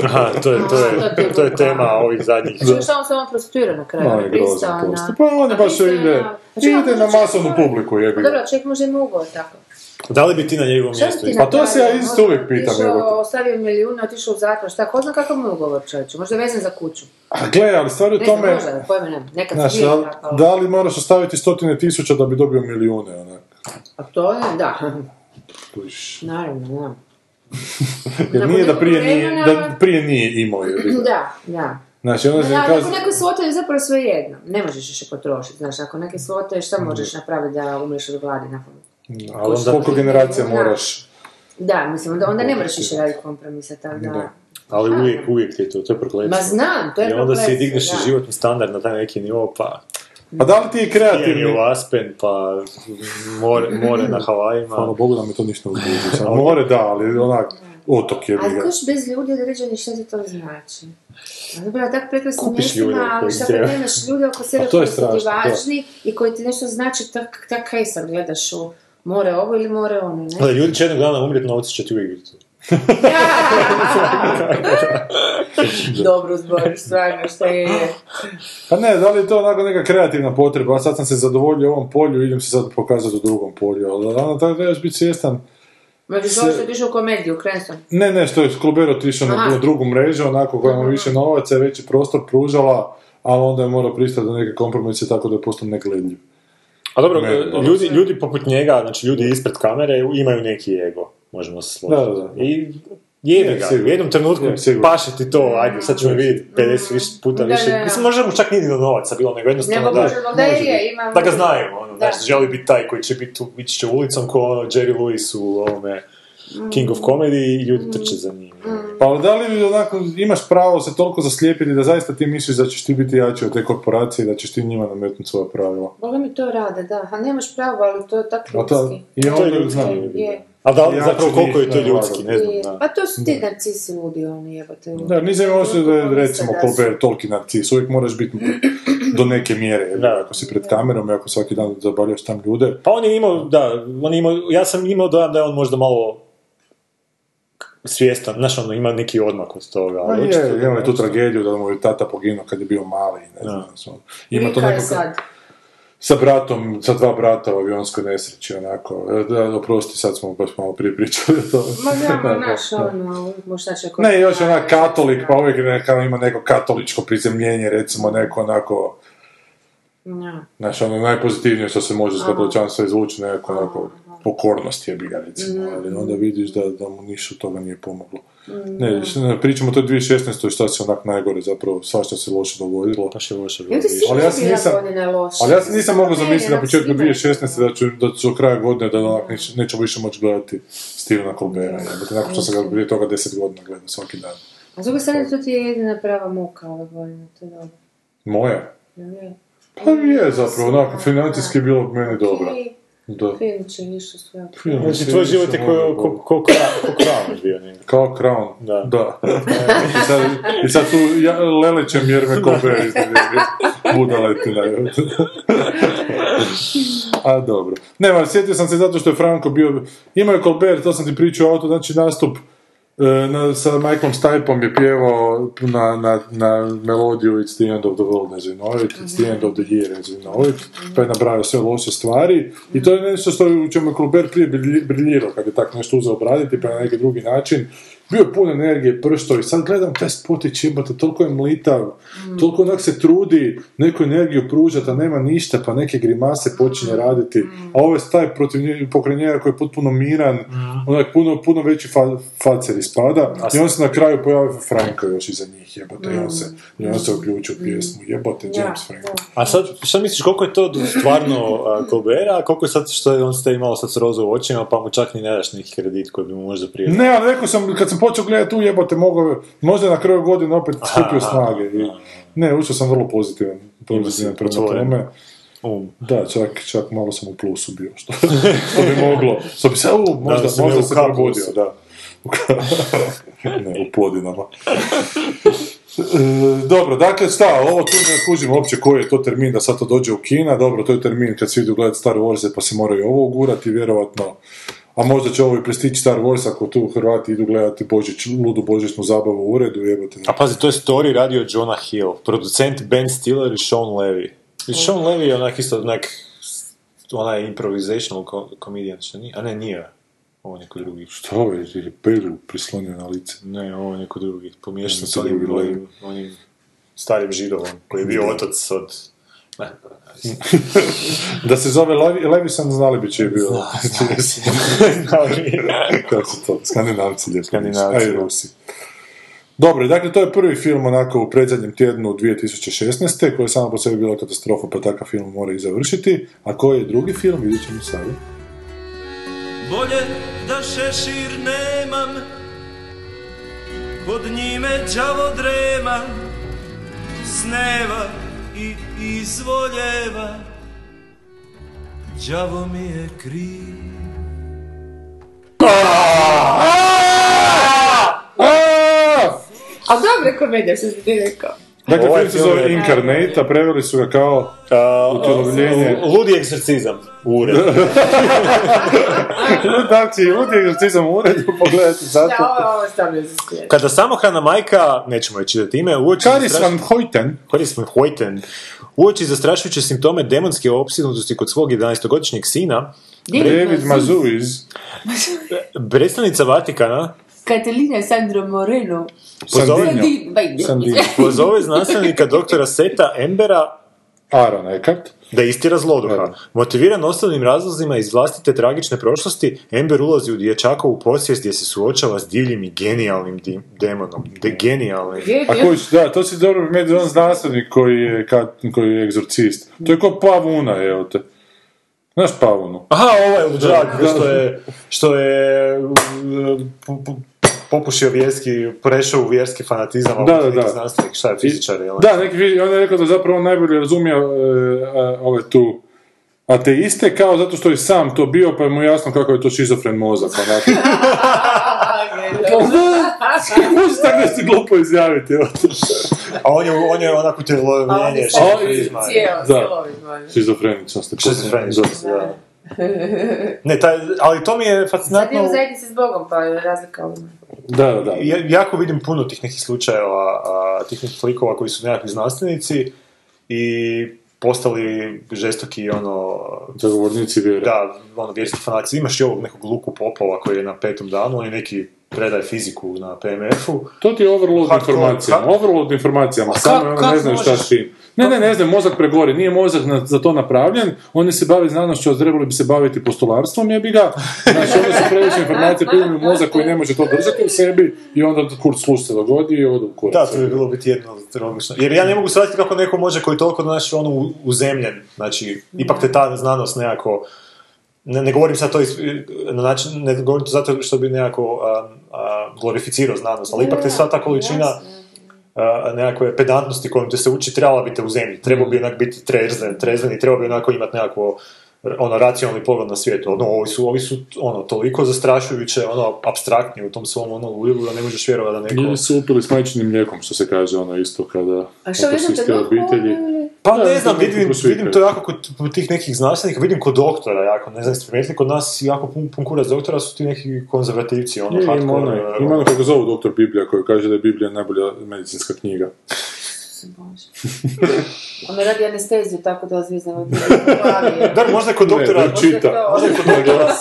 Speaker 4: Aha, to je, to
Speaker 3: A, to
Speaker 4: je,
Speaker 3: ti
Speaker 4: to je
Speaker 3: je
Speaker 4: tema ovih zadnjih.
Speaker 3: Što što on se on prostituira na kraju?
Speaker 2: on je
Speaker 3: on pristao
Speaker 2: grozan
Speaker 3: na-
Speaker 2: posto. Pa on je
Speaker 3: Pa
Speaker 2: baš
Speaker 3: pristao
Speaker 2: ide,
Speaker 3: na- Pa čekaj,
Speaker 2: ide na
Speaker 3: čekaj,
Speaker 2: masovnu
Speaker 3: čekaj.
Speaker 2: publiku, jebi ga.
Speaker 3: Dobro, čovjek može i mogao tako.
Speaker 4: Da li bi ti na njegovom
Speaker 3: Šta bi
Speaker 4: mjestu?
Speaker 3: ti
Speaker 2: Pa to se ja
Speaker 3: napravio?
Speaker 2: isto uvijek
Speaker 3: Možda bi
Speaker 2: pitam,
Speaker 3: otišao,
Speaker 2: evo.
Speaker 3: Ostavio milijuna, otišao u zatvor, šta, ko zna kakav mu je ugovor čovječe, možda je vezan za kuću.
Speaker 2: A gle, ali stvar je u
Speaker 3: Ne znam,
Speaker 2: tome,
Speaker 3: možda, pojma nemam, nekad
Speaker 2: znaš,
Speaker 3: se nije
Speaker 2: da,
Speaker 3: tako.
Speaker 2: da li moraš ostaviti stotine tisuća da bi dobio milijune, onak.
Speaker 3: A to je, da,
Speaker 2: Puš.
Speaker 3: naravno, da.
Speaker 2: Jer
Speaker 3: Nakon
Speaker 2: nije da
Speaker 3: nekog
Speaker 2: prije nije,
Speaker 3: vremena-
Speaker 2: da prije nije imao, jebi ga.
Speaker 3: Da, da.
Speaker 2: Znači, onda se
Speaker 3: Da,
Speaker 2: kaže...
Speaker 3: nakon neke svote je zapravo sve jedno. Ne možeš više potrošiti, znaš, ako neke svote, šta
Speaker 4: Mhm.
Speaker 3: možeš napraviti da umreš od gladi nakon?
Speaker 2: Ali onda koliko generacija
Speaker 3: Da.
Speaker 2: moraš...
Speaker 3: Da, mislim, onda, onda ne moraš više raditi kompromisa, tako da...
Speaker 2: Da.
Speaker 4: Ali uvijek, uvijek ti je to, to je
Speaker 3: Ma
Speaker 4: prokletstvo.
Speaker 3: znam, to je
Speaker 4: I onda si
Speaker 3: prokletstvo,
Speaker 4: digneš
Speaker 3: da.
Speaker 4: životni standard na taj neki nivo, pa
Speaker 2: Pa da li ti je
Speaker 4: pijen
Speaker 2: kreativni?
Speaker 4: je u Aspen, pa more, more na
Speaker 2: Hvala
Speaker 4: Havajima.
Speaker 2: Bogu da me to ništa uzbuđi. Samo More da, ali onak, otok je
Speaker 3: Ali
Speaker 2: ga.
Speaker 3: koš bez ljudi određeni, šta ti to znači? A Dobro, na tak prekrasnim
Speaker 4: Kupiš ljude
Speaker 3: mjestima, ali
Speaker 4: koji
Speaker 3: šta
Speaker 4: te- Pa
Speaker 3: kad nemaš ljude oko sebe
Speaker 2: to je
Speaker 3: koji su ti
Speaker 2: strašno, da.
Speaker 3: važni i koji ti nešto znači, tak, tak kaj sad gledaš u more ovo ili more ono, ne?
Speaker 4: Ali ljudi će jednog dana umrijeti, novci će ti uvijek biti.
Speaker 3: Dobro zboriš, stvarno, što je...
Speaker 2: Pa ne, da li je to onako neka kreativna potreba, a sad sam se zadovoljio u ovom polju, idem se sad pokazati u drugom polju, ali ono tako trebaš biti svjestan.
Speaker 3: Među što što piše u komediju, Cranston.
Speaker 2: Ne, ne, što je Kluber otišao
Speaker 3: Aha.
Speaker 2: na drugu mrežu, onako koja mu više novaca, je veći prostor pružala, ali onda je morao pristati do neke kompromise tako da je postao negledljiv.
Speaker 4: A dobro,
Speaker 2: Ne, dobro.
Speaker 4: ljudi, ljudi poput njega, znači ljudi ispred kamere, imaju neki ego, možemo se složiti.
Speaker 2: Da, da, da.
Speaker 4: I jebi
Speaker 2: Je,
Speaker 4: ga,
Speaker 2: sigurno.
Speaker 4: u jednom trenutku
Speaker 2: Je, sigurno.
Speaker 4: paše ti to, ajde, sad ćemo vidjeti 50 više
Speaker 3: Da,
Speaker 4: puta više.
Speaker 3: da, da.
Speaker 4: Mislim, možda mu čak nije ni do novaca bilo, nego jednostavno
Speaker 3: Nego
Speaker 4: da,
Speaker 3: može, da je, ima...
Speaker 4: da ga znaju, ono,
Speaker 3: Da.
Speaker 4: znaš, želi biti taj koji će biti tu, ići će ulicom ko ono Jerry Lewis u ovome
Speaker 3: Mm.
Speaker 4: King of Comedy i ljudi trče za njim.
Speaker 2: Pa ali da li onako, imaš pravo se toliko zaslijepiti da zaista ti misliš da ćeš ti biti jači od te korporacije i da ćeš ti njima nametnuti svoja pravila?
Speaker 3: Boga mi to rade, da. A nemaš pravo, ali to je tako
Speaker 2: A to,
Speaker 3: ljudski.
Speaker 2: I
Speaker 4: To je
Speaker 2: onda,
Speaker 4: ljudski.
Speaker 2: znam,
Speaker 3: Je.
Speaker 4: A da li
Speaker 2: Ja
Speaker 4: zapravo
Speaker 2: ću
Speaker 4: koliko je
Speaker 2: njih
Speaker 4: to
Speaker 2: navladati.
Speaker 4: ljudski, ne znam,
Speaker 3: Je.
Speaker 4: da.
Speaker 3: Pa to su ti narcisi ludi, oni jebate.
Speaker 2: Da, nisam imao osjećaj da je, recimo,
Speaker 3: Da su-
Speaker 2: Colbert toliki narcis, uvijek moraš biti do neke mjere, jer
Speaker 4: Da.
Speaker 2: ako si pred kamerom i ako svaki dan zabavljaš tam ljude,
Speaker 4: Pa on je imao, da, on je imao, ja sam imao dojam da je on možda malo svjestan, znaš, ono, ima neki odmak od toga.
Speaker 2: pa
Speaker 4: ali očito
Speaker 2: je,
Speaker 4: da
Speaker 2: imao je tu
Speaker 4: nešto-
Speaker 2: tragediju da mu je tata poginuo kad je bio mali, ne znam,
Speaker 4: Da.
Speaker 2: so- ima to
Speaker 3: Vika je
Speaker 2: nekako-
Speaker 3: sad.
Speaker 2: sa bratom, sa dva brata u avionskoj nesreći, onako, E, da, oprosti, sad smo baš malo prije pričali o tome.
Speaker 3: Ma da, ma
Speaker 2: Da,
Speaker 3: naš,
Speaker 2: da.
Speaker 3: ono, uvijek možeš naći neko-
Speaker 2: Ne, još onak katolik, pa uvijek neka, ima neko katoličko prizemljenje, recimo, neko onako,
Speaker 3: Ja.
Speaker 2: Znaš, ono najpozitivnije što se može iz katoličanstva izvući nekako onako pokornost je bila recimo,
Speaker 3: Mhm.
Speaker 2: ali onda vidiš da, da mu ništa od toga nije pomoglo. Ne, s- ne, pričamo o toj 2016. šta se onak najgore zapravo, svašta se loše dogodilo.
Speaker 4: Baš je loše bilo.
Speaker 3: Ljudi, sigurno
Speaker 2: Ali ja se
Speaker 3: bila
Speaker 2: nisam-
Speaker 3: godina loša.
Speaker 2: Ali ja se nisam mogao
Speaker 3: Ne,
Speaker 2: zamisliti na
Speaker 3: onak
Speaker 2: početku
Speaker 3: svima je
Speaker 2: 2016. da ću, da ću do kraja godine da onak neć- neću više moći gledati Stevena Colbera, jebote, nakon što sam ga prije toga 10 godina gledao svaki dan.
Speaker 3: A s druge strane, to ti je jedina prava muka ove godine, to je dobro.
Speaker 2: Moja?
Speaker 3: Jel je?
Speaker 2: Pa je zapravo, onako, financijski je bilo meni dobro.
Speaker 3: I
Speaker 2: Da. ono,
Speaker 3: Film će više sve.
Speaker 4: Znači, tvoj život je ko, ko, ko, kra- ko Crown bio nego.
Speaker 2: Kao Crown,
Speaker 4: Da.
Speaker 2: I, sad, I sad tu ja, lelećem jer me kope iz budaletina. A dobro. Ne, ma, sjetio sam se zato što je Franko bio... Imao je Colbert, to sam ti pričao auto, znači nastup e, na, sa Michaelom Stipeom je pjevao na, na, na melodiju It's the end of the world as we know it, It's the end of the year as we know it, pa je nabrao sve loše stvari i to je nešto što je- u čemu je Colbert prije brilji- briljirao kad je tako nešto uzeo obraditi pa na neki drugi način. Bio je pun energije, pršto i sad gledam taj spotić jebate, toliko je mlitav, toliko onak se trudi neku energiju pružati, a nema ništa, pa neke grimase počinje raditi. A ovo je taj protiv nje, pokraj njega koji je potpuno miran, onak puno, puno veći fa- facer ispada. I on se na kraju pojavi Franka još iza njih, jebote, i on se, i on se uključi u pjesmu, jebote, James Franco.
Speaker 4: A sad, šta misliš, koliko je to stvarno a, Colbera, a koliko je sad što je on ste imao sad s rozu u očima, pa mu čak ni ne daš neki kredit koji bi mu možda prije...
Speaker 2: Ne, ali rekao sam, kad sam počeo gledati tu jebote, mogao, možda je na kraju godine opet skupio snage. I, ne, ušao sam vrlo pozitivan, pozitivan
Speaker 4: si
Speaker 2: prema
Speaker 4: otvoren.
Speaker 2: tome.
Speaker 4: Um.
Speaker 2: Da, čak, čak malo sam u plusu bio, što, što bi moglo. Što bi se, u, možda,
Speaker 4: da si
Speaker 2: možda
Speaker 4: bio u
Speaker 2: se
Speaker 4: kapu.
Speaker 2: probudio, da. U ka- ne, u plodinama. E, dobro, dakle, šta, ovo tu ne kužim uopće koji je to termin da sad to dođe u Kina. Dobro, to je termin kad svi idu gledati Star Wars pa se moraju ovo ugurati, vjerovatno. A možda će ovo i prestići Star Wars ako tu Hrvati idu gledati Božić, ludu božićnu zabavu u uredu, jebote.
Speaker 4: A pazi, to je story radio Jonah Hill, producent Ben Stiller i Sean Levy. I Sean Levy je onak isto onak, onaj improvisational ko- comedian, što nije? A ne, nije. Ovo je neko drugi.
Speaker 2: Šta ovo je, je perju prislonio na lice.
Speaker 4: Ne, ovo je neko drugi. Pomiješan
Speaker 2: Neko
Speaker 4: sa onim,
Speaker 2: drugi Levy.
Speaker 4: onim- onim starim židovom, koji je bio otac od... Ne, ne,
Speaker 2: Da se zove Levi, Levisan, znali bi čiji je bio. Kako su to? Skandinavci lijepo.
Speaker 4: Skandinavci,
Speaker 2: A i
Speaker 4: da.
Speaker 2: Rusi. Dobro, dakle, to je prvi film onako u predzadnjem tjednu 2016. koji je samo po sebi bila katastrofa, pa takav film mora i završiti. A koji je drugi film, vidjet ćemo sada.
Speaker 6: Bolje da šešir nemam Pod njime đavo drema Sneva i izvoljeva Đavo mi je kriv
Speaker 3: Ali dobro je komedija, što si ti rekao.
Speaker 2: Dakle,
Speaker 4: Ovaj
Speaker 2: film se
Speaker 4: film
Speaker 2: zove
Speaker 4: je-
Speaker 2: Incarnate, a preveli su ga kao Utjelovljenje.
Speaker 4: Uh, Ludi egzorcizam u uredu.
Speaker 2: Znači, ljudi, jer ti sam u uredu pogledati
Speaker 3: Da,
Speaker 2: zato.
Speaker 3: ovo, ovo je stavljeno za svijet.
Speaker 4: Kada samohrana majka, nećemo je čitati ime, uoči
Speaker 2: Karis
Speaker 4: zastraš-
Speaker 2: van Hoyten,
Speaker 4: Karis van Hoyten, uoči zastrašujuće simptome demonske opsjednutosti kod svog 11-godišnjeg sina,
Speaker 2: David Mazuiz,
Speaker 4: predstavnica Vatikana
Speaker 3: Catalina Sandro Moreno.
Speaker 4: pozove,
Speaker 2: Sandinjo,
Speaker 3: Di- ba- di-
Speaker 2: Sandinjo,
Speaker 4: pozove znanstvenika doktora Seta Embera
Speaker 2: Aaron Eckhart,
Speaker 4: da istira zloduha.
Speaker 2: Evo.
Speaker 4: Motiviran osnovnim razlozima iz vlastite tragične prošlosti, Ember ulazi u dječakovu posvijest gdje se suočava s divljim i genijalnim di- demonom. De genijalnim.
Speaker 3: Gdje je
Speaker 2: A
Speaker 3: bio?
Speaker 2: koji, su- da, to si dobro primijetio, on znanstvenik koji je, kad, koji je egzorcist. To je ko Pavuna, evo te. Znaš Pavunu?
Speaker 4: Aha, ovaj luđak
Speaker 2: Da.
Speaker 4: što je, što je m, pu- pu- popušio vjerski, prešao u vjerski fanatizam, ali
Speaker 2: Da, da,
Speaker 4: neki
Speaker 2: da.
Speaker 4: znanstvenik, šta je ovaj. fizičar, jel?
Speaker 2: Da, neki, fizi- on je rekao da zapravo on najbolje razumije e, a, ove tu ateiste, kao zato što je sam to bio, pa je mu jasno kako je to šizofren mozak, onako. Možeš tako nešto glupo izjaviti, evo te.
Speaker 4: A on je, on je onako te
Speaker 3: A on
Speaker 4: lovljenje
Speaker 3: je
Speaker 4: šizofrenizma.
Speaker 3: Cijelo,
Speaker 2: Da.
Speaker 3: cjelovit, može.
Speaker 2: Šizofrenično ste.
Speaker 4: Šizofrenizam, da. Ne, taj, ali to mi je
Speaker 3: Sad je
Speaker 4: fascinantno,
Speaker 3: u zajednici s Bogom, pa je razlika u
Speaker 2: Da, da, da.
Speaker 4: ja, jako vidim puno tih nekih slučajeva, a, tih nekih likova koji su nekakvi znanstvenici i postali žestoki ono
Speaker 2: Zagovornici vjere.
Speaker 4: da, ono, vjerski fanatici, imaš i ovog nekog Luku Popova koji je na petom danu, on je neki predaje fiziku na PMF-u.
Speaker 2: To ti je overload
Speaker 4: Hardcore,
Speaker 2: informacijama,
Speaker 4: ka-
Speaker 2: overload informacijama, samo
Speaker 4: kak
Speaker 2: ne znaju šta
Speaker 4: možeš?
Speaker 2: s čim. Ne, ne, ne znam, mozak pregori, nije mozak na- za to napravljen, oni se bave znanošću, a trebali bi se baviti postularstvom, je bi ga. Znači, onda se previše informacije primili u mozak koji ne može to držati u sebi i onda kurt sluš se dogodi i odu u kurac.
Speaker 4: Da, to bi bilo biti jedno logično. Jer ja ne mogu shvatiti kako neko može koji je toliko naš ono u- uzemljen. Znači, ipak te ta znanost nekako... Ne, ne govorim sad to iz, na način, ne govorim to zato što bi nekako a, a, glorificirao znanost, ali ipak te sva ta količina a, nekakve pedantnosti kojom te se uči trebala bi te u zemlji. Trebao bi onak biti trezven, trezven i trebao bi onako imati nekako ono, racionalni pogled na svijet. Ono, ovi su, ovi su ono, toliko zastrašujuće, ono, abstraktni u tom svom ono, ludilu da ne možeš vjerovati da neko...
Speaker 2: Ljudi su upili s majčinim mlijekom, što se kaže ono isto kada
Speaker 3: A što u
Speaker 2: ako su
Speaker 3: jednom
Speaker 2: iz te
Speaker 3: trenutku
Speaker 2: obitelji.
Speaker 3: ono ili-
Speaker 4: Pa ne znam,
Speaker 2: neki
Speaker 4: vidim,
Speaker 2: prosvjetljaju.
Speaker 4: vidim to jako kod kod tih nekih znanstvenika, vidim kod doktora jako, ne znam jeste primijetili, kod nas jako pun, pun kurac doktora su ti neki konzervativci, ono,
Speaker 2: Ima
Speaker 4: hardcore,
Speaker 2: onaj,
Speaker 4: ono.
Speaker 2: ima ono kako zovu doktor Biblija koji kaže da je Biblija najbolja medicinska knjiga.
Speaker 3: On me radi anesteziju, tako da zviznam od glavi.
Speaker 4: Da, možda je kod doktora,
Speaker 2: Ne, da čita.
Speaker 4: možda je kod doktora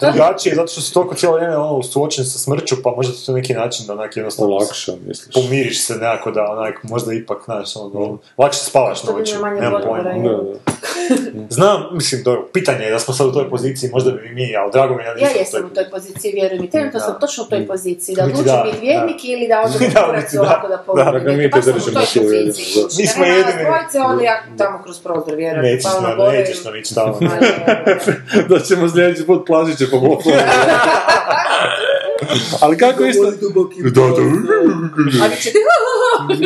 Speaker 4: drugačije, zato što si toliko cijelo vrijeme ono, suočen sa smrću, pa možda ti to neki način da onak jednostavno
Speaker 2: Olakša, misliš.
Speaker 4: pomiriš se nekako da onak, možda ipak, znaš, ono, lakše spavaš
Speaker 3: Što bi
Speaker 4: noću,
Speaker 3: me manje
Speaker 4: nemam
Speaker 3: bolilo,
Speaker 4: pojma.
Speaker 3: da je.
Speaker 2: Da, da.
Speaker 4: Znam, mislim, dobro, pitanje je da smo sad u toj poziciji, možda bi i mi, ali drago mi je da
Speaker 3: Ja
Speaker 4: nisam
Speaker 3: jesam u toj poziciji, vjerujem i trenutno
Speaker 4: Da.
Speaker 3: sam točno u toj poziciji, da
Speaker 4: Biti
Speaker 3: odlučim
Speaker 4: da,
Speaker 3: biti vjernik ili da odem
Speaker 4: Da,
Speaker 3: u kurac
Speaker 4: biti da.
Speaker 3: ovako da
Speaker 2: Da,
Speaker 3: pogledam.
Speaker 2: dakle, mi te držimo tu jedinu, zato.
Speaker 4: Mi smo jedini.
Speaker 3: Dvojice, onda ja tamo kroz prozor, vjerujem.
Speaker 4: Nećeš
Speaker 3: pa ono Pa,
Speaker 4: nam,
Speaker 3: gore
Speaker 4: nećeš
Speaker 3: i-
Speaker 4: nam ići tamo.
Speaker 3: Ma ne.
Speaker 2: da ćemo sljedeći put plažiće po bloku. Ali kako isto... Da, da.
Speaker 3: Ali će ti,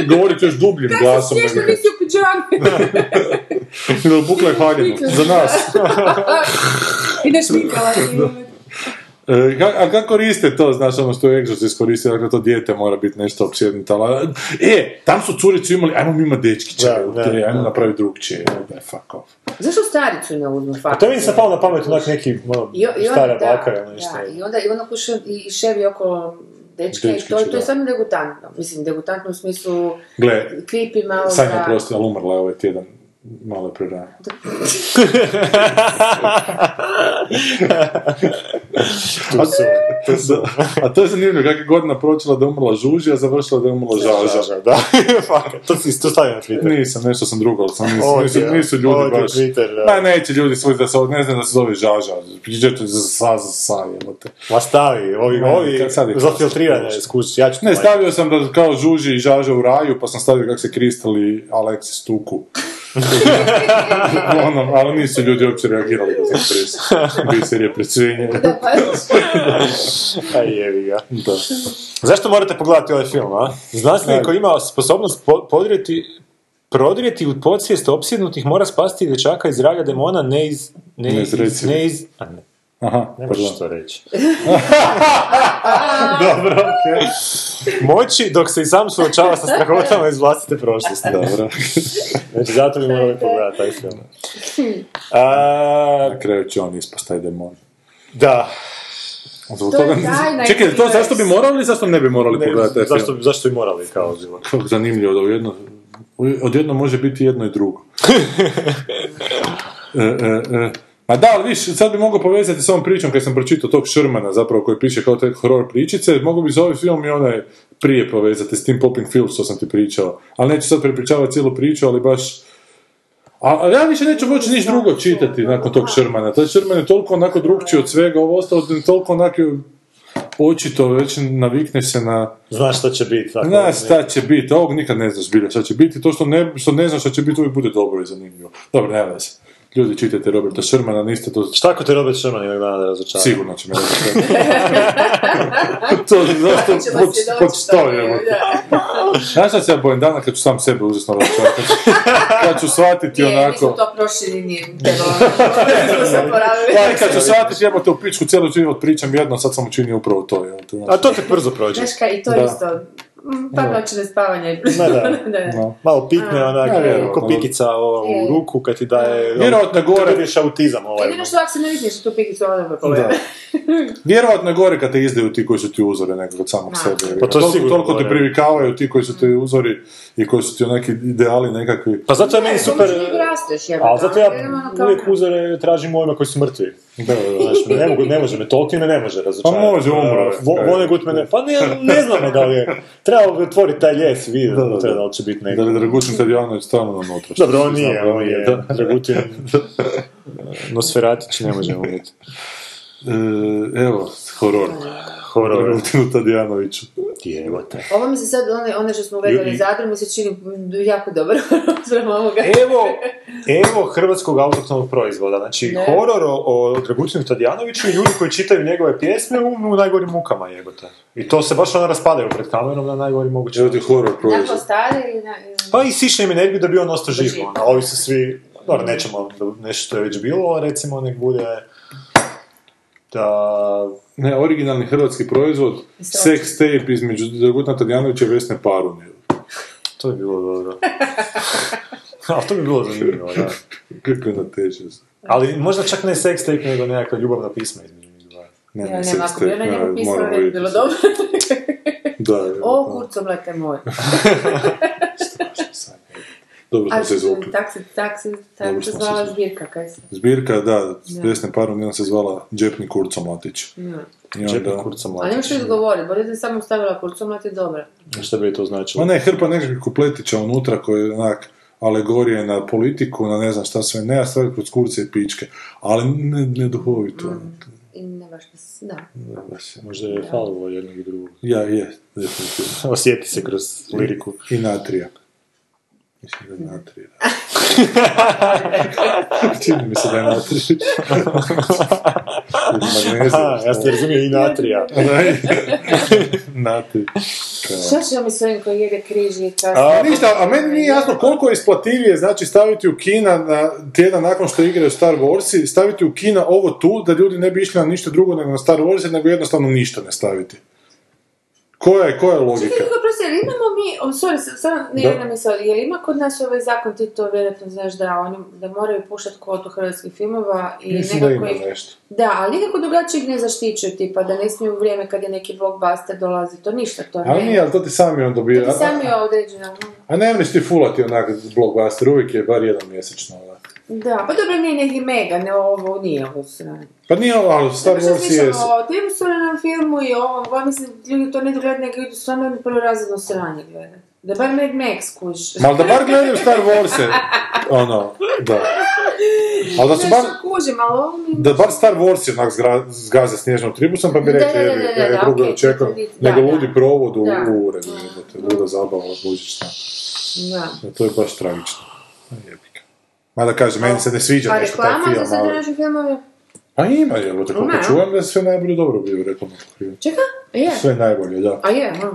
Speaker 2: Govorit ćeš dubljim
Speaker 3: kako se
Speaker 2: glasom.
Speaker 3: smiješno
Speaker 2: nego-
Speaker 3: nisi u piđami.
Speaker 2: Jel Bukla je haljina, za nas.
Speaker 3: I ne šminkala si.
Speaker 2: E, ka- a kako koriste to, znaš, ono što je Exorcist koristio, dakle to dijete mora biti nešto opsjednito, ali, e, tam su curicu imali, ajmo mimo dečkića,
Speaker 4: Da,
Speaker 2: jel
Speaker 4: da,
Speaker 2: te, ajmo
Speaker 4: da.
Speaker 2: napraviti drugčije, jel da, fuck off.
Speaker 3: Zašto staricu ne uzmu?
Speaker 4: A Pa to mi se palo na pamet onak neki ono,
Speaker 3: I, i onda,
Speaker 4: stara
Speaker 3: da,
Speaker 4: baka ili nešto.
Speaker 3: Da, I onda, i onda kuše, i ševi oko dečke, i to,
Speaker 2: Dečkića,
Speaker 3: to je
Speaker 2: da.
Speaker 3: samo degutantno. Mislim, degutantno u smislu
Speaker 2: Gle,
Speaker 3: creepy malo
Speaker 2: Sanja,
Speaker 3: da-
Speaker 2: prosti, ali umrla je ovaj tjedan, malo je prerano.
Speaker 4: Tu su.
Speaker 2: Da. A to je zanimljivo, kako je godina pročila da je umrla Žuži, a završila da je umrla Žaža.
Speaker 4: Žaža, da. Fakat, to si to stavio na Twitter.
Speaker 2: Nisam, nešto sam drugo, ali sam nisu,
Speaker 4: Ovo
Speaker 2: nisu,
Speaker 4: ti je-
Speaker 2: nisu ljudi
Speaker 4: ovo ti je
Speaker 2: baš...
Speaker 4: Twitter, da.
Speaker 2: Ma, neće ljudi svoj da se, ne znam da se zove Žaža, priđe to za sa, za sa, jebote.
Speaker 4: Ma stavi, ovi,
Speaker 2: Ma,
Speaker 4: ovi,
Speaker 2: kad sad je to?
Speaker 4: za filtriranje skuš, ja ću to
Speaker 2: Ne,
Speaker 3: Ovaj.
Speaker 4: like.
Speaker 2: stavio sam da kao Žuži i Žaža u raju, pa sam stavio kako se kristali Alexis Tuku. ono, ali nisu ljudi uopće reagirali da sam pres. Biser je predsvinje.
Speaker 3: Da, pa,
Speaker 4: Aj, jevi ga.
Speaker 2: Da.
Speaker 4: Zašto morate pogledati ovaj film, a? Znanstvenik koji ima sposobnost po- podrijeti, prodrijeti u podsvijest opsjednutih mora spasiti dječaka iz ralja demona, ne iz... Ne,
Speaker 2: Ne
Speaker 4: iz,
Speaker 2: iz reci.
Speaker 4: ne iz... A ne,
Speaker 2: Aha,
Speaker 4: ne možeš
Speaker 2: pardon.
Speaker 4: to reći. Dobro, okej. Moći dok se i sam suočava sa strahotama iz vlastite prošlosti.
Speaker 2: Dobro.
Speaker 4: Znači, zato bi morali pogledati taj film. A,
Speaker 2: Na kraju će on ispast taj demon.
Speaker 4: da,
Speaker 2: Zbog
Speaker 3: To je
Speaker 2: toga-
Speaker 3: tajna
Speaker 2: Čekaj, jel to
Speaker 3: knjiga.
Speaker 2: zašto bi morali ili zašto ne bi morali
Speaker 4: ne,
Speaker 2: pogledati taj
Speaker 4: zašto,
Speaker 2: film?
Speaker 4: zašto bi morali kao život?
Speaker 2: Kako zanimljivo da ujedno, odjedno može biti jedno i drugo. e, e, e. Ma da, ali viš, sad bi mogao povezati s ovom pričom kad sam pročitao tog Shermana zapravo koji piše kao te horor pričice, mogu bi za ovaj film i onaj prije povezati s tim popping film što sam ti pričao. Ali neću sad prepričavati cijelu priču, ali baš a, a ja više neću moći ništa drugo čitati nakon tog Shermana. Taj Sherman je toliko onako drugčiji od svega, ovo ostalo je toliko onako očito već navikne se na
Speaker 4: Znaš šta će biti. tako
Speaker 2: Znaš
Speaker 4: da Pa ne-
Speaker 2: šta će biti, ovog nikad ne znaš bilja šta će biti, to što ne, što ne znaš šta će biti uvijek bude dobro i zanimljivo. Dobro, nema veze. Ljudi, čitajte Roberta Shermana, niste to...
Speaker 4: Šta ako te Robert Sherman jednog dana da razočara?
Speaker 2: Sigurno će me reći. to zašto
Speaker 3: Ćemo
Speaker 2: pod,
Speaker 3: svjedočiti
Speaker 2: pod sto
Speaker 3: tome,
Speaker 2: je.
Speaker 3: da.
Speaker 2: Znaš šta se ja bojim dana kad ću sam sebe užasno razočarati, kad, ću- kad ću shvatiti
Speaker 3: Nije, mi smo
Speaker 2: onako...
Speaker 3: to prošli, nije trebalo. Smo poravili.
Speaker 2: Ja, kad ću shvatiti, jebote, u pičku cijelu život pričam jedno, sad sam učinio upravo to. Jel, to znači-
Speaker 4: A to te brzo prođe.
Speaker 3: Znaš kaj, i to
Speaker 2: Da.
Speaker 3: je isto. Mm, Par noći ne spavanja. i-
Speaker 4: Ma da.
Speaker 3: da.
Speaker 4: Malo pikne onak,
Speaker 2: Ja, vjerovatno.
Speaker 4: ko pikica o, u
Speaker 3: Je.
Speaker 4: ruku kad ti daje... ono,
Speaker 2: Vjerojatno je gore.
Speaker 4: Kad dobiješ autizam ovaj.
Speaker 3: Kad vidiš što ako se ne vidiš tu pikicu, onda me
Speaker 2: Da.
Speaker 3: pogledaj.
Speaker 2: Vjerojatno je gore kad te izdaju ti koji su ti uzore nego od samog
Speaker 3: Ma.
Speaker 2: sebe.
Speaker 4: Pa to je
Speaker 2: Toliko-
Speaker 4: sigurno
Speaker 2: Toliko te
Speaker 4: gore.
Speaker 2: privikavaju ti koji su ti uzori i koji su ti onaki ideali nekakvi.
Speaker 4: Pa zato je meni
Speaker 3: Ne,
Speaker 4: super...
Speaker 3: pomoći nego rasteš, jebote.
Speaker 4: Ali zato ja
Speaker 3: Ono kao-
Speaker 4: uvijek uzore tražim u ovima koji su mrtvi.
Speaker 2: Da, da, da.
Speaker 4: Znaš, ne, mogu, ne može me, Tolkien me ne može razočarati.
Speaker 2: Pa može, umro je.
Speaker 4: Uh, Vo- Vonnegut me ne... Pa ne, ne znamo da li je. Trebalo bi otvoriti taj ljes i vidjeti
Speaker 2: Da, da, da.
Speaker 4: da, li će biti
Speaker 2: Da
Speaker 4: neko.
Speaker 2: li Dragutin Tadjanović stalno nam otrašta?
Speaker 4: Dobro, on nije,
Speaker 2: Znam,
Speaker 4: on je.
Speaker 2: da.
Speaker 4: Dragutin Nosferatić ne možemo biti.
Speaker 2: E, Evo, horor.
Speaker 4: Horor.
Speaker 2: Dragutinu Tadjanoviću.
Speaker 4: Jebote.
Speaker 3: Ovo mi se sad, one, one što smo uvedali
Speaker 2: I- i-
Speaker 3: u Zadru, mi se čini jako dobro sprem ovoga.
Speaker 4: Evo, evo hrvatskog autoktonog proizvoda. Znači,
Speaker 3: Ne.
Speaker 4: horor o, o Dragutinu Tadjanoviću i ljudi koji čitaju njegove pjesme u, u najgorim mukama jebote. I to se baš ono raspadaju pred kamerom na najgori mogući.
Speaker 2: Evo ti horor
Speaker 3: Tako
Speaker 2: proizvod.
Speaker 3: stari ili na...
Speaker 4: Pa i sišne im energiju da bi on ostao živ.
Speaker 3: živ.
Speaker 4: ono. Ovi su svi, dobro, nećemo da- nešto što je već bilo, recimo nek bude da...
Speaker 2: Ne, originalni hrvatski proizvod. Sex tape između Dragutina Tadjanovića i Vesne Parun.
Speaker 4: To je bilo dobro. Ali to bi bilo zanimljivo, da.
Speaker 2: Kako je nateže se.
Speaker 4: Ali možda čak ne sex tape, nego nekakva ljubavna pisma između njih dva.
Speaker 2: Ne,
Speaker 3: Ja
Speaker 2: sex
Speaker 3: nema, ako
Speaker 2: tape,
Speaker 3: bi ona njemu
Speaker 2: ne,
Speaker 3: pisala,
Speaker 2: moramo
Speaker 3: ne bi
Speaker 2: vidjeti.
Speaker 3: bilo dobro.
Speaker 2: Da,
Speaker 3: o,
Speaker 2: da.
Speaker 3: kurco, mlete moj.
Speaker 2: Dobro
Speaker 3: A
Speaker 2: smo se izvukli.
Speaker 3: tak se, tak se,
Speaker 2: Dobro
Speaker 3: tak se
Speaker 2: smo se
Speaker 3: zvala
Speaker 2: izvukli.
Speaker 3: zbirka, kaj se.
Speaker 2: Zbirka, da, s desnim parom, jedan se zvala Džepni kurco Matić.
Speaker 3: Ja.
Speaker 2: I
Speaker 4: Čepi
Speaker 2: onda...
Speaker 4: kurca
Speaker 3: Ali
Speaker 4: mlada.
Speaker 3: nemaš što izgovoriti, bolje da je samo stavila kurco, mlete dobra.
Speaker 4: Šta bi to
Speaker 2: Ma
Speaker 4: značilo?
Speaker 2: ne, hrpa nekakvih kupletića unutra koji je onak alegorije na politiku, na ne znam šta sve, ne, a stvari kroz kurce i pičke. Ali ne, ne duhovito.
Speaker 3: I ne baš, da se- da.
Speaker 2: Ne, baš je.
Speaker 4: Možda je falilo jednog i drugog.
Speaker 2: Ja, je, definitivno.
Speaker 4: Osjeti se kroz liriku.
Speaker 2: I natrija. Mislim da je natrija. Čini mi se da je natrija.
Speaker 4: Aha, ja sam razumio i natrija.
Speaker 2: Natrija.
Speaker 3: Šta ćemo mi s ovim koji jede križ i
Speaker 2: A,
Speaker 3: kasno?
Speaker 2: ništa, a meni nije jasno koliko je isplativije znači staviti u kina na tjedan nakon što igraju Star Warsi, staviti u kina ovo tu da ljudi ne bi išli na ništa drugo nego na Star Warsi, nego jednostavno ništa ne staviti. Koja je, koja je logika?
Speaker 3: Čekaj, nego prosti, jel imamo mi, o, sorry, sa- samo ne
Speaker 2: Da.
Speaker 3: jedna misla, jel ima kod nas ovaj zakon, ti to vjerojatno znaš da oni, da moraju puštati kvotu hrvatskih filmova i
Speaker 2: Mislim da
Speaker 3: nekako
Speaker 2: ima
Speaker 3: ih
Speaker 2: nešto.
Speaker 3: Da, ali nikako drugačijeg ne zaštićuju, tipa da ne smiju u vrijeme kad je neki blockbuster dolazi, to ništa, to ne.
Speaker 2: Ali nije, ali to ti sami on
Speaker 3: To
Speaker 2: dobija.
Speaker 3: ti sami je određeno.
Speaker 2: A ne mreš ti fulati onak blockbuster, uvijek je bar jedan mjesečno. ovaj. onak.
Speaker 3: Da, pa dobro, nije neki mega, ne ovo, nije ovo sranje.
Speaker 2: Pa nije ovo, ali Star
Speaker 3: Star
Speaker 2: Wars je...
Speaker 3: o tim surenom filmu i ovom, ovo mislim, ljudi to ne gledaju, nego idu stvarno jedno prvorazredno sranje gledati. Da bar Mad Max kuš.
Speaker 2: Ma ali da bar gledaju Star Warse. Ono, da. Ali da su bar...
Speaker 3: Nešto kužim, ali ovo mi...
Speaker 2: da bar Star Wars je onak zgra- zgaze snježnom tribusom, pa bi
Speaker 3: Da,
Speaker 2: rekli,
Speaker 3: da, da,
Speaker 2: jebi,
Speaker 3: da,
Speaker 2: ja je
Speaker 3: da,
Speaker 2: drugo
Speaker 3: okej,
Speaker 2: očekujem,
Speaker 3: to je- da,
Speaker 2: nego
Speaker 3: da.
Speaker 2: ludi provod u,
Speaker 3: Da.
Speaker 2: u uredu, jebote, luda zabava, lužična.
Speaker 3: Da.
Speaker 2: E, To je baš tragično. A jebi ga. Mada kažem, meni se ne sviđa
Speaker 3: Pa
Speaker 2: nešto taj
Speaker 3: reklama za
Speaker 2: film,
Speaker 3: sve
Speaker 2: ali...
Speaker 3: današnje filmove?
Speaker 2: Pa ima, jel, tako
Speaker 3: Ima,
Speaker 2: koliko
Speaker 3: ja.
Speaker 2: čujem da je sve najbolje dobro bio reklamno pokriveno.
Speaker 3: Čeka? E, Je.
Speaker 2: Sve najbolje, da.
Speaker 3: A je, ha.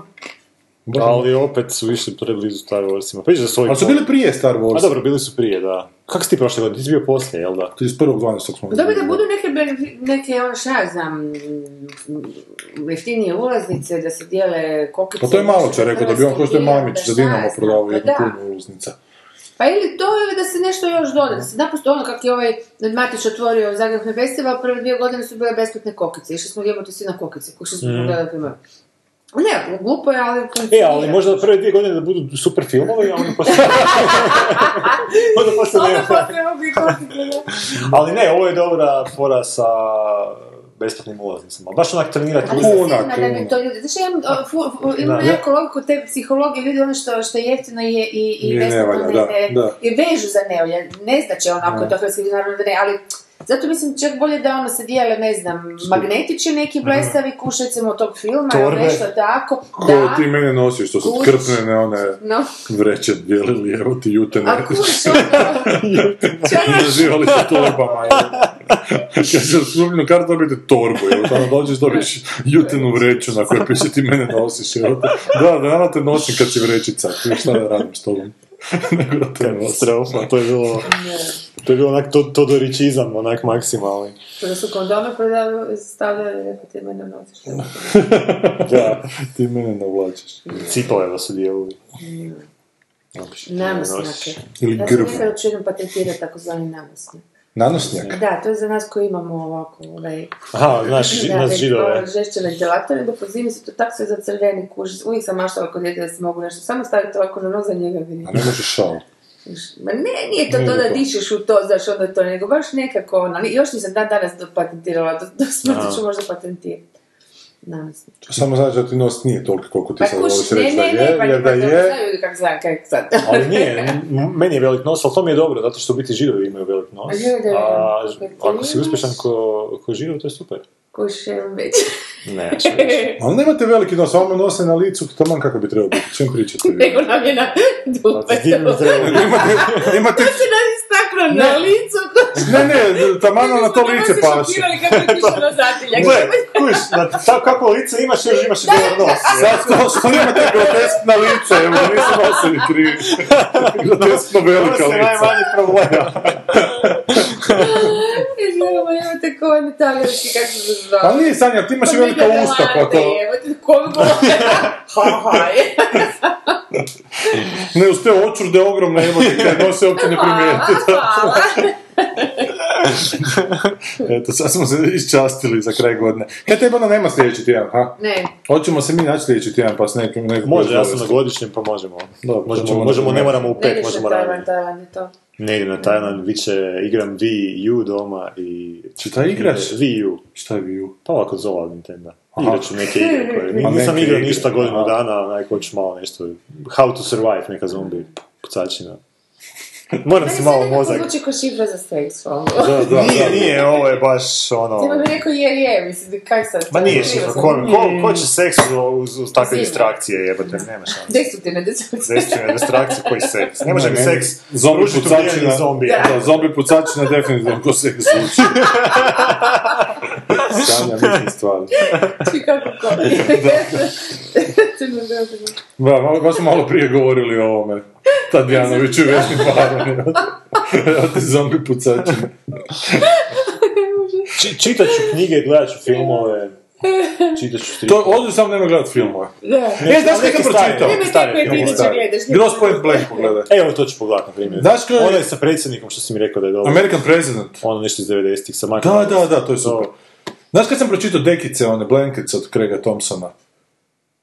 Speaker 2: Baš-
Speaker 4: Ali opet su išli preblizu Star Warsima. Pa ići za svoj...
Speaker 2: Ali su bili prije Star Wars.
Speaker 4: A Pa dobro, bili su prije, da. Kako si ti prošle godine? Ti si bio poslije, jel da?
Speaker 2: 31.12. smo
Speaker 3: Pa Dobro da
Speaker 2: bili.
Speaker 3: budu neke, benefi- neke ono šta ja znam, m, jeftinije ulaznice, da se dijele kokice.
Speaker 2: Pa to je malo
Speaker 3: nešto
Speaker 2: će
Speaker 3: za
Speaker 2: rekao da bi
Speaker 3: hrvatski
Speaker 2: on ko što je
Speaker 3: film,
Speaker 2: Mamić
Speaker 3: da
Speaker 2: za
Speaker 3: šta ja
Speaker 2: Dinamo
Speaker 3: znam,
Speaker 2: prodavao
Speaker 3: pa
Speaker 2: jednu
Speaker 3: da.
Speaker 2: kunu ulaznica.
Speaker 3: Pa ili to ili da se nešto još doda, da se naprosto ono kako je ovaj Matić otvorio Zagreb Film Festival, prve dvije godine su bile besplatne kokice, išli smo jebati svi na kokice, kušli smo pogledati filmove. Ne, glupo je, ali...
Speaker 4: Mhm. E, ali možda prve dvije godine da budu super filmovi, a onda poslije... onda poslije
Speaker 3: Onda
Speaker 4: nema.
Speaker 3: poslije mogu i kokice, da.
Speaker 4: Ali ne, ovo je dobra fora sa besplatnim ulaznicama. Baš onak trenirati
Speaker 3: Ali
Speaker 4: ljude.
Speaker 3: sam
Speaker 2: Kuna,
Speaker 3: sigurna da bi
Speaker 2: kuna.
Speaker 3: to ljudi... Znači, imam, o, fu- fu- imam
Speaker 4: Da.
Speaker 3: neku logiku te psihologije, ljudi ono što, što je jeftino je i, i
Speaker 2: Nije
Speaker 3: besplatno
Speaker 2: nevalja, da, da.
Speaker 3: I vežu za nevolje, ne znači onako
Speaker 2: Da.
Speaker 3: to hrvatski naravno da ne, ali zato mislim čak bolje da ono se dijele, ne znam, magnetići neki blesavi, kuš recimo tog filma, ili
Speaker 4: Torbe.
Speaker 3: nešto tako,
Speaker 2: Ko
Speaker 3: da,
Speaker 2: ti mene nosiš, to su
Speaker 3: Kuć.
Speaker 2: krpnene one...
Speaker 3: no,
Speaker 2: vreće dijelili, evo ti jutene.
Speaker 3: a kuš ono, čak-
Speaker 2: Nazivali se torbama, evo. Kad se sumnju kartu dobijete torbu, evo tamo dođeš dobiš jutenu vreću na kojoj piše ti mene nosiš, evo te. Da, da, naravno te nosim kad si vrećica, ti šta da radim s tobom. Nego da te nosim.
Speaker 4: Katastrofa, to je bilo... To je bilo onak to, todoričizam, onak maksimalni.
Speaker 3: da su kondome prodavali, stavljali, rekao ti mene nosiš.
Speaker 4: Da,
Speaker 2: Ti mene navlačiš.
Speaker 4: cipale da su dijelovi.
Speaker 3: Mm. Nanosnake.
Speaker 2: Ili
Speaker 3: Ja sam
Speaker 2: grbu.
Speaker 3: mislila da ću jednom patentirati takozvani nanosnjak.
Speaker 2: Nanosnjak?
Speaker 3: Da, to je za nas koji imamo ovako, ovaj,
Speaker 4: Aha, znaš,
Speaker 3: da,
Speaker 4: nas
Speaker 3: već
Speaker 4: židove.
Speaker 3: malo žešće ventilatore, da po zimi se to tako sve zacrveni kuž. Uvijek sam maštala kod djede da se mogu nešto samo staviti ovako na nos za njega. bi-
Speaker 2: A ne možeš šal.
Speaker 3: Ma ne, nije to to da
Speaker 2: Nego.
Speaker 3: dišeš u to, znaš, onda to, nego baš nekako ono, ni- još nisam dan danas to patentirala, do, do smrti ću možda patentirati. Nanos.
Speaker 2: To samo znači da ti nos nije toliko koliko ti
Speaker 3: Pa
Speaker 2: sad
Speaker 3: kuš,
Speaker 2: voliš
Speaker 3: ne,
Speaker 2: reći da
Speaker 3: ne, ne,
Speaker 2: je,
Speaker 3: pa
Speaker 2: jer
Speaker 3: njima
Speaker 2: da
Speaker 3: to ne
Speaker 2: je,
Speaker 3: znaju ljudi kako znam, kako sad.
Speaker 4: Ali nije, m- meni je velik nos, ali to mi je dobro, zato što u biti židovi imaju velik nos.
Speaker 3: A židovi,
Speaker 4: A
Speaker 3: kako ti
Speaker 4: ako si
Speaker 3: imaš?
Speaker 4: uspješan ko, ko židov, to je super.
Speaker 3: Kuš, em, već.
Speaker 4: Ne, ja ću reći.
Speaker 2: ali nemate veliki nos, vama nose na licu, taman kako bi trebao biti, čem pričate vi?
Speaker 3: Nego nam je na
Speaker 2: Pa
Speaker 3: dupe.
Speaker 4: Ti mi treba-
Speaker 2: Imate, imate
Speaker 3: Se nam istaklo na licu.
Speaker 2: Ne, ne, tamano na Ono, to lice paše.
Speaker 3: Kako je pišao na zatiljak.
Speaker 4: Gle, kuš, na ta- kako lice imaš, još imaš i dobar nos.
Speaker 2: Sad to što imate groteskna lica, evo, nisu nosili krivi. Groteskno
Speaker 4: Ono
Speaker 2: velika
Speaker 4: se
Speaker 2: lica.
Speaker 4: najmanji problem.
Speaker 3: Izgledamo, imate kao on italijanski, kako se
Speaker 4: Pa,
Speaker 3: zove. ono.
Speaker 2: Ali nije pa Sanja, ti imaš i velika usta, pa to...
Speaker 3: Evo ti, ko bi bilo? Ha, ha, je.
Speaker 2: Ne, uz te očurde ogromne emote koje nose uopće ne primijeti. Eto, sad smo se iščastili za kraj godine. Kaj tebe onda nema sljedeći tjedan, ha?
Speaker 3: Ne.
Speaker 2: Hoćemo se mi naći sljedeći tjedan, pa s nekim... nekim
Speaker 4: Može, ja sam na godišnjem, pa možemo.
Speaker 2: Dobro,
Speaker 4: možemo,
Speaker 2: ćemo
Speaker 4: možemo,
Speaker 2: onda-
Speaker 4: ne moramo u
Speaker 3: Ne
Speaker 4: pet,
Speaker 3: ideš
Speaker 4: možemo
Speaker 3: na Tajvan,
Speaker 4: raditi.
Speaker 3: Tajvan je to.
Speaker 4: Ne igram na Tajland, bit će, igram Wii U doma i...
Speaker 2: Šta igraš?
Speaker 4: Wii U.
Speaker 2: Šta je bio?
Speaker 4: Pa ovako zove od Nintendo. Igrat ću neke igre koje...
Speaker 2: A Pa
Speaker 4: nisam
Speaker 2: neke
Speaker 4: igrao
Speaker 2: igre,
Speaker 4: ništa godinu
Speaker 2: aha.
Speaker 4: dana, onaj hoću malo nešto... How to survive, neka zombi pucačina. Moram si
Speaker 3: Meni
Speaker 4: malo
Speaker 3: sve nekako
Speaker 4: mozak.
Speaker 3: Zvuči ko šifra za seksualno.
Speaker 2: Da, da,
Speaker 4: Nije,
Speaker 2: da.
Speaker 4: nije, ovo je baš ono...
Speaker 3: Ti bi rekao je, je, mislim, kaj sad?
Speaker 4: Ma nije
Speaker 3: Krivo
Speaker 4: šifra,
Speaker 3: sam.
Speaker 4: ko, ko, ko će seks uz, uz takve
Speaker 3: Sigurno.
Speaker 4: distrakcije jebate, nema šanse.
Speaker 3: Destruktivne destrukcije.
Speaker 4: Destruktivne distrakcije koji seks. Ne može mi
Speaker 2: Ne,
Speaker 4: seks
Speaker 2: Zombi
Speaker 4: pružiti ubijanje
Speaker 2: pucačina,
Speaker 4: zombija.
Speaker 2: da, zombi pucačina definitivno ko se zvuči. Sanja, mislim stvari.
Speaker 3: Ti kako ko. Crno belo, crno.
Speaker 2: Ba, malo, baš smo malo prije govorili o ovome. Tadjanoviću i vešnim parom. Rati zombi pucačina.
Speaker 4: Či, čitat ću knjige, gledat ću filmove, čitat ću strip.
Speaker 2: To, ovdje sam nema gledat filmove.
Speaker 3: Da.
Speaker 2: E, znaš kaj sam pročitao?
Speaker 3: Nemoj te
Speaker 4: stari
Speaker 3: koje
Speaker 4: film,
Speaker 3: priče
Speaker 4: stari.
Speaker 3: gledaš. nemoj
Speaker 2: Gross
Speaker 3: to
Speaker 2: Point
Speaker 3: gledati.
Speaker 2: Blank pogledaj.
Speaker 4: Evo to ću pogledat na primjer.
Speaker 2: Znaš ko je-
Speaker 4: Ono je sa predsjednikom što si mi rekao da je dobro.
Speaker 2: American President.
Speaker 4: Ono nešto iz 90-ih sa Michael
Speaker 2: Da, da,
Speaker 4: Douglasom.
Speaker 2: da, to je super. Znaš kad sam pročitao Dekice, one Blankets od Craiga Thompsona?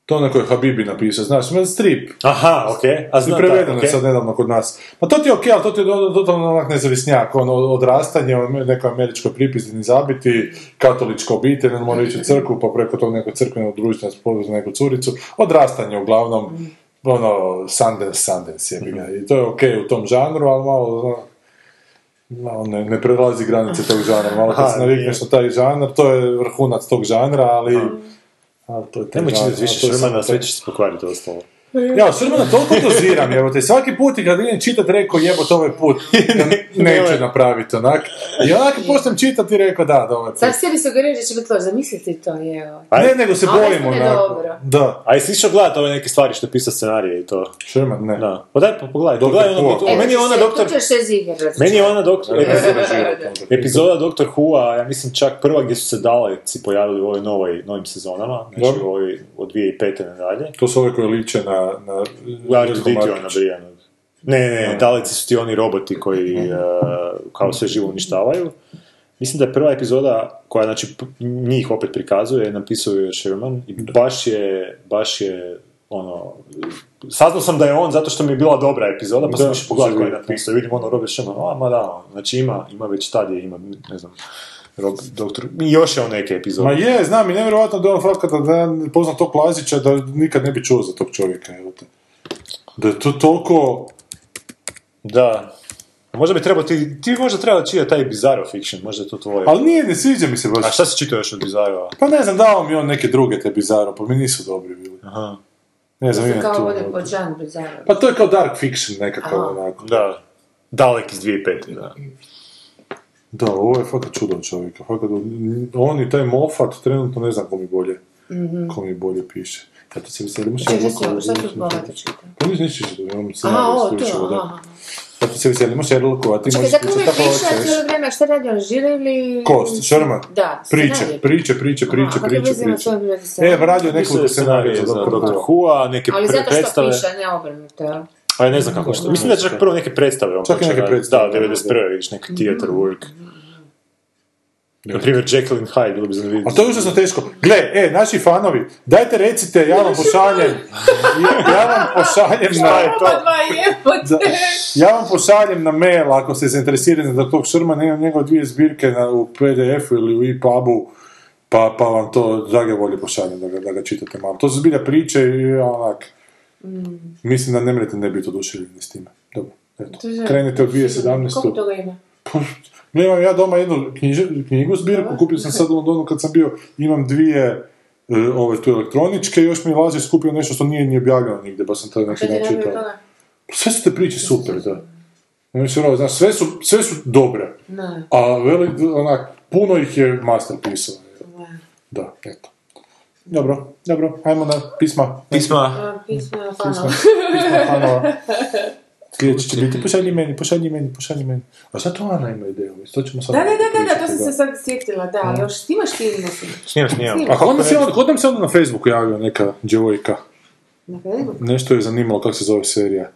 Speaker 2: To ono koje je Habibi napisao, znaš, ima strip.
Speaker 4: Aha, okej. A
Speaker 2: I
Speaker 4: znam, da,
Speaker 2: prevedeno je
Speaker 4: okej.
Speaker 2: sad nedavno kod nas. Ma to ti je okej, ali to ti je do- totalno onak nezavisnjak, ono odrastanje, ono, nekoj američkoj pripizdini zabiti, katolička obitelj, on mora ići u crkvu, pa preko tog nekog crkvenog društva spoznao neku curicu, odrastanje uglavnom, ono, Sundance, Sundance je ga. I to je okej u tom žanru, ali malo, ono, malo ne, ne prelazi granice tog žanra, malo kad
Speaker 4: Aha,
Speaker 2: se navikneš na taj žanr, to je vrhunac tog žanra, ali... ali to je taj
Speaker 4: Nemoj
Speaker 2: žanr,
Speaker 4: čitati
Speaker 2: ali to
Speaker 4: više
Speaker 2: je samo
Speaker 4: Šrmana,
Speaker 2: taj-
Speaker 4: sve ćeš se pokvariti ostalo.
Speaker 2: ja, Srmana toliko doziram, evo te svaki put i kad idem čitat rekao jebot ovaj put, ne, neću napraviti onak. I onak počnem čitati i rekao da, da ovaj put.
Speaker 3: Sad sebi sugerirati da će biti loš, zamisliti to, evo.
Speaker 2: Ne, nego se
Speaker 3: A ovo
Speaker 2: bojim
Speaker 3: ostane
Speaker 2: onak.
Speaker 3: dobro.
Speaker 2: Da,
Speaker 4: A jesi išao gledat ove neke stvari što je pisao scenarije i to?
Speaker 2: Srman, ne.
Speaker 4: Da. Pa daj, pa pogledaj.
Speaker 2: Dr.
Speaker 4: Pogledaj ono,
Speaker 2: Who.
Speaker 4: doktor- meni je ona doktor...
Speaker 3: Kućaš E, se zigrati.
Speaker 4: Meni je ona doktor...
Speaker 2: Ne znam
Speaker 4: epizoda-
Speaker 2: režira o tom.
Speaker 4: Epizoda Doktor Who-a, ja mislim čak prva gdje su se Daleci pojavili u ovoj novoj, novim sezonama, znači
Speaker 2: Dobro.
Speaker 4: u ovoj, od 2005. nadalje.
Speaker 2: To su ove koje liče na... na
Speaker 4: Gledali
Speaker 2: Željko Markić.
Speaker 4: ona Brijanog. Ne, ne, ne, Daleci su ti oni roboti koji eh, kao sve živo uništavaju. Mislim da je prva epizoda koja znači, p- njih opet prikazuje, napisao ju je Sherman i baš je, baš je ono, saznao sam da je on zato što mi je bila dobra epizoda, pa sam
Speaker 2: Da,
Speaker 4: više pogledao
Speaker 2: za
Speaker 4: ko je
Speaker 2: vidjeti.
Speaker 4: napisao. Vidim ono Robert Sherman, a ma da, znači ima, ima već tad je, ima, ne znam, Rob, doktor, i još je on neke epizode.
Speaker 2: Ma je, znam i nevjerojatno da je on fakat da ja ne poznam tog Lazića da nikad ne bi čuo za tog čovjeka, evo te. Da je to toliko...
Speaker 4: Da. Možda bi trebao, ti, ti bi možda trebao čitati taj Bizarro Fiction, možda je to tvoje.
Speaker 2: Ali nije, ne sviđa mi se baš.
Speaker 4: A šta si čitao još od Bizarro?
Speaker 2: Pa ne znam, dao mi on neke druge te bizaro, pa mi nisu dobri bili.
Speaker 4: Aha.
Speaker 2: Ne znam, imam
Speaker 3: Kao
Speaker 2: tu. ono.
Speaker 3: vode po džanru, zavrlo.
Speaker 2: Pa to je kao dark fiction nekako
Speaker 3: Aha.
Speaker 2: onako.
Speaker 4: Da. Dalek iz 2005. Da.
Speaker 2: Da, ovo je fakat čudan čovjek. Fakat, on i taj Moffat, trenutno ne znam ko mi bolje, ko mi bolje piše. Ja to se veselim. što je
Speaker 3: Čekaj,
Speaker 2: ovako-
Speaker 3: što što tu Bogata čitao?
Speaker 2: Pa nisam ništa čitao, imam
Speaker 3: Aha,
Speaker 2: scenarij
Speaker 3: ovo
Speaker 2: isključivo,
Speaker 3: to,
Speaker 2: da.
Speaker 3: aha.
Speaker 2: Ja to se veselim Sherlocku, a ti
Speaker 3: Čekaj,
Speaker 2: možeš
Speaker 3: zato
Speaker 2: pričati
Speaker 3: uvijek
Speaker 2: kako
Speaker 3: priča
Speaker 2: hoćeš.
Speaker 3: cijelo vrijeme, šta radi on, žira ili...
Speaker 2: Kost, Sherman.
Speaker 3: Da,
Speaker 2: Priče,
Speaker 3: scenarij.
Speaker 2: priče, priče, priče,
Speaker 3: kako je
Speaker 2: priče,
Speaker 3: vezano s
Speaker 2: priče.
Speaker 3: ovim režiserom?
Speaker 2: E, radio je
Speaker 4: Pisao
Speaker 2: nekoliko
Speaker 4: je
Speaker 2: scenarija
Speaker 4: scenarije
Speaker 2: za
Speaker 4: za
Speaker 2: Dr.
Speaker 4: Dr.
Speaker 2: Who.
Speaker 4: Who-a, neke
Speaker 3: Ali
Speaker 4: pre-
Speaker 3: zato što
Speaker 4: predstave.
Speaker 3: piše, ne obrnuto, jel?
Speaker 4: A Pa ja ne znam kako što. Mislim da je čak prvo neke predstave. On
Speaker 2: Čak i
Speaker 4: počeo
Speaker 2: neke
Speaker 4: raditi.
Speaker 2: predstave,
Speaker 4: Da,
Speaker 2: da,
Speaker 4: 91. vidiš, neki theater work. Na primjer, Jacqueline Hyde, bilo bi zanimljivo.
Speaker 2: A to je užasno teško. Gle, e, naši fanovi, dajte recite, ja vam pošaljem, ja vam pošaljem na...
Speaker 3: Oba dva jebote!
Speaker 2: Ja vam pošaljem na mail ako ste zainteresirani za tog Šrmana, imam njegove dvije zbirke na, u PDF-u ili u EPUB-u, pa, pa vam to drage volje pošaljem da ga, da ga čitate malo. To su zbilja priče i onak, mislim da ne mrete ne biti oduševljeni s time. Dobro, eto.
Speaker 3: To je-
Speaker 2: Krenete od
Speaker 3: Koliko
Speaker 2: 2017.
Speaker 3: toga ima?
Speaker 2: Ja imam ja doma jednu knjiže- knjigu zbirku, kupio sam sad u Londonu kad sam bio, imam dvije e, ove tu elektroničke, još mi je Lazić skupio nešto što nije ni objavljeno nigdje, pa sam to neki
Speaker 3: Šta ti
Speaker 2: dan
Speaker 3: radi od
Speaker 2: čitao.
Speaker 3: toga?
Speaker 2: Sve su te priče super, da. Ne mislim, ono, znaš, sve su, sve su dobre.
Speaker 3: Ne.
Speaker 2: A veli, onak, puno ih je master pisao. Da, eto. Dobro, dobro, ajmo na pisma. Ah,
Speaker 4: Pisma.
Speaker 3: Pisma, fanova.
Speaker 2: Pisma fanova. Sljedeći će biti, pošalji meni, pošalji meni, pošalji meni. A sad to Ana ima ideju, to ćemo sad...
Speaker 3: Da, da, da, da, da, to sam
Speaker 2: pričati,
Speaker 3: se sad sjetila, da, ali još ti imaš ti ili nisi?
Speaker 4: Snimaš, snimam.
Speaker 2: ono- A kod nam se, on- kod nam se onda na Facebooku javio neka djevojka. Nešto je zanimalo kako se zove serija.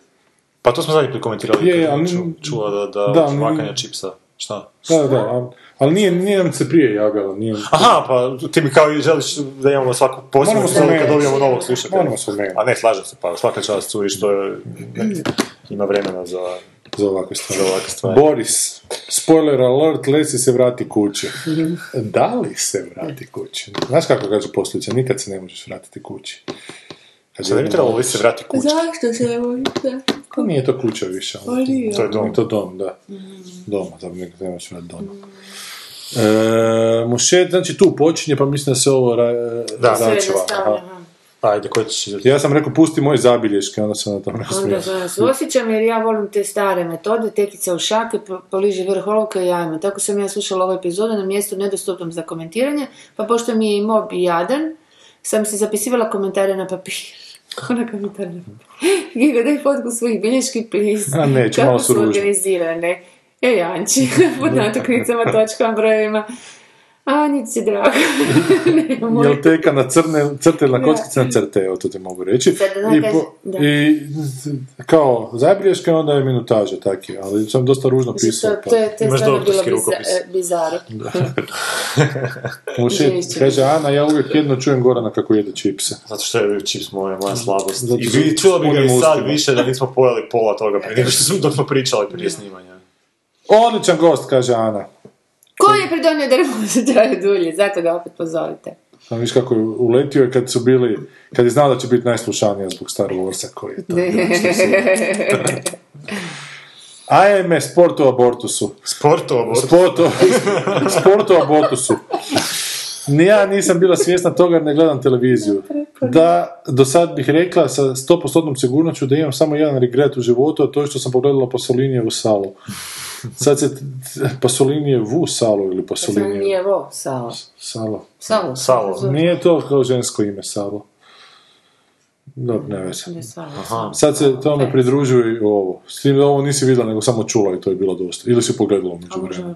Speaker 4: Pa to smo zadnji put komentirali,
Speaker 2: Je,
Speaker 4: je,
Speaker 2: ali-
Speaker 4: čula da, da,
Speaker 2: Da,
Speaker 4: od žvakanja
Speaker 2: mi-
Speaker 4: čipsa. Šta?
Speaker 2: Da, da, ali, ali nije, nije nam se prije javljalo, nije...
Speaker 4: Aha, pa ti mi kao i želiš da imamo svaku posebnu
Speaker 2: Moramo
Speaker 4: epizodu kad
Speaker 2: spomenuti.
Speaker 4: dobijemo novog slušatelja.
Speaker 2: Moramo spomenuti.
Speaker 4: A ne, slažem se, pa svaka čast curi što je, ima vremena za...
Speaker 2: za ovakve stvari.
Speaker 4: Za ovakve stvari.
Speaker 2: Boris, spoiler alert, Lesi se vrati kući. da li se vrati kući? Znaš kako kaže posljedica, nikad se ne možeš vratiti kući. Kaže,
Speaker 4: Sad ne bi trebalo li se vrati kući,
Speaker 3: Zašto se volite?
Speaker 2: Pa nije to kuća više.
Speaker 3: Pa
Speaker 2: ali-
Speaker 4: to je dom.
Speaker 2: To je dom, da.
Speaker 3: Mm.
Speaker 2: Doma, da bi ne možeš vratiti doma. E, mušet, znači tu počinje, pa mislim da se ovo ra-
Speaker 4: Da.
Speaker 2: račva. Aha.
Speaker 4: Ajde, koji ćeš...
Speaker 2: Ja sam rekao, pusti moje zabilješke, onda sam na to
Speaker 3: Onda
Speaker 2: nasmijao.
Speaker 3: se osjećam jer ja volim te stare metode, tekica u šake, po- poliži vrh olovka i jajma. Tako sam ja slušala ovu epizodu na mjestu nedostupnom za komentiranje, pa pošto mi je i mob jadan, sam si zapisivala komentare na papir. Ona komentare na papir. Giga, daj fotku svojih bilješki, please.
Speaker 2: A neću, malo su
Speaker 3: Kako su
Speaker 2: ružne.
Speaker 3: organizirane? E, Anči, pod natuknicama, točkama, brojevima. A, niti si drago. Nemoj.
Speaker 2: Jel teka na crne, crte na kockice na crte, evo to ti mogu reći.
Speaker 3: Sad da
Speaker 2: I,
Speaker 3: kaže-
Speaker 2: po-
Speaker 3: da.
Speaker 2: i kao zabriješka onda je minutaža taki, ali sam dosta ružno pisao.
Speaker 3: To, to je, to je
Speaker 4: Imaš
Speaker 3: stvarno bilo
Speaker 4: doktorski rukopis.
Speaker 3: biza- e, bizarro.
Speaker 2: Pa, u šit-
Speaker 3: izvješće.
Speaker 2: kaže, Ana, ja uvijek jedno čujem Gorana kako jede čipse.
Speaker 4: Zato što je čips moja, moja slabost.
Speaker 2: Zato
Speaker 4: I
Speaker 2: što
Speaker 4: vi, čuo bi ga i
Speaker 2: punim
Speaker 4: sad
Speaker 2: ustima.
Speaker 4: više da nismo pojeli pola toga prije nego što smo, dok smo pričali prije snimanja.
Speaker 2: Odličan gost, kaže Ana.
Speaker 3: Ko je pridonio da remonti traju dulje? Zato ga opet pozovite.
Speaker 2: A viš kako je uletio je kad su bili, kad je znao da će biti najslušanija zbog Star Warsa koji je to. AME, sport u abortusu.
Speaker 4: Sport ovo.
Speaker 2: Sport u, sport u abortusu. Ni ja nisam bila svjesna toga jer ne gledam televiziju. Da, do sad bih rekla sa 100% sigurnoću da imam samo jedan regret u životu, a to je što sam pogledala Pasolinijevu salu. Sad se t- Pasolinijevu salu ili
Speaker 3: Samo
Speaker 2: Pasolinijevu
Speaker 3: nije vo, Salo.
Speaker 2: salu.
Speaker 3: Salo.
Speaker 4: Salo.
Speaker 2: Nije to kao žensko ime Savo. Dobro, ne veze.
Speaker 3: Ne, Salo.
Speaker 2: Sad se tome pridružuje i ovo. S tim da ovo nisi vidjela, nego samo čula i to je bilo dosta. Ili si pogledala među vremenu.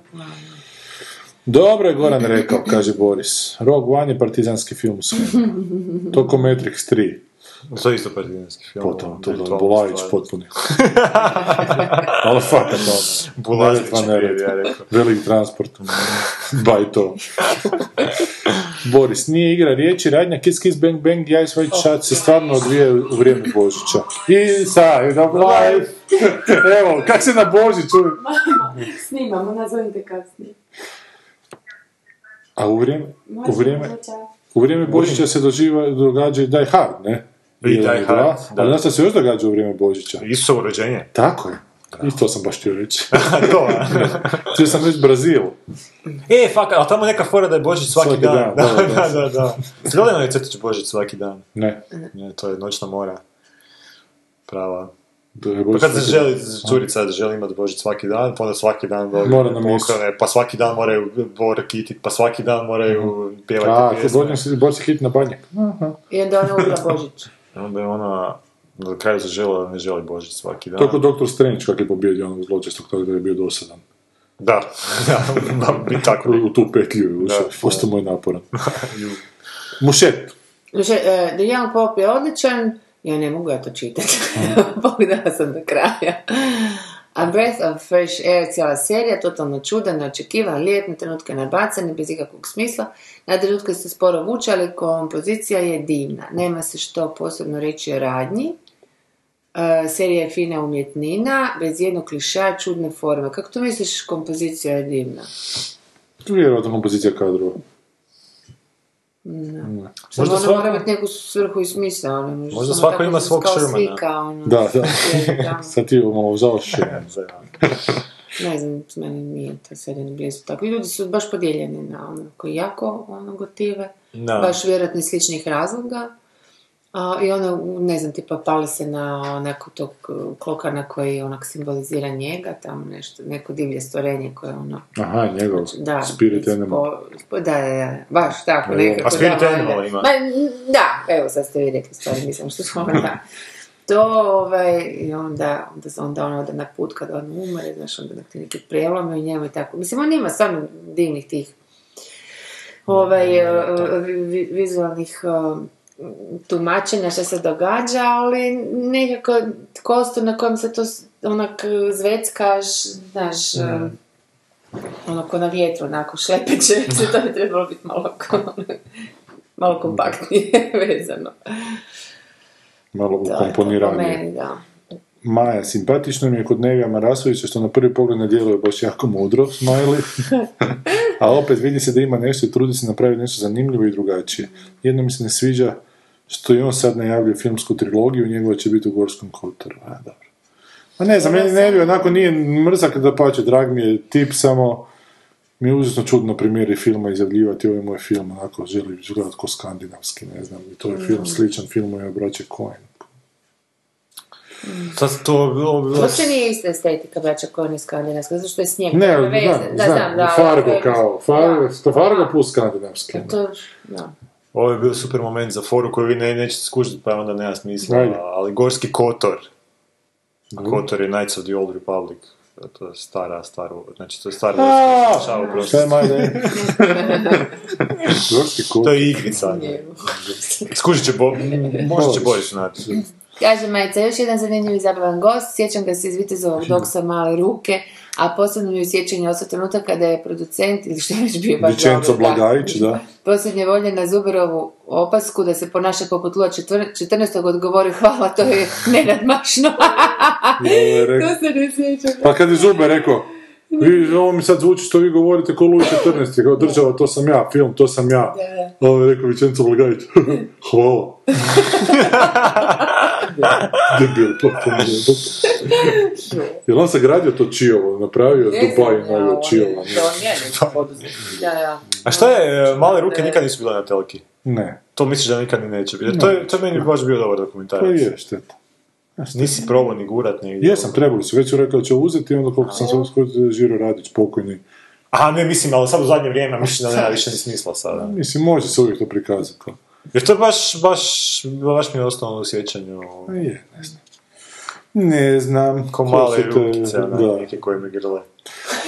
Speaker 2: Dobro je Goran rekao, kaže Boris. Rogue One je partizanski film u svemu. Toko Matrix 3.
Speaker 4: To je isto partizanski film.
Speaker 2: Potom, to je
Speaker 4: Ritualna
Speaker 2: Bulajić
Speaker 4: stvar.
Speaker 2: potpuni. Ali fakat ono.
Speaker 4: Bulazić
Speaker 2: Neretva,
Speaker 4: je
Speaker 2: Neretva.
Speaker 4: bio, ja rekao.
Speaker 2: Velik transport. Baj to. Boris, nije igra riječi, radnja Kiss Kiss Bang Bang, ja i svoj čat se stvarno odvijaju u vrijeme Božića. I side of life. Evo, kak se na Božiću...
Speaker 3: Snimamo, nazovite kasnije.
Speaker 2: A u vrijeme, u vrijeme, u vrijeme Božića se doživa, događa i Die Hard, ne?
Speaker 4: I Die
Speaker 2: Jedan
Speaker 4: Hard,
Speaker 2: dva.
Speaker 4: da.
Speaker 2: Ali znaš šta se još događa u vrijeme Božića?
Speaker 4: Isusovo rođenje.
Speaker 2: Tako je. I to sam baš htio reći.
Speaker 4: to, a?
Speaker 2: Htio sam reći Brazil.
Speaker 4: E, fuck, ali tamo je neka fora da je Božić svaki,
Speaker 2: Svaki
Speaker 4: dan.
Speaker 2: dan,
Speaker 4: Da,
Speaker 2: da, da.
Speaker 4: da, da. da. Zgodano je crtić Božić svaki dan.
Speaker 2: Ne.
Speaker 4: Ne, to je noćna mora. Prava.
Speaker 2: To je
Speaker 4: Pa
Speaker 2: Božić
Speaker 4: kad se
Speaker 2: svaki
Speaker 4: želi, curica želi imati Božić svaki dan, pa onda svaki dan dobiju
Speaker 2: Mora na misu.
Speaker 4: poklone, pa svaki dan moraju bor kitit, pa svaki dan moraju pjevati
Speaker 2: A,
Speaker 4: pjesme.
Speaker 2: Božić Mhm. Pa, se Božić hit na banjak.
Speaker 3: I onda ona ubila Božić.
Speaker 4: I Onda je ona na kraju zažela da ne želi Božić svaki dan.
Speaker 2: To je kod Doktor Strange kak je pobjedio onog zločestog toga da je bio dosadan.
Speaker 4: Da, da, da, bi tako
Speaker 2: U tu petlju je ušao,
Speaker 4: Da.
Speaker 2: postao moj naporan. Mušet.
Speaker 3: Znači, e, The Young Pop je odličan, ja ne mogu ja to čitati. Pogledala sam do kraja. A Breath of Fresh Air, cijela serija, totalno čudan, neočekivan, lijep, na trenutke nabacani, bez ikakvog smisla. Na trenutke se sporo vuče, ali kompozicija je divna. Nema se što posebno reći o radnji. E, serija je fina umjetnina, bez jednog klišaja, čudne forme. Kako to misliš, kompozicija je divna?
Speaker 2: Vjerojatno kompozicija kadrova.
Speaker 3: Samo
Speaker 4: Možda
Speaker 3: ona
Speaker 4: svako-
Speaker 3: mora imati neku svrhu i smisao. Ne može
Speaker 4: Možda
Speaker 3: samo
Speaker 4: svako
Speaker 3: tako
Speaker 4: ima
Speaker 3: da se
Speaker 4: svog
Speaker 3: kao
Speaker 4: Shermana.
Speaker 3: slika, ono,
Speaker 2: Da, da.
Speaker 3: sjedi tamo.
Speaker 2: Sad ti omalovažavaš še.
Speaker 3: Ne znam, meni nije ta serija ni blizu tako. Ljudi su baš podijeljeni na ono koji jako ono gotive,
Speaker 4: Da.
Speaker 3: baš vjerojatno iz sličnih razloga. A, I ono, ne znam, tipa pali se na onako tog uh, klokana koji onak simbolizira njega, tamo nešto, neko divlje stvorenje koje ono,
Speaker 2: Aha, njegov.
Speaker 3: da.
Speaker 2: Spirit Animal.
Speaker 3: spo- spo- da, da, da, baš tako
Speaker 2: Da,
Speaker 3: nekako.
Speaker 4: A Spirit
Speaker 3: da,
Speaker 4: Animal
Speaker 3: valjda.
Speaker 4: ima.
Speaker 3: Ma, da, evo sad ste vi rekli stvari, mislim što smo da. To, ovaj, i onda, onda, onda on ode na put kad on umre, znaš, onda neki neki prelome u njemu i tako. Mislim, on ima stvarno divnih tih ovaj, e, e, vi- eh, vizualnih e, tumačenja što se događa, ali nekako kostur na kojem se to s- onak eh, zveckaš, znaš, eh, ono ko na vjetru, onako šlepeće, se to bi trebalo biti malo, ko- malo kompaktnije vezano.
Speaker 2: Malo
Speaker 3: Da, po
Speaker 2: ukomponiranije.
Speaker 3: meni, da.
Speaker 2: Maja, simpatično mi je kod Nevija Marasovića što na prvi pogled ne djeluje baš jako mudro, smiley. A opet vidi se da ima nešto i trudi se napraviti nešto zanimljivo i drugačije. Jedno mi se ne sviđa što i on sad najavljuje filmsku trilogiju, njegova će biti u Gorskom kotaru. A, dobro. Ma ne znam, meni Nevi onako nije mrzak da pače, drag mi je tip, samo mi je užasno čudno primjeri filma izjavljivati, ovo je moj film, onako želi gledati ko skandinavski, ne znam, i to je film sličan filmu je obraće Coen.
Speaker 4: Sad to ovo bi bilo...
Speaker 3: Uopće nije ista estetika, braća, koja je skandinavska, zato što je snijeg.
Speaker 2: Ne,
Speaker 3: nema
Speaker 2: znam,
Speaker 3: veze.
Speaker 2: znam, Fargo kao, Fargo, to Fargo plus skandinavski.
Speaker 3: Da, to, da.
Speaker 4: Ovo je bio super moment za foru koju vi ne, nećete skužiti, pa onda nema smisla.
Speaker 2: Ajde.
Speaker 4: Ali Gorski Kotor. Kotor je Knights of the Old Republic. To je stara, staro, znači to je stara
Speaker 2: A,
Speaker 4: Šta je oprost?
Speaker 2: Šta je maj ne? Gorski kut.
Speaker 4: To je igrica. Skužit će Bo... Možda će
Speaker 2: Boris.
Speaker 4: Boris znati.
Speaker 3: Kaže Majica, još jedan zanimljiv i zabavan gost, sjećam ga se iz Vitezovog doksa male ruke, a posebno mi je sjećanje osa trenutak kada je producent, ili što je već bio baš
Speaker 2: Vičenco
Speaker 3: dobro, da.
Speaker 2: Blagajić, da.
Speaker 3: Posljednje volje na Zuberovu opasku da se ponaša poput Lua četvr- 14. odgovori hvala, to je nenadmašno.
Speaker 2: I ovo je
Speaker 3: to
Speaker 2: rekao-
Speaker 3: se ne sjećam.
Speaker 2: Pa kad je Zube rekao, vi, ovo mi sad zvuči što vi govorite ko Luj 14. Kao država, to sam ja, film, to sam ja.
Speaker 3: Da.
Speaker 2: Ovo je rekao Vičenco Blagajić, hvala. Debil, potpuno debil. Jel on sagradio to Čijovo, napravio
Speaker 3: Ne
Speaker 2: Dubaj
Speaker 3: znam, ja,
Speaker 2: novo
Speaker 3: ovo
Speaker 2: Čijovo?
Speaker 3: je- To nije neki poduzetnik. Da, da.
Speaker 4: A šta je, e, male ruke nikad nisu bile na telki.
Speaker 2: Ne,
Speaker 4: To misliš da nikad ni neće biti. Jer To je, to je meni baš bio dobar
Speaker 2: to
Speaker 4: dokumentarac.
Speaker 2: je šteta.
Speaker 4: Nisi probao ni gurat, ni...
Speaker 2: Jesam, trebali su, već su rekli da će uzeti, onda koliko sam se uskoro Žiro Radić pokojni.
Speaker 4: Aha, ne, mislim, ali sad u zadnje vrijeme mislim da nema više ni smisla sada.
Speaker 2: Mislim, može se uvijek to prikazati. kao,
Speaker 4: Jer to je baš, baš, baš mi je ostalo u sjećanju.
Speaker 2: a Je, ne znam. Ne znam.
Speaker 4: Ko
Speaker 2: to
Speaker 4: male
Speaker 2: su te-
Speaker 4: rukice, ono,
Speaker 2: da.
Speaker 4: neke koje mi grle.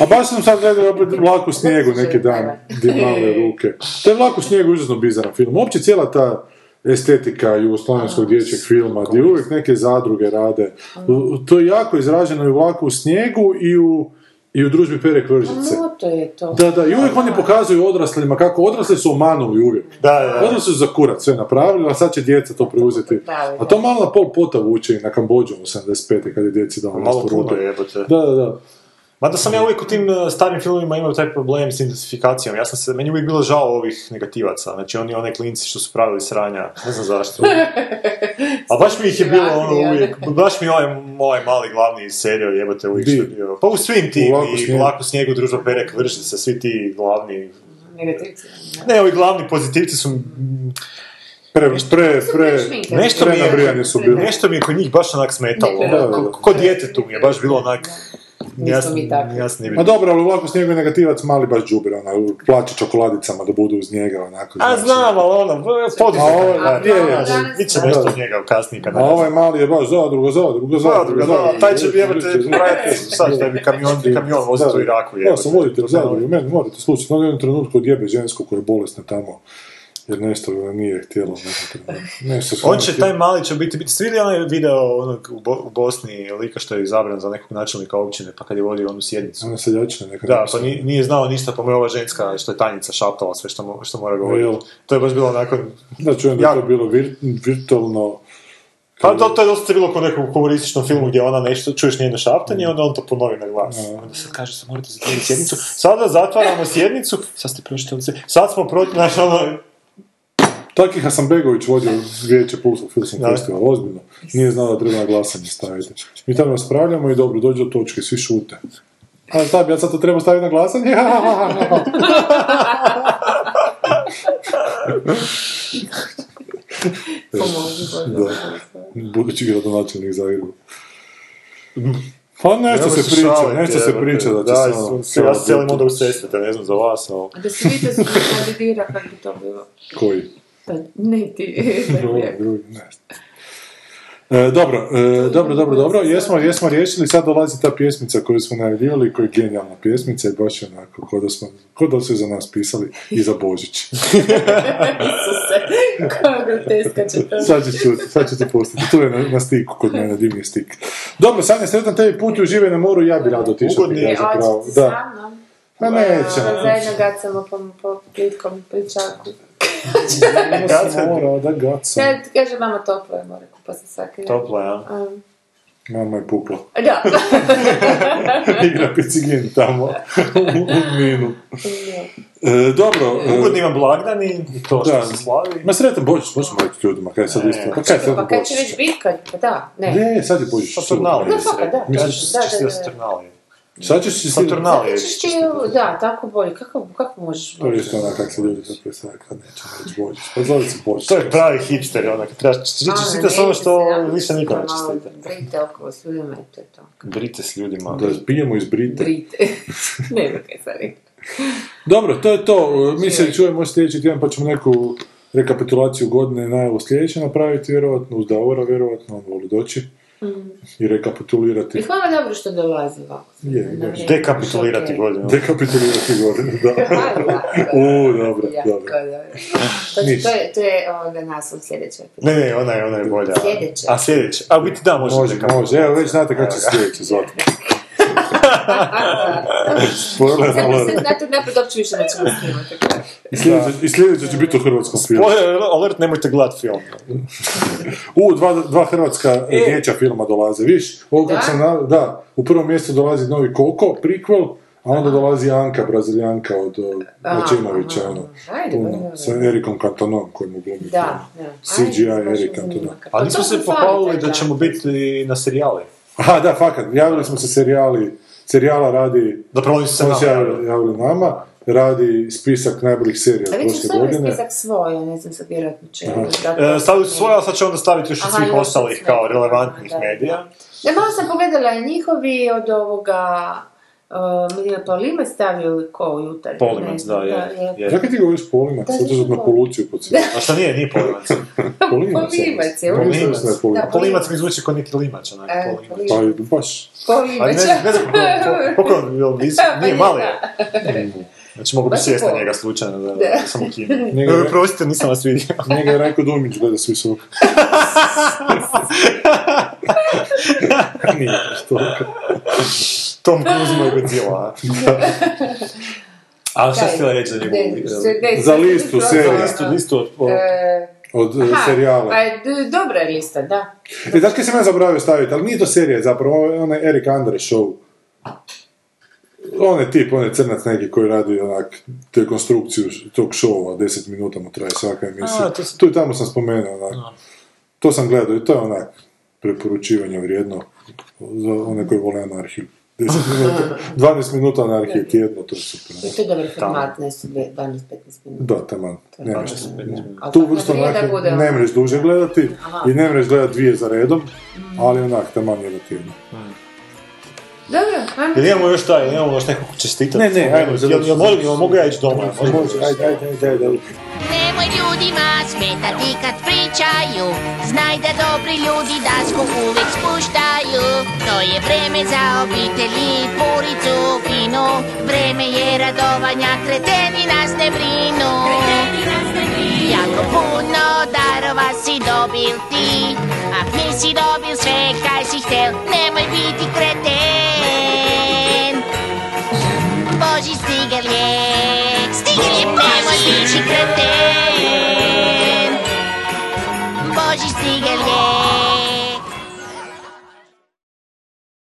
Speaker 2: A baš sam sad gledao opet Vlaku snijegu neki dan, gdje male ruke. To je Vlaku snijegu užasno bizaran film. Uopće cijela ta estetika jugoslavenskog dječjeg filma, gdje uvijek neke zadruge rade. U- To je jako izraženo i u Vlaku u snijegu i u, i u družbi Pere Kvržice.
Speaker 3: No, to je to.
Speaker 2: Da, da, i uvijek oni pokazuju odraslima kako odrasli su omanuli uvijek.
Speaker 4: Da, da, da.
Speaker 2: Odrasli su za kurac sve napravili, a sad će djeca to preuzeti.
Speaker 3: Napravili,
Speaker 2: A to malo na pol pota vuče i na Kambođu u 75. kad je djeci dao
Speaker 4: Malo
Speaker 2: nešto
Speaker 4: puno
Speaker 2: rupe.
Speaker 4: jebote.
Speaker 2: Da, da, da.
Speaker 4: Mada sam ja uvijek u tim e, starim filmima imao taj problem s intensifikacijom. Ja sam se, meni je uvijek bilo žao ovih negativaca. Znači oni one klinci što su pravili sranja. Ne znam zašto. A baš mi ih je bilo ono uvijek. Baš mi je ovaj moj mali glavni iz serije jebote uvijek što je
Speaker 2: Di?
Speaker 4: bio. Pa u svim tim.
Speaker 2: U Laku
Speaker 4: i
Speaker 2: snijegu.
Speaker 4: Laku snijegu, družba Perek, Vržice, svi ti glavni.
Speaker 3: Negativci.
Speaker 4: Ne, ovi glavni pozitivci su mm,
Speaker 2: Pre, pre, pre,
Speaker 3: prešminkani.
Speaker 4: Nešto mi, je,
Speaker 2: Prenabrijani su bili.
Speaker 4: nešto mi je kod njih baš onak smetalo. ono,
Speaker 3: Ne,
Speaker 2: ne, ne.
Speaker 4: Ko- ko djetetu mi je baš bilo onak...
Speaker 3: Nismo mi takvi.
Speaker 4: jasni
Speaker 2: Ma dobro, ali ovako s njega je negativac mali baš džuber, ona, plaće čokoladicama da budu uz njega, onako.
Speaker 4: A
Speaker 2: znaš.
Speaker 4: znam, ali ono,
Speaker 2: A ovo je,
Speaker 4: podizak.
Speaker 2: da, gdje je?
Speaker 3: A, da.
Speaker 4: Bit će nešto od njega kasnije kada...
Speaker 2: A ovaj mali je baš zadruga, zadruga, zadruga,
Speaker 4: Zadruga, da,
Speaker 2: zadruga.
Speaker 4: taj će jebate praviti sad da bi kamion, bi kamion vozio u Iraku
Speaker 2: Ja
Speaker 4: jebate.
Speaker 2: sam voditelj
Speaker 4: ono-
Speaker 2: zadruge, meni morate slušati, na jednom trenutku odjebe žensku koja je bolesna tamo, jer nešto nije htjelo. u nekom trenutku. ono- Nešto
Speaker 4: On će, taj mali će biti, biti, svi onaj video onog u, Bo- u Bosni lika što je izabran za nekog načelnika općine, pa kad je vodio onu sjednicu.
Speaker 2: Ona seljačina neka.
Speaker 4: Da, pa nije, nije znao ništa, pa mu je ova ženska što je tajnica šaptala sve što, mo- što mora
Speaker 2: Jel?
Speaker 4: govoriti. To je baš bilo onako
Speaker 2: Da, čujem da Znači, je to
Speaker 4: Jako.
Speaker 2: bilo vir, virtualno.
Speaker 4: Pa to, to je dosta bilo kao u nekom humorističnom filmu gdje ona nešto, čuješ njeno šaptanje i onda on to ponovi na glas. Onda sad kaže, sad morate zatvoriti sjednicu. Sada zatvaramo sjednicu, sad ste pročitali sve. Sad smo protiv, znaš, ono,
Speaker 2: Taki Hasanbegović vodio vijeće Pulskog filmskog
Speaker 4: Da.
Speaker 2: festivala, ozbiljno. Nije znao da treba na glasanje staviti. Mi tamo raspravljamo i dobro, dođe do točke, svi šute. A šta bi ja sad to trebao staviti na glasanje? Budući gradonačelnik Zagreba. Pa nešto se priča, nešto se priča da će
Speaker 4: da,
Speaker 2: se ono...
Speaker 4: ja se celim onda u sestre, te ne znam za vas, ali...
Speaker 3: Da se vidite su kandidira, kako bi to bilo.
Speaker 2: Koji?
Speaker 3: Pa, Ne ti.
Speaker 2: No. Drugi, drugi, ne znam. E, dobro, e, dobro, dobro, dobro, jesmo, jesmo riješili, sad dolazi ta pjesmica koju smo najavljivali, koja je genijalna pjesmica i baš je onako, ko da, smo, ko da su je za nas pisali i za Božić.
Speaker 3: Isuse, koja groteska će to.
Speaker 2: sad ću čuti, sad ću te pustiti, tu je na, na stiku kod mene, divni stik. Dobro, Sanja, sretan tebi put i uživaj na moru, ja bi rado otišao.
Speaker 4: Ugodni
Speaker 2: ja
Speaker 4: je,
Speaker 2: zapravo,
Speaker 3: Oćete
Speaker 2: da.
Speaker 3: sa mnom?
Speaker 2: Pa
Speaker 3: Pa
Speaker 2: neće.
Speaker 3: Zajedno gacamo po, po plitkom pličaku.
Speaker 2: Ja sam morao da gacam.
Speaker 3: Kad kaže mama toplo je more kupa se svaki dan.
Speaker 4: Topla, ja.
Speaker 3: Um,
Speaker 2: Mama je pukla.
Speaker 3: Da.
Speaker 2: Igra pecigin tamo u minu. E, dobro. e,
Speaker 4: Ugodni vam blagdani, i to
Speaker 2: Da.
Speaker 4: što se slavi.
Speaker 2: Ma sretan Božić, možemo reći ljudima, kaj je sad
Speaker 4: Ne.
Speaker 2: isto. Pa kaj je sad
Speaker 3: Pa kad će
Speaker 2: Božić?
Speaker 3: već biti kad? Pa da, ne.
Speaker 2: Ne, sad je
Speaker 4: Pa
Speaker 2: Božić.
Speaker 4: Saturnalije.
Speaker 3: Da, fakat, da.
Speaker 4: Mislim,
Speaker 3: Da, da,
Speaker 4: će
Speaker 3: da.
Speaker 4: se Saturnalije.
Speaker 2: Sad ćeš
Speaker 4: Pa
Speaker 2: si...
Speaker 4: Saturnalije.
Speaker 3: Kako ćeš ti, da, tako bolje, kako, kako možeš?
Speaker 2: To je isto ona kako se ljudi sad predstavljaju kad neće reći Božić. Pa zove se Božić.
Speaker 4: To je pravi hipster, onak, trebaš čestitati samo što više nikome ne čestite.
Speaker 3: Brite okolo s ljudima i to je to.
Speaker 4: Brite s ljudima.
Speaker 2: Da pijemo iz Brite.
Speaker 3: Brite. ne znam kaj sam rekla.
Speaker 2: Dobro, to je to. Mi se čujemo sljedeći tjedan pa ćemo neku rekapitulaciju godine najavu sljedeće napraviti vjerojatno, uz Davora vjerojatno, on voli doći i rekapitulirati.
Speaker 3: I hvala dobro što dolazi ovako.
Speaker 2: Je,
Speaker 3: Na
Speaker 2: je.
Speaker 3: vrijeme.
Speaker 4: Dekapitulirati
Speaker 3: Ok.
Speaker 4: godinu.
Speaker 2: Dekapitulirati godine, da.
Speaker 3: Pa, jako.
Speaker 2: U, dobro,
Speaker 3: Jako
Speaker 2: dobro.
Speaker 3: dobro. To, će- to je, to je ovoga naslov sljedeće.
Speaker 4: Ne, ne, ona je, ona je bolja.
Speaker 3: Sljedeće.
Speaker 4: A sljedeće. A u biti da, može.
Speaker 2: Može,
Speaker 4: dekapitulirati.
Speaker 2: može. Evo, već znate kako će sljedeće zvati. Spoiler
Speaker 3: Sad mi se
Speaker 2: alert.
Speaker 3: znate naprijed uopće više nećemo snimati. tako da.
Speaker 2: I sljedeće- I sljedeće će biti u hrvatskom filmu.
Speaker 4: Spoiler alert, nemojte gledat film.
Speaker 2: U, dva, dva hrvatska e. dječja filma dolaze, viš? Ovo
Speaker 3: Da?
Speaker 2: kako sam, na- da, u prvom mjestu dolazi novi Koko, prikvel, a onda dolazi Anka, brazilijanka od uh, Račinovića, ono,
Speaker 3: Ajde, pa
Speaker 2: puno,
Speaker 3: dobro.
Speaker 2: sa Erikom Kantonom kojim mu glumi.
Speaker 3: Da, da. Ajde,
Speaker 2: CGI
Speaker 3: baš me
Speaker 2: Erika
Speaker 3: zanima
Speaker 2: Antona.
Speaker 3: kako.
Speaker 4: A
Speaker 3: Pa
Speaker 4: nismo
Speaker 3: to
Speaker 4: se
Speaker 3: smo
Speaker 4: pohvalili
Speaker 3: fali,
Speaker 4: da ćemo biti na serijali.
Speaker 2: Aha, da, fakat, javili smo se serijali, serijala radi,
Speaker 4: Zapravo nisu se
Speaker 2: smo se
Speaker 4: nam
Speaker 2: javili, javili nama, radi spisak najboljih serija
Speaker 3: A vi ćete
Speaker 2: prošle
Speaker 3: stavili
Speaker 2: godine.
Speaker 3: spisak svoj, ja ne znam sad vjerojatno će.
Speaker 4: E, Stavili su svoje, ali sad će onda staviti još od
Speaker 3: Aha,
Speaker 4: svih
Speaker 3: još od
Speaker 4: ostalih
Speaker 3: svih.
Speaker 4: kao relevantnih
Speaker 3: Da, da.
Speaker 4: medija.
Speaker 3: Ne, Ja, malo sam pogledala i njihovi od ovoga... Uh, je Polimac stavio ko jutar?
Speaker 4: Polimac,
Speaker 3: ne,
Speaker 4: da, je. je.
Speaker 2: Zakaj ti govoriš Polimac?
Speaker 3: Da,
Speaker 2: Zato što
Speaker 3: zašto
Speaker 2: na poluciju po cijelu.
Speaker 4: A šta nije, nije polimac.
Speaker 2: Polimac je.
Speaker 3: Polimac je,
Speaker 2: Ja mislim
Speaker 4: Polimac.
Speaker 2: da je Polimac.
Speaker 3: Da,
Speaker 4: Polimac mi zvuči kao neki limač, onak,
Speaker 3: E,
Speaker 4: polimac.
Speaker 3: Polimac.
Speaker 2: Pa, baš.
Speaker 4: A ne,
Speaker 3: Polimac.
Speaker 4: ne znam koliko- koliko je on bio vis,
Speaker 3: Pa
Speaker 4: nije
Speaker 3: je,
Speaker 4: mali
Speaker 3: da.
Speaker 4: je. Znači mogu bi
Speaker 3: Baš je
Speaker 4: sjest na
Speaker 3: pol.
Speaker 4: njega slučajno da, da sam u kinu.
Speaker 2: Njega je-
Speaker 4: E, Prostite, nisam vas vidio.
Speaker 2: Njega je Rajko Dumić gleda s visoka. Nije, što?
Speaker 4: Tom Cruise mu je Godzilla. Ali šta
Speaker 3: Kaj?
Speaker 4: si htjela reći za njegovu?
Speaker 3: Ne, se- ne,
Speaker 2: Za
Speaker 3: se-
Speaker 2: listu
Speaker 3: se-
Speaker 2: serija.
Speaker 4: Za listu, listu od... od-
Speaker 3: E,
Speaker 2: Od e,
Speaker 3: aha,
Speaker 2: serijala.
Speaker 3: Pa je d- dobra je lista, da.
Speaker 2: E, znaš kaj sam ja zaboravio staviti, ali nije to serija zapravo, ovo je onaj Erik Andre show. On je tip, on je crnac neki koji radi onak te konstrukciju š- tog showa, 10 minuta mu traje svaka emisija.
Speaker 4: A, to sam-
Speaker 2: Tu i tamo sam spomenuo, onak. To sam gledao i to je onak preporučivanje vrijedno za one koji vole anarhiju. 10 minuta, 12 minuta anarhije tjedno, to je super.
Speaker 3: I to je dobar format, ne su dvije- 12-15 minuta.
Speaker 2: Da, taman. Ne možeš.
Speaker 3: Ali
Speaker 2: Tu
Speaker 3: tako
Speaker 2: vrstu
Speaker 3: da vrijeda
Speaker 2: onak
Speaker 3: bude, ono.
Speaker 2: ne mreš duže gledati
Speaker 3: Aha.
Speaker 2: i ne mreš gledati dvije za redom,
Speaker 4: Mm.
Speaker 2: ali onak taman je tjedno.
Speaker 3: Dobro, ajmo.
Speaker 4: Jel imamo još taj, jel imamo još nekog čestitati?
Speaker 2: Ne, ne, ajmo,
Speaker 4: Jel, jel, mogu- jel mogu ja ići doma?
Speaker 2: Može, ajde, ajde, ajde, ajde, ajde.
Speaker 7: Nemoj ljudima smetati kad pričaju Znaj da dobri ljudi dasku uvijek spuštaju To je vreme za obitelji puricu finu Vreme je radovanja, kreteni nas ne brinu Jako puno darova si dobil ti A nisi dobil sve kaj si htel Nemoj biti kreten Boži stiger je Stiger je Nemoj biti kreten